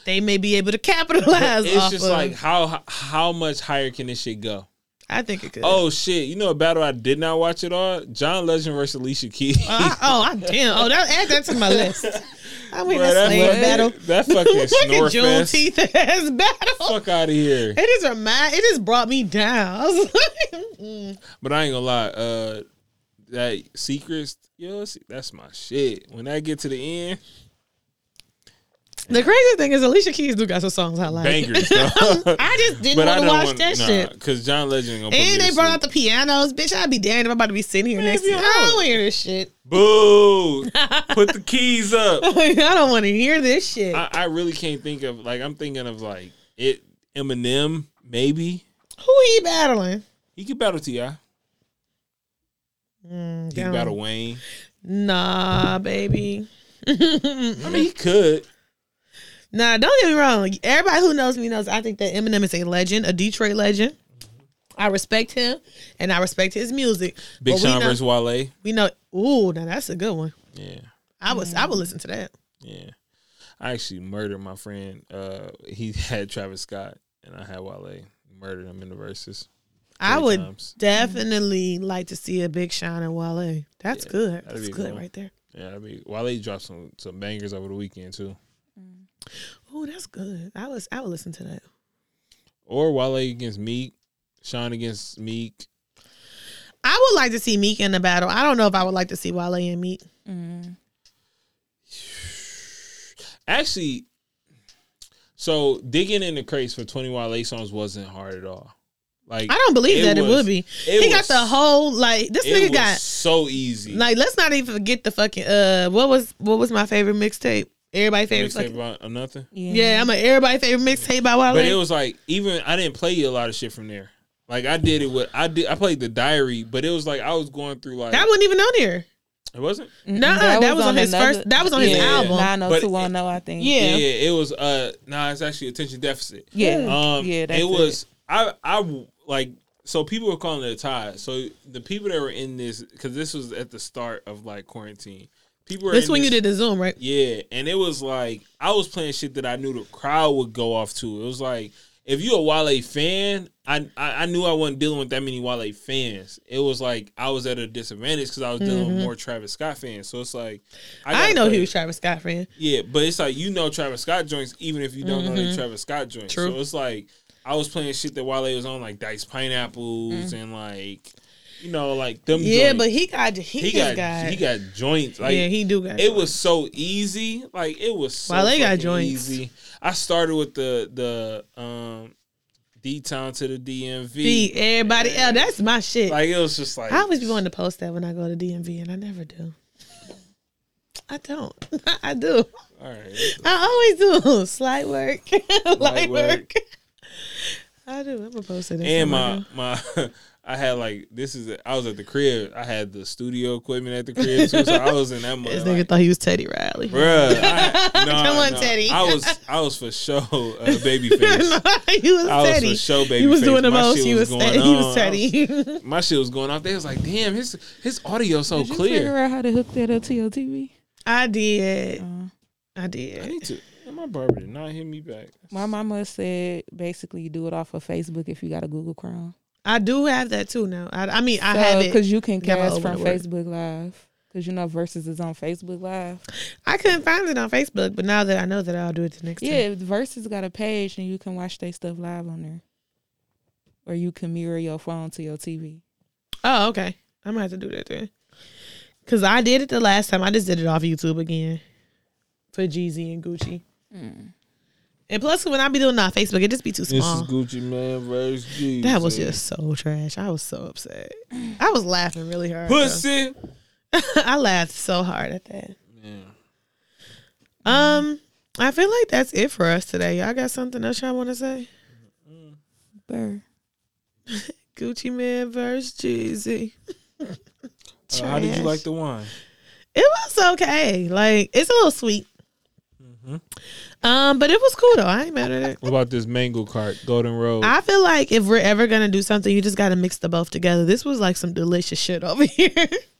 Speaker 3: they may be able to capitalize
Speaker 5: it's
Speaker 3: off
Speaker 5: just
Speaker 3: of.
Speaker 5: like how how much higher can this shit go?
Speaker 3: I think it could.
Speaker 5: Oh shit! You know a battle I did not watch at all. John Legend versus Alicia Keys. *laughs*
Speaker 3: I, oh, I damn. Oh, that, add that to my list. I went
Speaker 5: Bruh,
Speaker 3: to
Speaker 5: that,
Speaker 3: slave
Speaker 5: fucking-
Speaker 3: battle.
Speaker 5: that fucking snore
Speaker 3: *laughs* Look at
Speaker 5: fest.
Speaker 3: Juneteenth ass battle.
Speaker 5: Fuck out of here.
Speaker 3: It just remind. It just brought me down. *laughs* I was like, mm.
Speaker 5: But I ain't gonna lie. Uh, that secrets, yo, see, that's my shit. When I get to the end,
Speaker 3: the crazy thing is Alicia Keys do got some songs *laughs* I like.
Speaker 5: bangers. dog. *laughs*
Speaker 3: I just didn't
Speaker 5: but I
Speaker 3: want to
Speaker 5: don't
Speaker 3: watch
Speaker 5: want
Speaker 3: that shit.
Speaker 5: because John Legend. Gonna put me
Speaker 3: And
Speaker 5: to
Speaker 3: they brought
Speaker 5: sleep.
Speaker 3: out the pianos, bitch. I'd be damned if I'm about to be sitting here next to you. I don't want to hear this shit. *laughs*
Speaker 5: Boo! Put the keys up.
Speaker 3: I don't want to hear this shit.
Speaker 5: I, I really can't think of like I'm thinking of like it Eminem maybe
Speaker 3: Who he battling?
Speaker 5: he could battle Ti. he could
Speaker 3: Mm, damn.
Speaker 5: battle Wayne.
Speaker 3: Nah, baby.
Speaker 5: I mean he could.
Speaker 3: Nah, don't get me wrong. Everybody who knows me knows I think that Eminem is a legend, a Detroit legend. I respect him and I respect his music. But
Speaker 5: Big
Speaker 3: we
Speaker 5: Sean
Speaker 3: know-
Speaker 5: versus Wale.
Speaker 3: We know. Ooh, now that's a good one.
Speaker 5: Yeah,
Speaker 3: I was. I would listen to that.
Speaker 5: yeah. I actually murdered my friend. Uh, he *laughs* had Travis Scott and I had Wale. Murdered him in the verses.
Speaker 3: I
Speaker 5: Three
Speaker 3: would
Speaker 5: times.
Speaker 3: definitely like to see a Big Sean and Wale. That's good.
Speaker 5: that'd
Speaker 3: That's
Speaker 5: be a
Speaker 3: good
Speaker 5: good one.
Speaker 3: right there.
Speaker 5: Yeah, I mean Wale dropped some some bangers over the weekend too.
Speaker 3: Ooh, Oh, that's good. I was. I would listen to that.
Speaker 5: Or Wale against Meek, Sean against Meek.
Speaker 3: I would like to see Meek in the battle. I don't know if I would like to see Wale and Meek.
Speaker 5: Actually, so digging in the crates for Twenty Wale songs wasn't hard at all. Like
Speaker 3: I don't believe that it
Speaker 5: was-
Speaker 3: would be.
Speaker 5: it
Speaker 3: he got
Speaker 5: was-
Speaker 3: the whole like this
Speaker 5: It
Speaker 3: nigga
Speaker 5: was
Speaker 3: got
Speaker 5: so easy.
Speaker 3: Like, let's not even forget the fucking uh, what was what was my favorite mixtape? Everybody favorite. Fucking,
Speaker 5: Mixtape about nothing.
Speaker 3: yeah, I'm a everybody favorite mixtape by Wale.
Speaker 5: But it was like even I didn't play a lot of shit from there. Like I did it with I did I played the diary, but it was like I was going through like
Speaker 3: that wasn't even on there.
Speaker 5: it wasn't.
Speaker 3: No, that, was on, his
Speaker 4: another-
Speaker 3: first. That was on his
Speaker 5: Yeah.
Speaker 3: album.
Speaker 5: Nah.
Speaker 4: 90210, I think.
Speaker 3: Yeah.
Speaker 5: Yeah. it was. Uh, nah, it's actually attention deficit.
Speaker 4: Yeah.
Speaker 5: Um,
Speaker 4: Yeah, that's
Speaker 5: it was. I I like so people were calling it a tie. So the people that were in this because this was at the start of like quarantine. People were
Speaker 3: This
Speaker 5: in
Speaker 3: when you
Speaker 5: this-
Speaker 3: did the Zoom, right?
Speaker 5: Yeah, and it was like I was playing shit that I knew the crowd would go off to. It was like if you a Wale fan, I I, I knew I wasn't dealing with that many Wale fans. It was like I was at a disadvantage because I was dealing with more Travis Scott fans. So it's like
Speaker 3: Mm-hmm. I,
Speaker 5: gotta
Speaker 3: didn't know
Speaker 5: play-
Speaker 3: he was Travis Scott friend.
Speaker 5: Yeah, but it's like you know Travis Scott joints even if you don't know they Travis Scott joints.
Speaker 3: Mm-hmm. True.
Speaker 5: So it's like I was playing shit that Wale was on like Dice Pineapples and like you know like them.
Speaker 3: Mm. Yeah,
Speaker 5: joints.
Speaker 3: but he got he,
Speaker 5: he
Speaker 3: just
Speaker 5: got,
Speaker 3: got,
Speaker 5: he got joints. Like
Speaker 3: yeah he do got
Speaker 5: it was so easy. Like it was so
Speaker 3: Wale got
Speaker 5: fucking
Speaker 3: joints.
Speaker 5: easy. I started with the the um D town to the DMV.
Speaker 3: Beat everybody else. That's my shit.
Speaker 5: Like it was just like
Speaker 3: I always be wanting to post that when I go to DMV, and I never do. I don't. *laughs* I do.
Speaker 5: all right.
Speaker 3: I always do *laughs* slight work, light work.
Speaker 5: work.
Speaker 3: *laughs* I do. I'm supposed to.
Speaker 5: And my my *laughs* I had like this is I was at the crib. I had the studio equipment at the crib too. So I was in that
Speaker 3: *laughs* this
Speaker 5: mother.
Speaker 3: nigga
Speaker 5: Like,
Speaker 3: thought he was Teddy Riley. *laughs*
Speaker 5: Bruh, I, nah,
Speaker 3: Come on,
Speaker 5: nah.
Speaker 3: Teddy.
Speaker 5: I was I was for show
Speaker 3: *laughs*
Speaker 5: uh, baby face.
Speaker 3: he was
Speaker 5: I was
Speaker 3: Teddy.
Speaker 5: for show baby.
Speaker 3: he was
Speaker 5: face.
Speaker 3: doing the
Speaker 5: My
Speaker 3: most.
Speaker 5: shit
Speaker 3: He was,
Speaker 5: going
Speaker 3: Teddy. He
Speaker 5: on. I
Speaker 3: was Teddy. *laughs*
Speaker 5: My shit was going off. They was like, damn, his his audio so
Speaker 4: Did you
Speaker 5: clear.
Speaker 4: figure out how to hook that up to your TV?
Speaker 3: I did.
Speaker 4: Uh,
Speaker 3: I
Speaker 5: I
Speaker 3: did.
Speaker 5: need to. and My barber did not hit me back.
Speaker 4: my mama said basically do it off of Facebook if you got a Google Chrome.
Speaker 3: I do have that too now. I, I mean, I
Speaker 4: So,
Speaker 3: have it.
Speaker 4: Because you can
Speaker 3: Got my
Speaker 4: cast
Speaker 3: old
Speaker 4: from
Speaker 3: network.
Speaker 4: Facebook Live. Because you know Versus is on Facebook Live.
Speaker 3: I couldn't find it on Facebook, but now that I know that, I'll do it the next time.
Speaker 4: Yeah, Versus got a page and you can watch their stuff live on there. Or you can mirror your phone to your TV.
Speaker 3: Oh, okay. I'm gonna have to do that then. Cause I did it the last time. I just did it off YouTube again for Jeezy and Gucci. And plus, when I be doing it on Facebook, it just be too small.
Speaker 5: Gucci Man versus G.
Speaker 3: That was just so trash. I was so upset. I was laughing really hard. though.
Speaker 5: pussy.
Speaker 3: *laughs* I laughed so hard at that.
Speaker 5: Yeah.
Speaker 3: Um, I feel like that's it for us today. Y'all got something else y'all want to say?
Speaker 4: Burr.
Speaker 3: Gucci Man versus Jeezy.
Speaker 5: Uh, how did you
Speaker 3: Trash.
Speaker 5: like the wine?
Speaker 3: It was okay. Like it's a little sweet. Um, but it was cool though. I ain't mad at it.
Speaker 5: What about this mango cart, Golden Road?
Speaker 3: I feel like if we're ever gonna do something, you just gotta mix the both together. This was like some delicious shit over *laughs* here.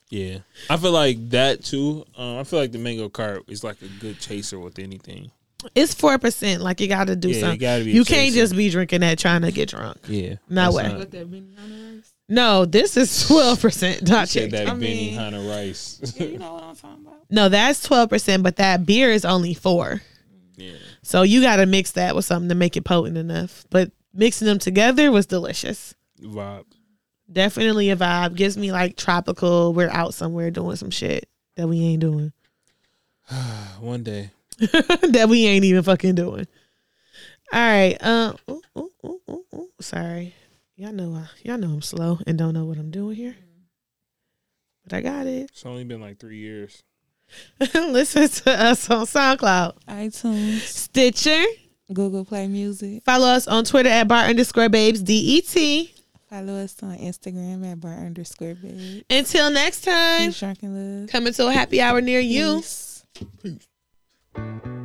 Speaker 5: Yeah, I feel like that too. Um, I feel like the mango cart is like a good chaser with anything.
Speaker 3: It's four percent. Like you got to do
Speaker 5: Yeah, it
Speaker 3: something.
Speaker 5: gotta be
Speaker 3: you
Speaker 5: a
Speaker 3: can't
Speaker 5: chaser.
Speaker 3: just be drinking that trying to get drunk.
Speaker 5: Yeah,
Speaker 3: No
Speaker 5: that's
Speaker 3: way.
Speaker 5: not-
Speaker 4: that Benihana rice?
Speaker 3: No, this is *laughs* twelve percent. Dot
Speaker 5: Say
Speaker 3: check.
Speaker 5: that
Speaker 4: I
Speaker 5: Benny
Speaker 4: mean-
Speaker 5: Hanna rice. *laughs*
Speaker 4: Yeah, you know what I'm talking about.
Speaker 3: No, that's twelve percent, but that beer is only four.
Speaker 5: yeah,
Speaker 3: So you got to mix that with something to make it potent enough. But mixing them together was delicious.
Speaker 5: vibe.
Speaker 3: Definitely a vibe. Gives me like tropical. We're out somewhere doing some shit that we ain't doing, *laughs*
Speaker 5: One day.
Speaker 3: that we ain't even fucking doing. All right. Um. ooh, ooh, ooh, ooh, ooh. Sorry. Y'all know. I, y'all know I'm slow and don't know what I'm doing here. But I got it. *laughs*
Speaker 5: It's only been like three years.
Speaker 3: Listen to us on SoundCloud,
Speaker 4: iTunes,
Speaker 3: Stitcher.
Speaker 4: Google Play Music.
Speaker 3: Follow us on Twitter at bar underscore babes E DET.
Speaker 4: Follow us on Instagram at bar underscore babe.
Speaker 3: Until next time,
Speaker 4: Peace, drunk and love.
Speaker 3: coming to a happy hour near you.
Speaker 4: Peace.